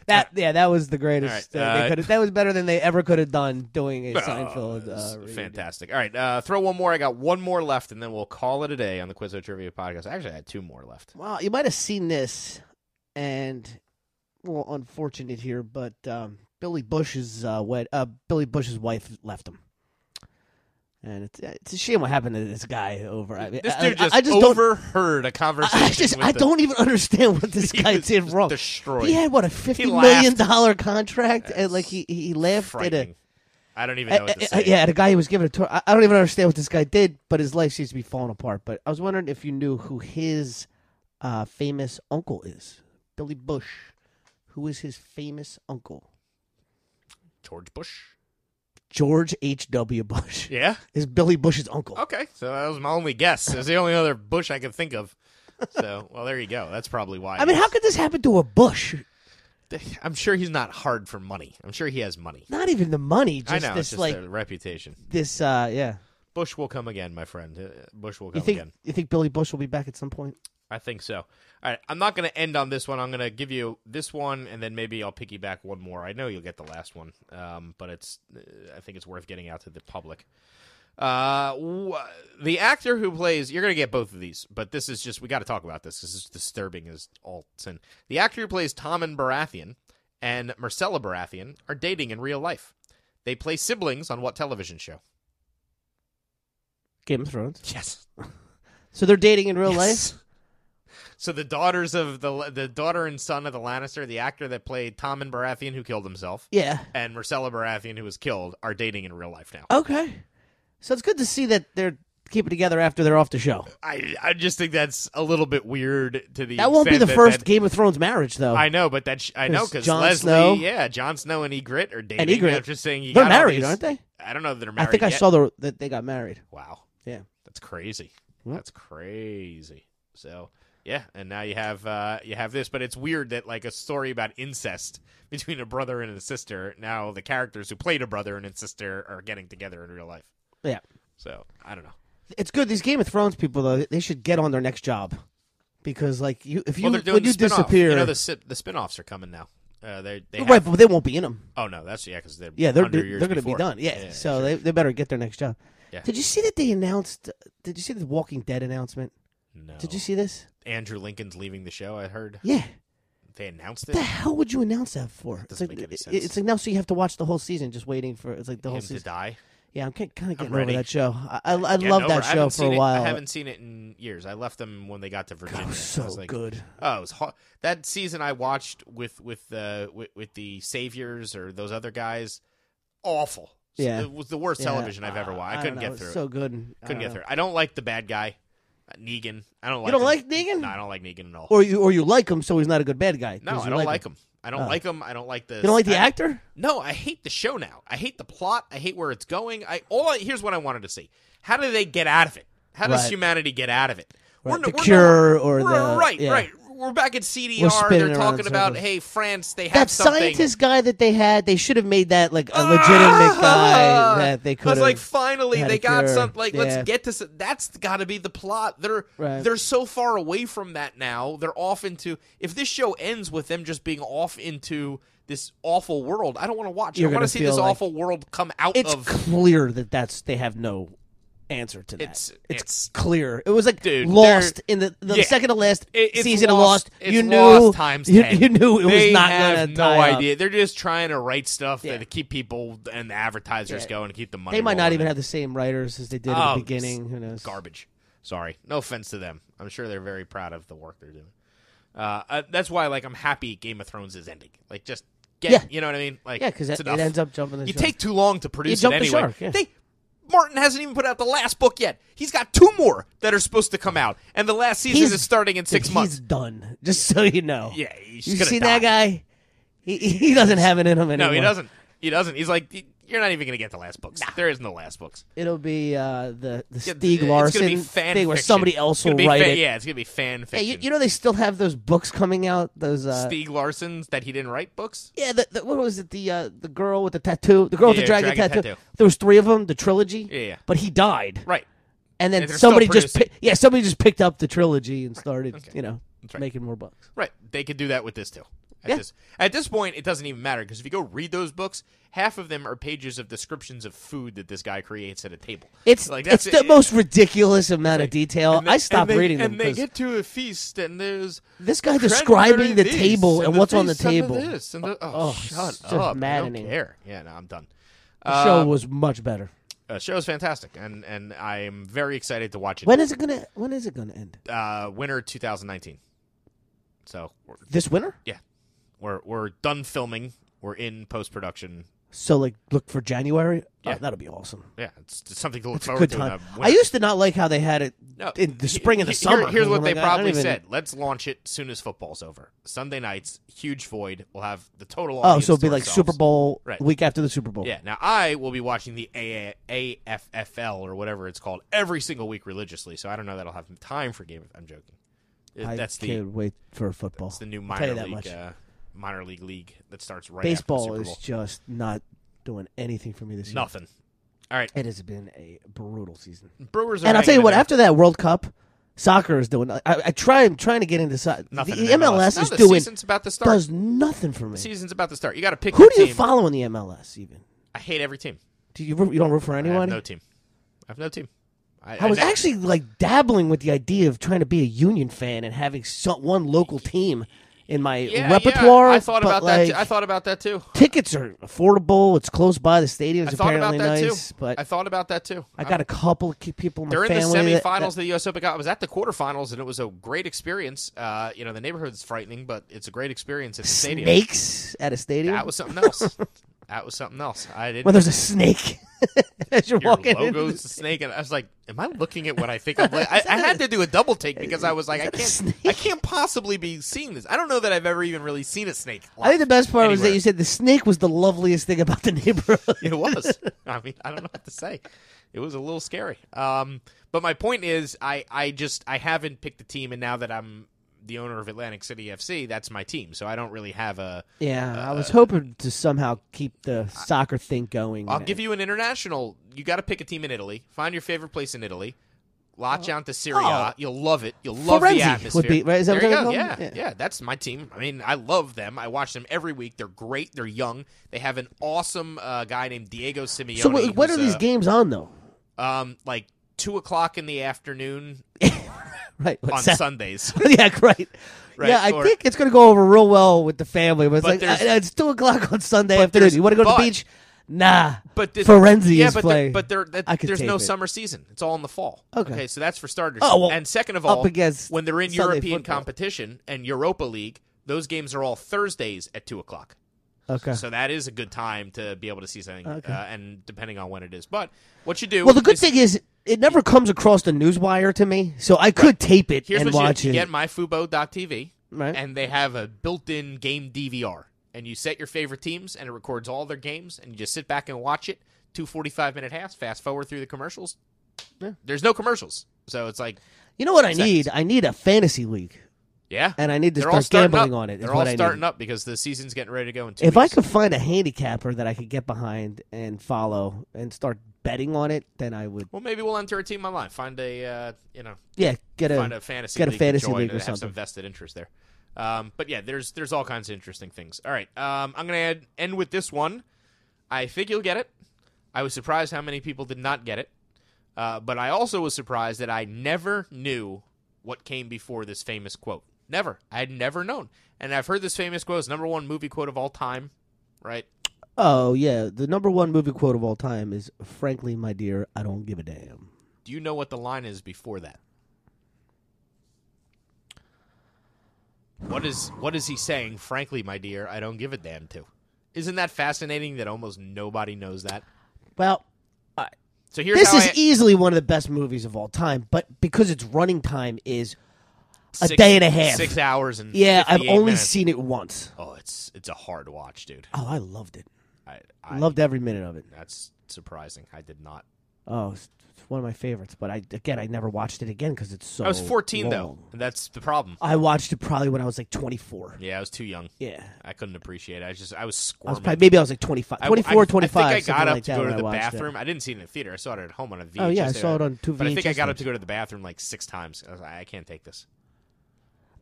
[SPEAKER 5] That yeah, that was the greatest.
[SPEAKER 4] Uh, All
[SPEAKER 5] uh,
[SPEAKER 4] right,
[SPEAKER 5] they
[SPEAKER 4] uh,
[SPEAKER 5] could've- that was better than they ever could have done doing a Seinfeld.
[SPEAKER 4] Oh, it's
[SPEAKER 5] Uh, reunion.
[SPEAKER 4] fantastic. All right, uh, throw one more. I got one more left, and then we'll call it a day on the Quizzo Trivia Podcast. Actually, I had two more left.
[SPEAKER 5] Wow, you might have seen this, and well, unfortunate here, but um, Billy Bush's uh, wed- uh, Billy Bush's wife left him, and it's it's a shame what happened to this guy. Over, I mean,
[SPEAKER 4] This
[SPEAKER 5] I,
[SPEAKER 4] dude
[SPEAKER 5] I-
[SPEAKER 4] just,
[SPEAKER 5] I just don't.
[SPEAKER 4] overheard a conversation.
[SPEAKER 5] I just
[SPEAKER 4] with
[SPEAKER 5] I
[SPEAKER 4] the-
[SPEAKER 5] don't even understand what this
[SPEAKER 4] He
[SPEAKER 5] guy
[SPEAKER 4] was
[SPEAKER 5] did
[SPEAKER 4] just
[SPEAKER 5] wrong.
[SPEAKER 4] Destroyed.
[SPEAKER 5] He had what a fifty
[SPEAKER 4] laughed.
[SPEAKER 5] million dollar contract, and like he he laughed at a
[SPEAKER 4] frightening. I don't even know
[SPEAKER 5] I-
[SPEAKER 4] what to
[SPEAKER 5] I- I-
[SPEAKER 4] say.
[SPEAKER 5] Eh, yeah, the guy who was giving a tour. I, I don't even understand what this guy did, but his life seems to be falling apart. But I was wondering if you knew who his uh, famous uncle is, Billy Bush. Who is his famous uncle?
[SPEAKER 4] George Bush.
[SPEAKER 5] George H. W. Bush
[SPEAKER 4] Yeah.
[SPEAKER 5] is Billy Bush's uncle.
[SPEAKER 4] Okay. So that was my only guess. It was the only other Bush I could think of. So, well, there you go. That's probably why.
[SPEAKER 5] I mean, how could this happen to a Bush?
[SPEAKER 4] I'm sure he's not hard for money. I'm sure he has money.
[SPEAKER 5] Not even the money, just
[SPEAKER 4] I know.
[SPEAKER 5] this
[SPEAKER 4] it's just
[SPEAKER 5] like
[SPEAKER 4] their reputation.
[SPEAKER 5] this. uh Yeah,
[SPEAKER 4] Bush will come again, my friend. Uh, Bush will come
[SPEAKER 5] you think
[SPEAKER 4] again.
[SPEAKER 5] you think Billy Bush will be back at some point?
[SPEAKER 4] I think so. All right, I'm not going to end on this one. I'm going to give you this one, and then maybe I'll piggyback one more. I know you'll get the last one, um, but it's uh, I think it's worth getting out to the public. Uh, wh- the actor who plays you're going to get both of these, but this is just we got to talk about this. This is disturbing as all sin. The actor who plays Tom and Baratheon and Marcella Baratheon are dating in real life. They play siblings on what television show?
[SPEAKER 5] Game of Thrones.
[SPEAKER 4] Yes.
[SPEAKER 5] So they're dating in real
[SPEAKER 4] Yes.
[SPEAKER 5] life.
[SPEAKER 4] So the daughters of the the daughter and son of the Lannister, the actor that played Tom and Baratheon who killed himself,
[SPEAKER 5] Yeah.
[SPEAKER 4] and Marcella Baratheon who was killed, are dating in real life now.
[SPEAKER 5] Okay. So it's good to see that they're keeping together after they're off the show.
[SPEAKER 4] I I just think that's a little bit weird to the
[SPEAKER 5] That won't be
[SPEAKER 4] extent
[SPEAKER 5] the
[SPEAKER 4] that-
[SPEAKER 5] first
[SPEAKER 4] that-
[SPEAKER 5] Game of Thrones marriage, though.
[SPEAKER 4] I know, but that sh- I know
[SPEAKER 5] 'Cause
[SPEAKER 4] because
[SPEAKER 5] Jon
[SPEAKER 4] Leslie,
[SPEAKER 5] Snow-
[SPEAKER 4] yeah, Jon Snow and Ygritte are dating.
[SPEAKER 5] and Egret,
[SPEAKER 4] I'm just saying, you
[SPEAKER 5] they're
[SPEAKER 4] got all
[SPEAKER 5] married,
[SPEAKER 4] these-
[SPEAKER 5] aren't they?
[SPEAKER 4] I don't know that they're
[SPEAKER 5] I
[SPEAKER 4] married.
[SPEAKER 5] think I
[SPEAKER 4] yet.
[SPEAKER 5] saw the, that they got married.
[SPEAKER 4] Wow.
[SPEAKER 5] Yeah.
[SPEAKER 4] That's crazy.
[SPEAKER 5] Yep.
[SPEAKER 4] That's crazy. So yeah, and now you have uh, you have this, but it's weird that like a story about incest between a brother and a sister. Now the characters who played a brother and a sister are getting together in real life.
[SPEAKER 5] Yeah,
[SPEAKER 4] So I don't know.
[SPEAKER 5] it's good. These Game of Thrones people, though, they should get on their next job because, like, you if you
[SPEAKER 4] well, they're doing
[SPEAKER 5] when
[SPEAKER 4] the
[SPEAKER 5] you
[SPEAKER 4] spin-off.
[SPEAKER 5] disappear,
[SPEAKER 4] You know the si- the spinoffs are coming now. Uh, they they
[SPEAKER 5] right?
[SPEAKER 4] have-
[SPEAKER 5] But they won't be in them.
[SPEAKER 4] oh no, that's yeah, because they're
[SPEAKER 5] Yeah, they're
[SPEAKER 4] 100
[SPEAKER 5] they're
[SPEAKER 4] years
[SPEAKER 5] going to be
[SPEAKER 4] before.
[SPEAKER 5] done. Yeah,
[SPEAKER 4] yeah,
[SPEAKER 5] so they they better get their next job.
[SPEAKER 4] Yeah.
[SPEAKER 5] Did you see that they announced? Did you see the Walking Dead announcement?
[SPEAKER 4] no.
[SPEAKER 5] Did you see this?
[SPEAKER 4] Andrew Lincoln's leaving the show? I heard
[SPEAKER 5] Yeah.
[SPEAKER 4] they announced
[SPEAKER 5] What the
[SPEAKER 4] it.
[SPEAKER 5] hell would you announce that for? it's
[SPEAKER 4] doesn't
[SPEAKER 5] like
[SPEAKER 4] make any
[SPEAKER 5] it-
[SPEAKER 4] sense.
[SPEAKER 5] it's like now, so you have to watch the whole season, just waiting for it's like the whole
[SPEAKER 4] Him
[SPEAKER 5] season.
[SPEAKER 4] to die.
[SPEAKER 5] Yeah, I'm kind of getting over
[SPEAKER 4] ready.
[SPEAKER 5] that show. I, I, I
[SPEAKER 4] Yeah,
[SPEAKER 5] love
[SPEAKER 4] no,
[SPEAKER 5] that
[SPEAKER 4] I
[SPEAKER 5] show
[SPEAKER 4] haven't
[SPEAKER 5] for
[SPEAKER 4] seen
[SPEAKER 5] a
[SPEAKER 4] it-
[SPEAKER 5] while.
[SPEAKER 4] I haven't seen it in years. I left them when they got to Virginia.
[SPEAKER 5] Oh,
[SPEAKER 4] I
[SPEAKER 5] so
[SPEAKER 4] was like,
[SPEAKER 5] good.
[SPEAKER 4] Oh, it was hard. that season I watched with with uh, with, with the Saviors or those other guys. Awful. So
[SPEAKER 5] Yeah.
[SPEAKER 4] it was the worst
[SPEAKER 5] Yeah,
[SPEAKER 4] television I've ever
[SPEAKER 5] uh,
[SPEAKER 4] watched. I,
[SPEAKER 5] don't
[SPEAKER 4] couldn't
[SPEAKER 5] know,
[SPEAKER 4] get
[SPEAKER 5] it's
[SPEAKER 4] through. it.
[SPEAKER 5] So good. Uh, I
[SPEAKER 4] Couldn't
[SPEAKER 5] don't
[SPEAKER 4] get
[SPEAKER 5] know.
[SPEAKER 4] through. it. I don't like the bad guy, uh, Negan. I don't like.
[SPEAKER 5] don't
[SPEAKER 4] him.
[SPEAKER 5] like Negan?
[SPEAKER 4] No, I don't like Negan at all.
[SPEAKER 5] Or you, or you like him, so he's not a good bad guy.
[SPEAKER 4] no,
[SPEAKER 5] 'cause
[SPEAKER 4] I
[SPEAKER 5] you
[SPEAKER 4] don't like, him. I don't
[SPEAKER 5] Oh.
[SPEAKER 4] like him. I don't like the.
[SPEAKER 5] You don't like the
[SPEAKER 4] I-
[SPEAKER 5] actor?
[SPEAKER 4] No, I hate the show now. I hate the plot. I hate where it's going. I all I, here's what I wanted to see: how do they get out of it? How does
[SPEAKER 5] Right.
[SPEAKER 4] humanity get out of it?
[SPEAKER 5] Right, the
[SPEAKER 4] no-
[SPEAKER 5] cure or
[SPEAKER 4] we're-
[SPEAKER 5] the-
[SPEAKER 4] right,
[SPEAKER 5] yeah.
[SPEAKER 4] right. we're back at CDR.
[SPEAKER 5] We're spinning
[SPEAKER 4] They're
[SPEAKER 5] around in
[SPEAKER 4] talking about,
[SPEAKER 5] circles.
[SPEAKER 4] hey, France, they have
[SPEAKER 5] that
[SPEAKER 4] something.
[SPEAKER 5] scientist guy that they had, they should have made that like a legitimate guy that they could.
[SPEAKER 4] I was like,
[SPEAKER 5] have
[SPEAKER 4] finally,
[SPEAKER 5] had
[SPEAKER 4] they
[SPEAKER 5] a
[SPEAKER 4] got
[SPEAKER 5] cure.
[SPEAKER 4] something. Like,
[SPEAKER 5] Yeah.
[SPEAKER 4] let's get to. s- That's got to be the plot. They're
[SPEAKER 5] Right.
[SPEAKER 4] they're so far away from that now. They're off into. If this show ends with them just being off into this awful world, I don't want to watch. it.
[SPEAKER 5] You're
[SPEAKER 4] I want
[SPEAKER 5] gonna
[SPEAKER 4] to see this
[SPEAKER 5] feel like-
[SPEAKER 4] awful world come out
[SPEAKER 5] It's
[SPEAKER 4] of.
[SPEAKER 5] clear that that's they have no answer to that.
[SPEAKER 4] It's- it's-
[SPEAKER 5] clear. It was like
[SPEAKER 4] Dude,
[SPEAKER 5] Lost
[SPEAKER 4] they're-
[SPEAKER 5] in the, the
[SPEAKER 4] yeah.
[SPEAKER 5] second to last
[SPEAKER 4] It- it's
[SPEAKER 5] season
[SPEAKER 4] lost,
[SPEAKER 5] of Lost.
[SPEAKER 4] It's
[SPEAKER 5] You knew
[SPEAKER 4] lost times
[SPEAKER 5] you,
[SPEAKER 4] 10.
[SPEAKER 5] you knew it
[SPEAKER 4] They
[SPEAKER 5] was not
[SPEAKER 4] have
[SPEAKER 5] gonna
[SPEAKER 4] no
[SPEAKER 5] die up.
[SPEAKER 4] idea. They're just trying to write stuff
[SPEAKER 5] Yeah.
[SPEAKER 4] that to keep people and the advertisers
[SPEAKER 5] Yeah.
[SPEAKER 4] going to keep the money.
[SPEAKER 5] They might not
[SPEAKER 4] rolling.
[SPEAKER 5] even have the same writers as they did
[SPEAKER 4] Oh,
[SPEAKER 5] at the beginning. Who knows?
[SPEAKER 4] garbage. Sorry, no offense to them. I'm sure they're very proud of the work they're doing. Uh, uh, that's why, like, I'm happy Game of Thrones is ending. Like, just get,
[SPEAKER 5] Yeah.
[SPEAKER 4] you know what I mean? Like,
[SPEAKER 5] Yeah, because
[SPEAKER 4] it's
[SPEAKER 5] it, it
[SPEAKER 4] enough.
[SPEAKER 5] ends up jumping the
[SPEAKER 4] You
[SPEAKER 5] shark.
[SPEAKER 4] take too long to produce
[SPEAKER 5] jump
[SPEAKER 4] it
[SPEAKER 5] the
[SPEAKER 4] anyway.
[SPEAKER 5] shark, yeah.
[SPEAKER 4] They Martin hasn't even put out the last book yet. He's got two more that are supposed to come out, and the last season
[SPEAKER 5] He's-
[SPEAKER 4] is starting in six
[SPEAKER 5] Dude,
[SPEAKER 4] months.
[SPEAKER 5] He's done. Just so you know.
[SPEAKER 4] Yeah, he's
[SPEAKER 5] you
[SPEAKER 4] gonna
[SPEAKER 5] seen
[SPEAKER 4] die.
[SPEAKER 5] that guy? He, he doesn't have it in him anymore.
[SPEAKER 4] No, he doesn't. He doesn't. He's like, "Y- you're not even gonna get the last books. There is no last books.
[SPEAKER 5] It'll be uh, the the
[SPEAKER 4] Yeah,
[SPEAKER 5] Stieg
[SPEAKER 4] it's gonna
[SPEAKER 5] Larson
[SPEAKER 4] be fan
[SPEAKER 5] thing where
[SPEAKER 4] fiction.
[SPEAKER 5] somebody else
[SPEAKER 4] It's gonna
[SPEAKER 5] will
[SPEAKER 4] be
[SPEAKER 5] write
[SPEAKER 4] fan-
[SPEAKER 5] it.
[SPEAKER 4] Yeah, it's gonna be fan
[SPEAKER 5] Hey,
[SPEAKER 4] fiction.
[SPEAKER 5] you, you know they still have those books coming out. Those uh,
[SPEAKER 4] Stieg Larson's that he didn't write books.
[SPEAKER 5] yeah, the, the, what was it? The uh, the girl with the tattoo, the girl with
[SPEAKER 4] Yeah,
[SPEAKER 5] the dragon,
[SPEAKER 4] dragon
[SPEAKER 5] tattoo.
[SPEAKER 4] tattoo.
[SPEAKER 5] There was three of them, the trilogy.
[SPEAKER 4] Yeah, yeah.
[SPEAKER 5] But he died,
[SPEAKER 4] Right.
[SPEAKER 5] and then
[SPEAKER 4] And they're still
[SPEAKER 5] somebody just
[SPEAKER 4] producing.
[SPEAKER 5] pi- yeah, somebody just picked up the trilogy and started you know
[SPEAKER 4] right.
[SPEAKER 5] making more books.
[SPEAKER 4] Right. They could do that with this too. At,
[SPEAKER 5] Yeah.
[SPEAKER 4] this, at this point, it doesn't even matter because if you go read those books, half of them are pages of descriptions of food that this guy creates at a table.
[SPEAKER 5] It's
[SPEAKER 4] like
[SPEAKER 5] it's
[SPEAKER 4] that's
[SPEAKER 5] the
[SPEAKER 4] it-
[SPEAKER 5] most ridiculous amount of detail.
[SPEAKER 4] and they-
[SPEAKER 5] I
[SPEAKER 4] and
[SPEAKER 5] stopped
[SPEAKER 4] they-
[SPEAKER 5] reading them
[SPEAKER 4] And they
[SPEAKER 5] 'cause
[SPEAKER 4] get to a feast, and there's
[SPEAKER 5] this guy
[SPEAKER 4] cranberry
[SPEAKER 5] describing the
[SPEAKER 4] this,
[SPEAKER 5] table and
[SPEAKER 4] the
[SPEAKER 5] what's on the
[SPEAKER 4] this, and
[SPEAKER 5] table.
[SPEAKER 4] this, and the- oh,
[SPEAKER 5] Oh,
[SPEAKER 4] shut
[SPEAKER 5] it's just
[SPEAKER 4] up! I
[SPEAKER 5] maddening.
[SPEAKER 4] don't care. Yeah, no, I'm done.
[SPEAKER 5] the show
[SPEAKER 4] Um,
[SPEAKER 5] was much better.
[SPEAKER 4] Uh, show's fantastic, and and I'm very excited to watch it.
[SPEAKER 5] When is it gonna When is it gonna end?
[SPEAKER 4] uh, winter 2019. So we're,
[SPEAKER 5] This winter?
[SPEAKER 4] yeah, we're we're done filming. We're in post production.
[SPEAKER 5] So like, look for January.
[SPEAKER 4] Yeah.
[SPEAKER 5] Oh, that'll be awesome.
[SPEAKER 4] Yeah, it's, it's something to look
[SPEAKER 5] It's a
[SPEAKER 4] forward
[SPEAKER 5] good
[SPEAKER 4] to.
[SPEAKER 5] time.
[SPEAKER 4] in the
[SPEAKER 5] I
[SPEAKER 4] winter.
[SPEAKER 5] used to not like how they had it
[SPEAKER 4] No,
[SPEAKER 5] in the
[SPEAKER 4] he-
[SPEAKER 5] spring and the
[SPEAKER 4] he- here-
[SPEAKER 5] summer.
[SPEAKER 4] here's
[SPEAKER 5] 'cause
[SPEAKER 4] what
[SPEAKER 5] I'm
[SPEAKER 4] they
[SPEAKER 5] like, I don't
[SPEAKER 4] probably
[SPEAKER 5] even-
[SPEAKER 4] said: Let's launch it soon as football's over. Sunday nights, huge void. We'll have the total.
[SPEAKER 5] Oh,
[SPEAKER 4] audience
[SPEAKER 5] so it'd be
[SPEAKER 4] to
[SPEAKER 5] like
[SPEAKER 4] ourselves.
[SPEAKER 5] Super Bowl
[SPEAKER 4] Right.
[SPEAKER 5] week after the Super Bowl.
[SPEAKER 4] Yeah. Now I will be watching the AA AFFL or whatever it's called every single week religiously. So I don't know that I'll have time for game. of- I'm joking. It-
[SPEAKER 5] I
[SPEAKER 4] that's the
[SPEAKER 5] can't wait for football.
[SPEAKER 4] it's the new
[SPEAKER 5] I'll tell
[SPEAKER 4] minor
[SPEAKER 5] you that
[SPEAKER 4] league
[SPEAKER 5] much.
[SPEAKER 4] uh, minor league league that starts right after
[SPEAKER 5] Baseball
[SPEAKER 4] the Super
[SPEAKER 5] is
[SPEAKER 4] Bowl.
[SPEAKER 5] just not doing anything for me this year.
[SPEAKER 4] Nothing. All right,
[SPEAKER 5] It has been a brutal season.
[SPEAKER 4] Brewers. Are
[SPEAKER 5] and I'll tell
[SPEAKER 4] hanging
[SPEAKER 5] you
[SPEAKER 4] in
[SPEAKER 5] what,
[SPEAKER 4] there.
[SPEAKER 5] after that World Cup, soccer is doing. I, I try. I'm trying to get into soccer.
[SPEAKER 4] Nothing
[SPEAKER 5] The
[SPEAKER 4] in MLS.
[SPEAKER 5] MLS
[SPEAKER 4] No,
[SPEAKER 5] is
[SPEAKER 4] the
[SPEAKER 5] doing
[SPEAKER 4] season's about to start.
[SPEAKER 5] does nothing for me.
[SPEAKER 4] season's about to start. You got to pick.
[SPEAKER 5] Who
[SPEAKER 4] your
[SPEAKER 5] do you
[SPEAKER 4] team.
[SPEAKER 5] follow in the MLS? Even
[SPEAKER 4] I hate every team.
[SPEAKER 5] do you you don't root for
[SPEAKER 4] I have
[SPEAKER 5] anyone?
[SPEAKER 4] no team. I have no team. I,
[SPEAKER 5] I was
[SPEAKER 4] ne-
[SPEAKER 5] actually like dabbling with the idea of trying to be a Union fan and having so, one local team in my
[SPEAKER 4] yeah, yeah,
[SPEAKER 5] repertoire.
[SPEAKER 4] I thought
[SPEAKER 5] but,
[SPEAKER 4] about
[SPEAKER 5] like,
[SPEAKER 4] that. Too. I thought about that too.
[SPEAKER 5] tickets are affordable. It's close by. The stadium's
[SPEAKER 4] I thought about
[SPEAKER 5] apparently
[SPEAKER 4] that
[SPEAKER 5] nice,
[SPEAKER 4] too.
[SPEAKER 5] but
[SPEAKER 4] I
[SPEAKER 5] I,
[SPEAKER 4] thought about that too.
[SPEAKER 5] got a couple of key people in my
[SPEAKER 4] They're in the
[SPEAKER 5] family.
[SPEAKER 4] semifinals
[SPEAKER 5] that- that-
[SPEAKER 4] of the U.S. Open. I was at the quarterfinals, and it was a great experience. Uh, you know, the neighborhood's frightening, but it's a great experience at the stadium.
[SPEAKER 5] snakes at a stadium.
[SPEAKER 4] That was something else. that was something else. I didn't.
[SPEAKER 5] when there's a snake as you're
[SPEAKER 4] your
[SPEAKER 5] walking in.
[SPEAKER 4] logo's a snake, and I was like, "Am I looking at what I think I'm?" Li-? I, I had to do a double take because I was like, "I
[SPEAKER 5] that a
[SPEAKER 4] can't,
[SPEAKER 5] snake?
[SPEAKER 4] I can't possibly be seeing this." I don't know that I've ever even really seen a snake.
[SPEAKER 5] I think the best part was that
[SPEAKER 4] anywhere.
[SPEAKER 5] you said the snake was the loveliest thing about the neighborhood.
[SPEAKER 4] It was. I mean, I don't know what to say. It was a little scary. Um, but my point is, I, I just I haven't picked a team, and now that I'm the owner of Atlantic City FC, that's my team. So I don't really have a.
[SPEAKER 5] Yeah, I
[SPEAKER 4] Uh,
[SPEAKER 5] was hoping to somehow keep the soccer thing going.
[SPEAKER 4] I'll give you an international. You got to pick a team in Italy. Find your favorite place in Italy. Launch out to Syria.
[SPEAKER 5] Oh.
[SPEAKER 4] You'll love it. You'll love
[SPEAKER 5] Firenze
[SPEAKER 4] the atmosphere.
[SPEAKER 5] would be- right? Is that
[SPEAKER 4] there
[SPEAKER 5] what
[SPEAKER 4] you
[SPEAKER 5] they're
[SPEAKER 4] go. Yeah,
[SPEAKER 5] called?
[SPEAKER 4] yeah,
[SPEAKER 5] Yeah.
[SPEAKER 4] That's my team. I mean, I love them. I watch them every week. They're great. They're young. They have an awesome uh, guy named Diego Simeone.
[SPEAKER 5] So what, what are
[SPEAKER 4] who's,
[SPEAKER 5] these
[SPEAKER 4] uh,
[SPEAKER 5] games on though?
[SPEAKER 4] Um, like two o'clock in the afternoon
[SPEAKER 5] Right. like
[SPEAKER 4] on
[SPEAKER 5] Sat-
[SPEAKER 4] Sundays.
[SPEAKER 5] yeah, right.
[SPEAKER 4] Right,
[SPEAKER 5] yeah, I
[SPEAKER 4] or-
[SPEAKER 5] think it's gonna go over real well with the family. But it's
[SPEAKER 4] But
[SPEAKER 5] like
[SPEAKER 4] there's-
[SPEAKER 5] uh, it's two o'clock on Sunday
[SPEAKER 4] but
[SPEAKER 5] afternoon.
[SPEAKER 4] there's-
[SPEAKER 5] You want to go to
[SPEAKER 4] but-
[SPEAKER 5] the beach? Nah.
[SPEAKER 4] But the,
[SPEAKER 5] Firenze
[SPEAKER 4] yeah,
[SPEAKER 5] is
[SPEAKER 4] but
[SPEAKER 5] playing.
[SPEAKER 4] The, but there, that,
[SPEAKER 5] I could
[SPEAKER 4] there's no
[SPEAKER 5] tape it.
[SPEAKER 4] summer season. It's all in the fall.
[SPEAKER 5] Okay.
[SPEAKER 4] so that's for starters.
[SPEAKER 5] Oh, well,
[SPEAKER 4] and second of
[SPEAKER 5] up
[SPEAKER 4] all,
[SPEAKER 5] against
[SPEAKER 4] when they're in
[SPEAKER 5] Sunday
[SPEAKER 4] European
[SPEAKER 5] football.
[SPEAKER 4] competition and Europa League, those games are all Thursdays at two o'clock.
[SPEAKER 5] Okay.
[SPEAKER 4] So that is a good time to be able to see something,
[SPEAKER 5] Okay.
[SPEAKER 4] uh, and depending on when it is. But what you do?
[SPEAKER 5] well, the good
[SPEAKER 4] is-
[SPEAKER 5] thing is it never comes across the newswire to me, so I could tape it
[SPEAKER 4] here's
[SPEAKER 5] and
[SPEAKER 4] what
[SPEAKER 5] watch
[SPEAKER 4] you,
[SPEAKER 5] it.
[SPEAKER 4] you get: myfubo.tv,
[SPEAKER 5] Right.
[SPEAKER 4] and they have a built-in game DVR, and you set your favorite teams, and it records all their games, and you just sit back and watch it. Two forty-five minute halves. Fast forward through the commercials. There's no commercials, so it's like
[SPEAKER 5] You know what I
[SPEAKER 4] Seconds.
[SPEAKER 5] need? I need a fantasy league.
[SPEAKER 4] Yeah,
[SPEAKER 5] and I need to
[SPEAKER 4] They're
[SPEAKER 5] start
[SPEAKER 4] all starting
[SPEAKER 5] gambling
[SPEAKER 4] up.
[SPEAKER 5] on it, is
[SPEAKER 4] They're
[SPEAKER 5] what
[SPEAKER 4] all
[SPEAKER 5] I need.
[SPEAKER 4] starting up because the season's getting ready to go. In two
[SPEAKER 5] If I
[SPEAKER 4] weeks.
[SPEAKER 5] could find a handicapper that I could get behind and follow and start betting on it, then I would.
[SPEAKER 4] well, maybe we'll enter a team online. Find a uh, you know
[SPEAKER 5] Yeah, get a
[SPEAKER 4] find a fantasy
[SPEAKER 5] get a
[SPEAKER 4] league to
[SPEAKER 5] fantasy
[SPEAKER 4] join
[SPEAKER 5] league
[SPEAKER 4] and
[SPEAKER 5] or
[SPEAKER 4] have
[SPEAKER 5] something.
[SPEAKER 4] some vested interest there. Um, but yeah, there's there's all kinds of interesting things. All right, um, I'm gonna add, end with this one. I think you'll get it. I was surprised how many people did not get it, uh, but I also was surprised that I never knew what came before this famous quote. Never, I had never known, and I've heard this famous quote. It's number one movie quote of all time, right?
[SPEAKER 5] Oh yeah, the number one movie quote of all time is "Frankly, my dear, I don't give a damn."
[SPEAKER 4] Do you know what the line is before that? What is what is he saying? Frankly, my dear, I don't give a damn to. Isn't that fascinating that almost nobody knows that?
[SPEAKER 5] Well,
[SPEAKER 4] So here's
[SPEAKER 5] this
[SPEAKER 4] how
[SPEAKER 5] is e-
[SPEAKER 4] I,
[SPEAKER 5] easily one of the best movies of all time, but because its running time is a
[SPEAKER 4] six-
[SPEAKER 5] day and a half.
[SPEAKER 4] six hours and
[SPEAKER 5] yeah, I've
[SPEAKER 4] 58
[SPEAKER 5] only
[SPEAKER 4] minutes.
[SPEAKER 5] seen it once.
[SPEAKER 4] Oh, it's it's a hard watch, dude.
[SPEAKER 5] Oh, I loved it.
[SPEAKER 4] I, I
[SPEAKER 5] I, loved every minute of it.
[SPEAKER 4] That's surprising. I did not.
[SPEAKER 5] Oh, it's, it's one of my favorites. But I again, I never watched it again because it's so.
[SPEAKER 4] I was 14 though.
[SPEAKER 5] long.
[SPEAKER 4] and That's the problem.
[SPEAKER 5] I watched it probably when I was like 24.
[SPEAKER 4] Yeah, I was too young.
[SPEAKER 5] Yeah.
[SPEAKER 4] I couldn't appreciate it. I just I was
[SPEAKER 5] I was
[SPEAKER 4] squirming.
[SPEAKER 5] probably, maybe I was like 25,
[SPEAKER 4] I-
[SPEAKER 5] 24,
[SPEAKER 4] I,
[SPEAKER 5] 25.
[SPEAKER 4] I think I
[SPEAKER 5] something
[SPEAKER 4] got up
[SPEAKER 5] like
[SPEAKER 4] to
[SPEAKER 5] that
[SPEAKER 4] go to
[SPEAKER 5] when I
[SPEAKER 4] the
[SPEAKER 5] watched it.
[SPEAKER 4] bathroom. I didn't see it in the theater. I saw it at home on a VHS.
[SPEAKER 5] Oh, yeah, I
[SPEAKER 4] tape.
[SPEAKER 5] saw it on two
[SPEAKER 4] But I think I
[SPEAKER 5] VHS
[SPEAKER 4] got up
[SPEAKER 5] tapes.
[SPEAKER 4] to go to the bathroom like six times. I was like, I can't take this.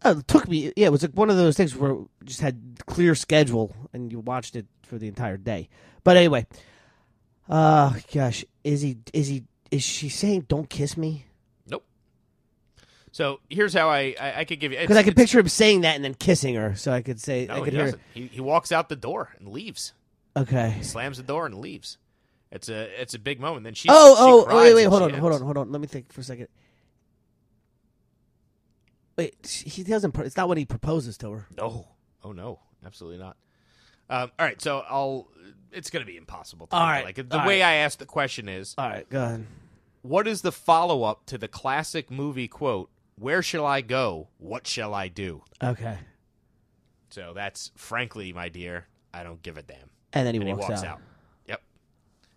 [SPEAKER 5] Oh, it took me. Yeah, it was like one of those things where it just had clear schedule and you watched it for the entire day. But anyway, uh, gosh, is he? Is he? Is she saying "Don't kiss me"?
[SPEAKER 4] Nope. So here's how I I, I could give you
[SPEAKER 5] Because
[SPEAKER 4] it's-
[SPEAKER 5] I could
[SPEAKER 4] it's-
[SPEAKER 5] picture him saying that and then kissing her, so I could say I
[SPEAKER 4] No,
[SPEAKER 5] could
[SPEAKER 4] he
[SPEAKER 5] hear.
[SPEAKER 4] doesn't. He, he walks out the door and leaves.
[SPEAKER 5] Okay.
[SPEAKER 4] Slams the door and leaves. It's a it's a big moment. Then she
[SPEAKER 5] Oh,
[SPEAKER 4] she
[SPEAKER 5] oh, oh,
[SPEAKER 4] cries
[SPEAKER 5] wait, wait,
[SPEAKER 4] and
[SPEAKER 5] hold
[SPEAKER 4] she
[SPEAKER 5] on, hold on,
[SPEAKER 4] ends.
[SPEAKER 5] hold on. Let me think for a second. Wait, she- he doesn't. pro- It's not when he proposes to her.
[SPEAKER 4] No. Oh no, absolutely not. Um, all right, so I'll. It's going to be impossible. To
[SPEAKER 5] All
[SPEAKER 4] make it.
[SPEAKER 5] right,
[SPEAKER 4] Like the
[SPEAKER 5] all
[SPEAKER 4] way I asked the question is,
[SPEAKER 5] All right, go ahead.
[SPEAKER 4] what is the follow up to the classic movie quote, Where shall I go? What shall I do?
[SPEAKER 5] Okay.
[SPEAKER 4] So that's frankly, my dear, I don't give a damn.
[SPEAKER 5] And then he,
[SPEAKER 4] And he
[SPEAKER 5] walks,
[SPEAKER 4] walks out.
[SPEAKER 5] out.
[SPEAKER 4] Yep.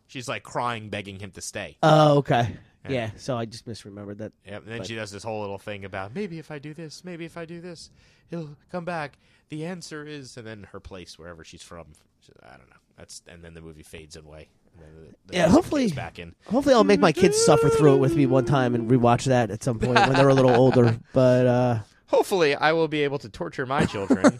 [SPEAKER 4] She's like crying, begging him to stay.
[SPEAKER 5] Oh, okay. Yeah. So I just misremembered that.
[SPEAKER 4] Yep. And then she does this whole little thing about maybe if I do this, maybe if I do this, he'll come back. The answer is, and then her place, wherever she's from. She- I don't know. That's and then the movie fades away. And then the, the
[SPEAKER 5] Yeah,
[SPEAKER 4] music
[SPEAKER 5] hopefully-
[SPEAKER 4] fades back in.
[SPEAKER 5] Hopefully, I'll make my kids suffer through it with me one time and rewatch that at some point when they're a little older. But uh,
[SPEAKER 4] hopefully I will be able to torture my children.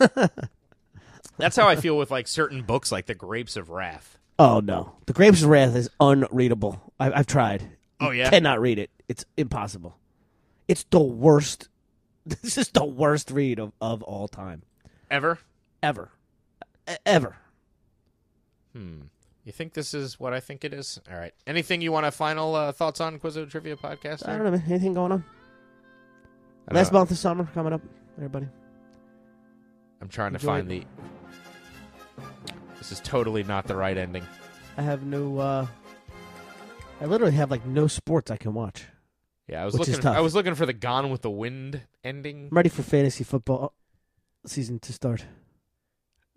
[SPEAKER 4] That's how I feel with like certain books like The Grapes of Wrath.
[SPEAKER 5] oh no, The Grapes of Wrath is unreadable. I- I've tried.
[SPEAKER 4] Oh, yeah?
[SPEAKER 5] cannot read it. It's impossible. It's the worst. This is the worst read of, of all time,
[SPEAKER 4] Ever?
[SPEAKER 5] ever, E- ever.
[SPEAKER 4] You think this is what I think it is? All right. Anything you want to final uh, thoughts on Quizzo Trivia Podcast?
[SPEAKER 5] I
[SPEAKER 4] or-
[SPEAKER 5] don't know. man. Anything going on?
[SPEAKER 4] I
[SPEAKER 5] Last
[SPEAKER 4] don't-
[SPEAKER 5] month of summer coming up, everybody.
[SPEAKER 4] I'm trying to
[SPEAKER 5] Enjoy
[SPEAKER 4] find the. This is totally not the right ending.
[SPEAKER 5] I have no. uh I literally have like no sports I can watch.
[SPEAKER 4] Yeah, I was
[SPEAKER 5] Which is
[SPEAKER 4] looking.
[SPEAKER 5] tough.
[SPEAKER 4] I was looking for the Gone with the Wind ending.
[SPEAKER 5] I'm ready for fantasy football season to start.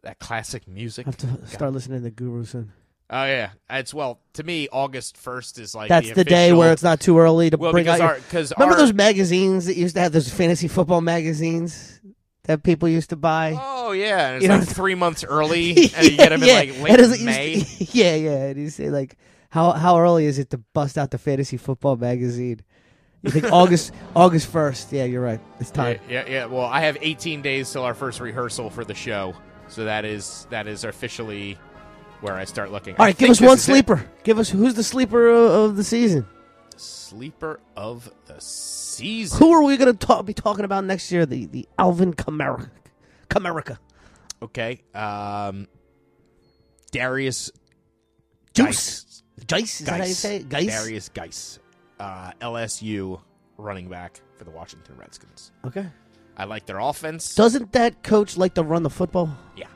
[SPEAKER 4] That classic music.
[SPEAKER 5] I have to start listening to Guru soon.
[SPEAKER 4] Oh yeah, it's well to me. August first is like
[SPEAKER 5] That's the,
[SPEAKER 4] the,
[SPEAKER 5] day
[SPEAKER 4] official-
[SPEAKER 5] where it's not too early to
[SPEAKER 4] well
[SPEAKER 5] bring out.
[SPEAKER 4] because
[SPEAKER 5] your-
[SPEAKER 4] our because
[SPEAKER 5] Remember
[SPEAKER 4] our,
[SPEAKER 5] those magazines that used to have those fantasy football magazines that people used to buy?
[SPEAKER 4] Oh yeah, and it's
[SPEAKER 5] You know-
[SPEAKER 4] like three months early, and you get them in
[SPEAKER 5] yeah.
[SPEAKER 4] like
[SPEAKER 5] And
[SPEAKER 4] late
[SPEAKER 5] it's- it used
[SPEAKER 4] May.
[SPEAKER 5] to- yeah, yeah. And you say like, how how early is it to bust out the fantasy football magazine? You think August August first? Yeah, you're right. It's
[SPEAKER 4] yeah,
[SPEAKER 5] time.
[SPEAKER 4] yeah, yeah. Well, I have 18 days till our first rehearsal for the show, so that is that is officially where I start looking.
[SPEAKER 5] All
[SPEAKER 4] I
[SPEAKER 5] right, give
[SPEAKER 4] think
[SPEAKER 5] us
[SPEAKER 4] this
[SPEAKER 5] one
[SPEAKER 4] is it.
[SPEAKER 5] sleeper. Give us who's the sleeper of, of the season?
[SPEAKER 4] Sleeper of the season.
[SPEAKER 5] Who are we going to talk, be talking about next year? The the Alvin Kamara, Kamara,
[SPEAKER 4] Okay, um, Darius
[SPEAKER 5] Juice,
[SPEAKER 4] Geis.
[SPEAKER 5] Geis. Is that how you say it? Geis?
[SPEAKER 4] Darius Geis, uh, LSU running back for the Washington Redskins.
[SPEAKER 5] Okay.
[SPEAKER 4] I like their offense.
[SPEAKER 5] Doesn't that coach like to run the football?
[SPEAKER 4] Yeah.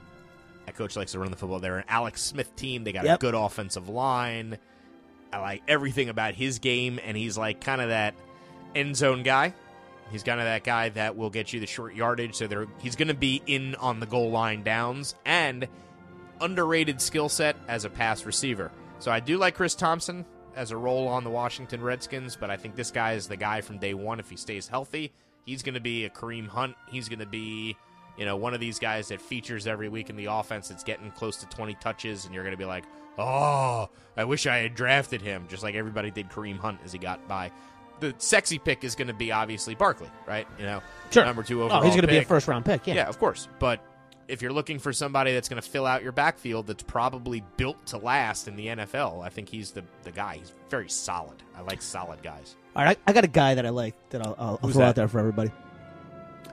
[SPEAKER 4] That coach likes to run the football. They're an Alex Smith team. They got
[SPEAKER 5] Yep.
[SPEAKER 4] a good offensive line. I like everything about his game, and he's like kind of that end zone guy. He's kind of that guy that will get you the short yardage. So they're, he's going to be in on the goal line downs and underrated skill set as a pass receiver. So I do like Chris Thompson as a role on the Washington Redskins, but I think this guy is the guy from day one if he stays healthy. He's going to be a Kareem Hunt. He's going to be, you know, one of these guys that features every week in the offense that's getting close to 20 touches, and you're going to be like, oh, I wish I had drafted him, just like everybody did Kareem Hunt as he got by. The sexy pick is going to be obviously Barkley, right? You know,
[SPEAKER 5] Sure.
[SPEAKER 4] number two overall.
[SPEAKER 5] Oh, he's going to be a
[SPEAKER 4] pick.
[SPEAKER 5] first round pick. Yeah.
[SPEAKER 4] Yeah. of course. But if you're looking for somebody that's going to fill out your backfield that's probably built to last in the NFL, I think he's the, the guy. He's very solid. I like solid guys.
[SPEAKER 5] All right, I, I got a guy that I like that I'll, I'll, I'll
[SPEAKER 4] Who's
[SPEAKER 5] throw out
[SPEAKER 4] that?
[SPEAKER 5] there for everybody.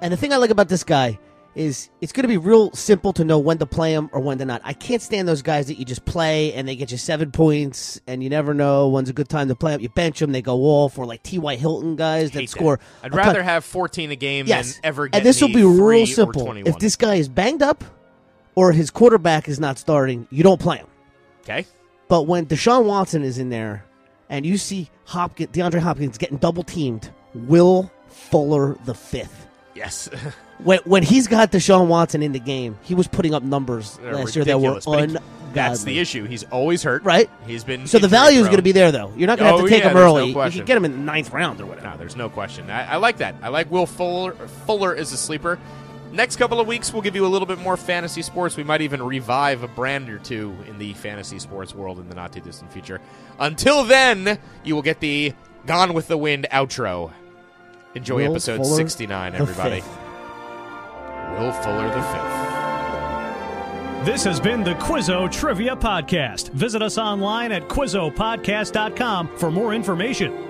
[SPEAKER 5] And the thing I like about this guy is it's going to be real simple to know when to play him or when to not. I can't stand those guys that you just play and they get you seven points and you never know when's a good time to play up. You bench them, they go off, or like T.Y. Hilton guys that
[SPEAKER 4] Hate that.
[SPEAKER 5] score.
[SPEAKER 4] I'd
[SPEAKER 5] a
[SPEAKER 4] rather
[SPEAKER 5] ton-
[SPEAKER 4] have 14 a game
[SPEAKER 5] yes.
[SPEAKER 4] than ever get
[SPEAKER 5] and this will
[SPEAKER 4] me
[SPEAKER 5] be
[SPEAKER 4] three
[SPEAKER 5] real
[SPEAKER 4] or
[SPEAKER 5] simple.
[SPEAKER 4] 21.
[SPEAKER 5] If this guy is banged up or his quarterback is not starting, you don't play him.
[SPEAKER 4] okay.
[SPEAKER 5] But when Deshaun Watson is in there and you see Hopkins, DeAndre Hopkins getting double teamed, Will Fuller the fifth.
[SPEAKER 4] Yes.
[SPEAKER 5] When, when he's got Deshaun Watson in the game, he was putting up numbers
[SPEAKER 4] They're
[SPEAKER 5] last year that were
[SPEAKER 4] ridiculous, but he-
[SPEAKER 5] ungodly.
[SPEAKER 4] That's the issue. He's always hurt.
[SPEAKER 5] Right.
[SPEAKER 4] He's been
[SPEAKER 5] So the
[SPEAKER 4] injury
[SPEAKER 5] value is
[SPEAKER 4] prone.
[SPEAKER 5] going to be there, though. You're not going to
[SPEAKER 4] Oh,
[SPEAKER 5] have to take
[SPEAKER 4] yeah,
[SPEAKER 5] him
[SPEAKER 4] there's no
[SPEAKER 5] early. you
[SPEAKER 4] question.
[SPEAKER 5] can get him in the ninth round or whatever.
[SPEAKER 4] No, there's no question. I, I like that. I like Will Fuller. Fuller is a sleeper. Next couple of weeks, we'll give you a little bit more fantasy sports. We might even revive a brand or two in the fantasy sports world in the not too distant future. Until then, you will get the Gone with the Wind outro. Enjoy
[SPEAKER 5] Will
[SPEAKER 4] episode
[SPEAKER 5] Fuller
[SPEAKER 4] 69,
[SPEAKER 5] the
[SPEAKER 4] everybody.
[SPEAKER 5] fifth.
[SPEAKER 4] Will Fuller the fifth.
[SPEAKER 3] This has been the Quizzo Trivia Podcast. Visit us online at QuizzoPodcast.com for more information.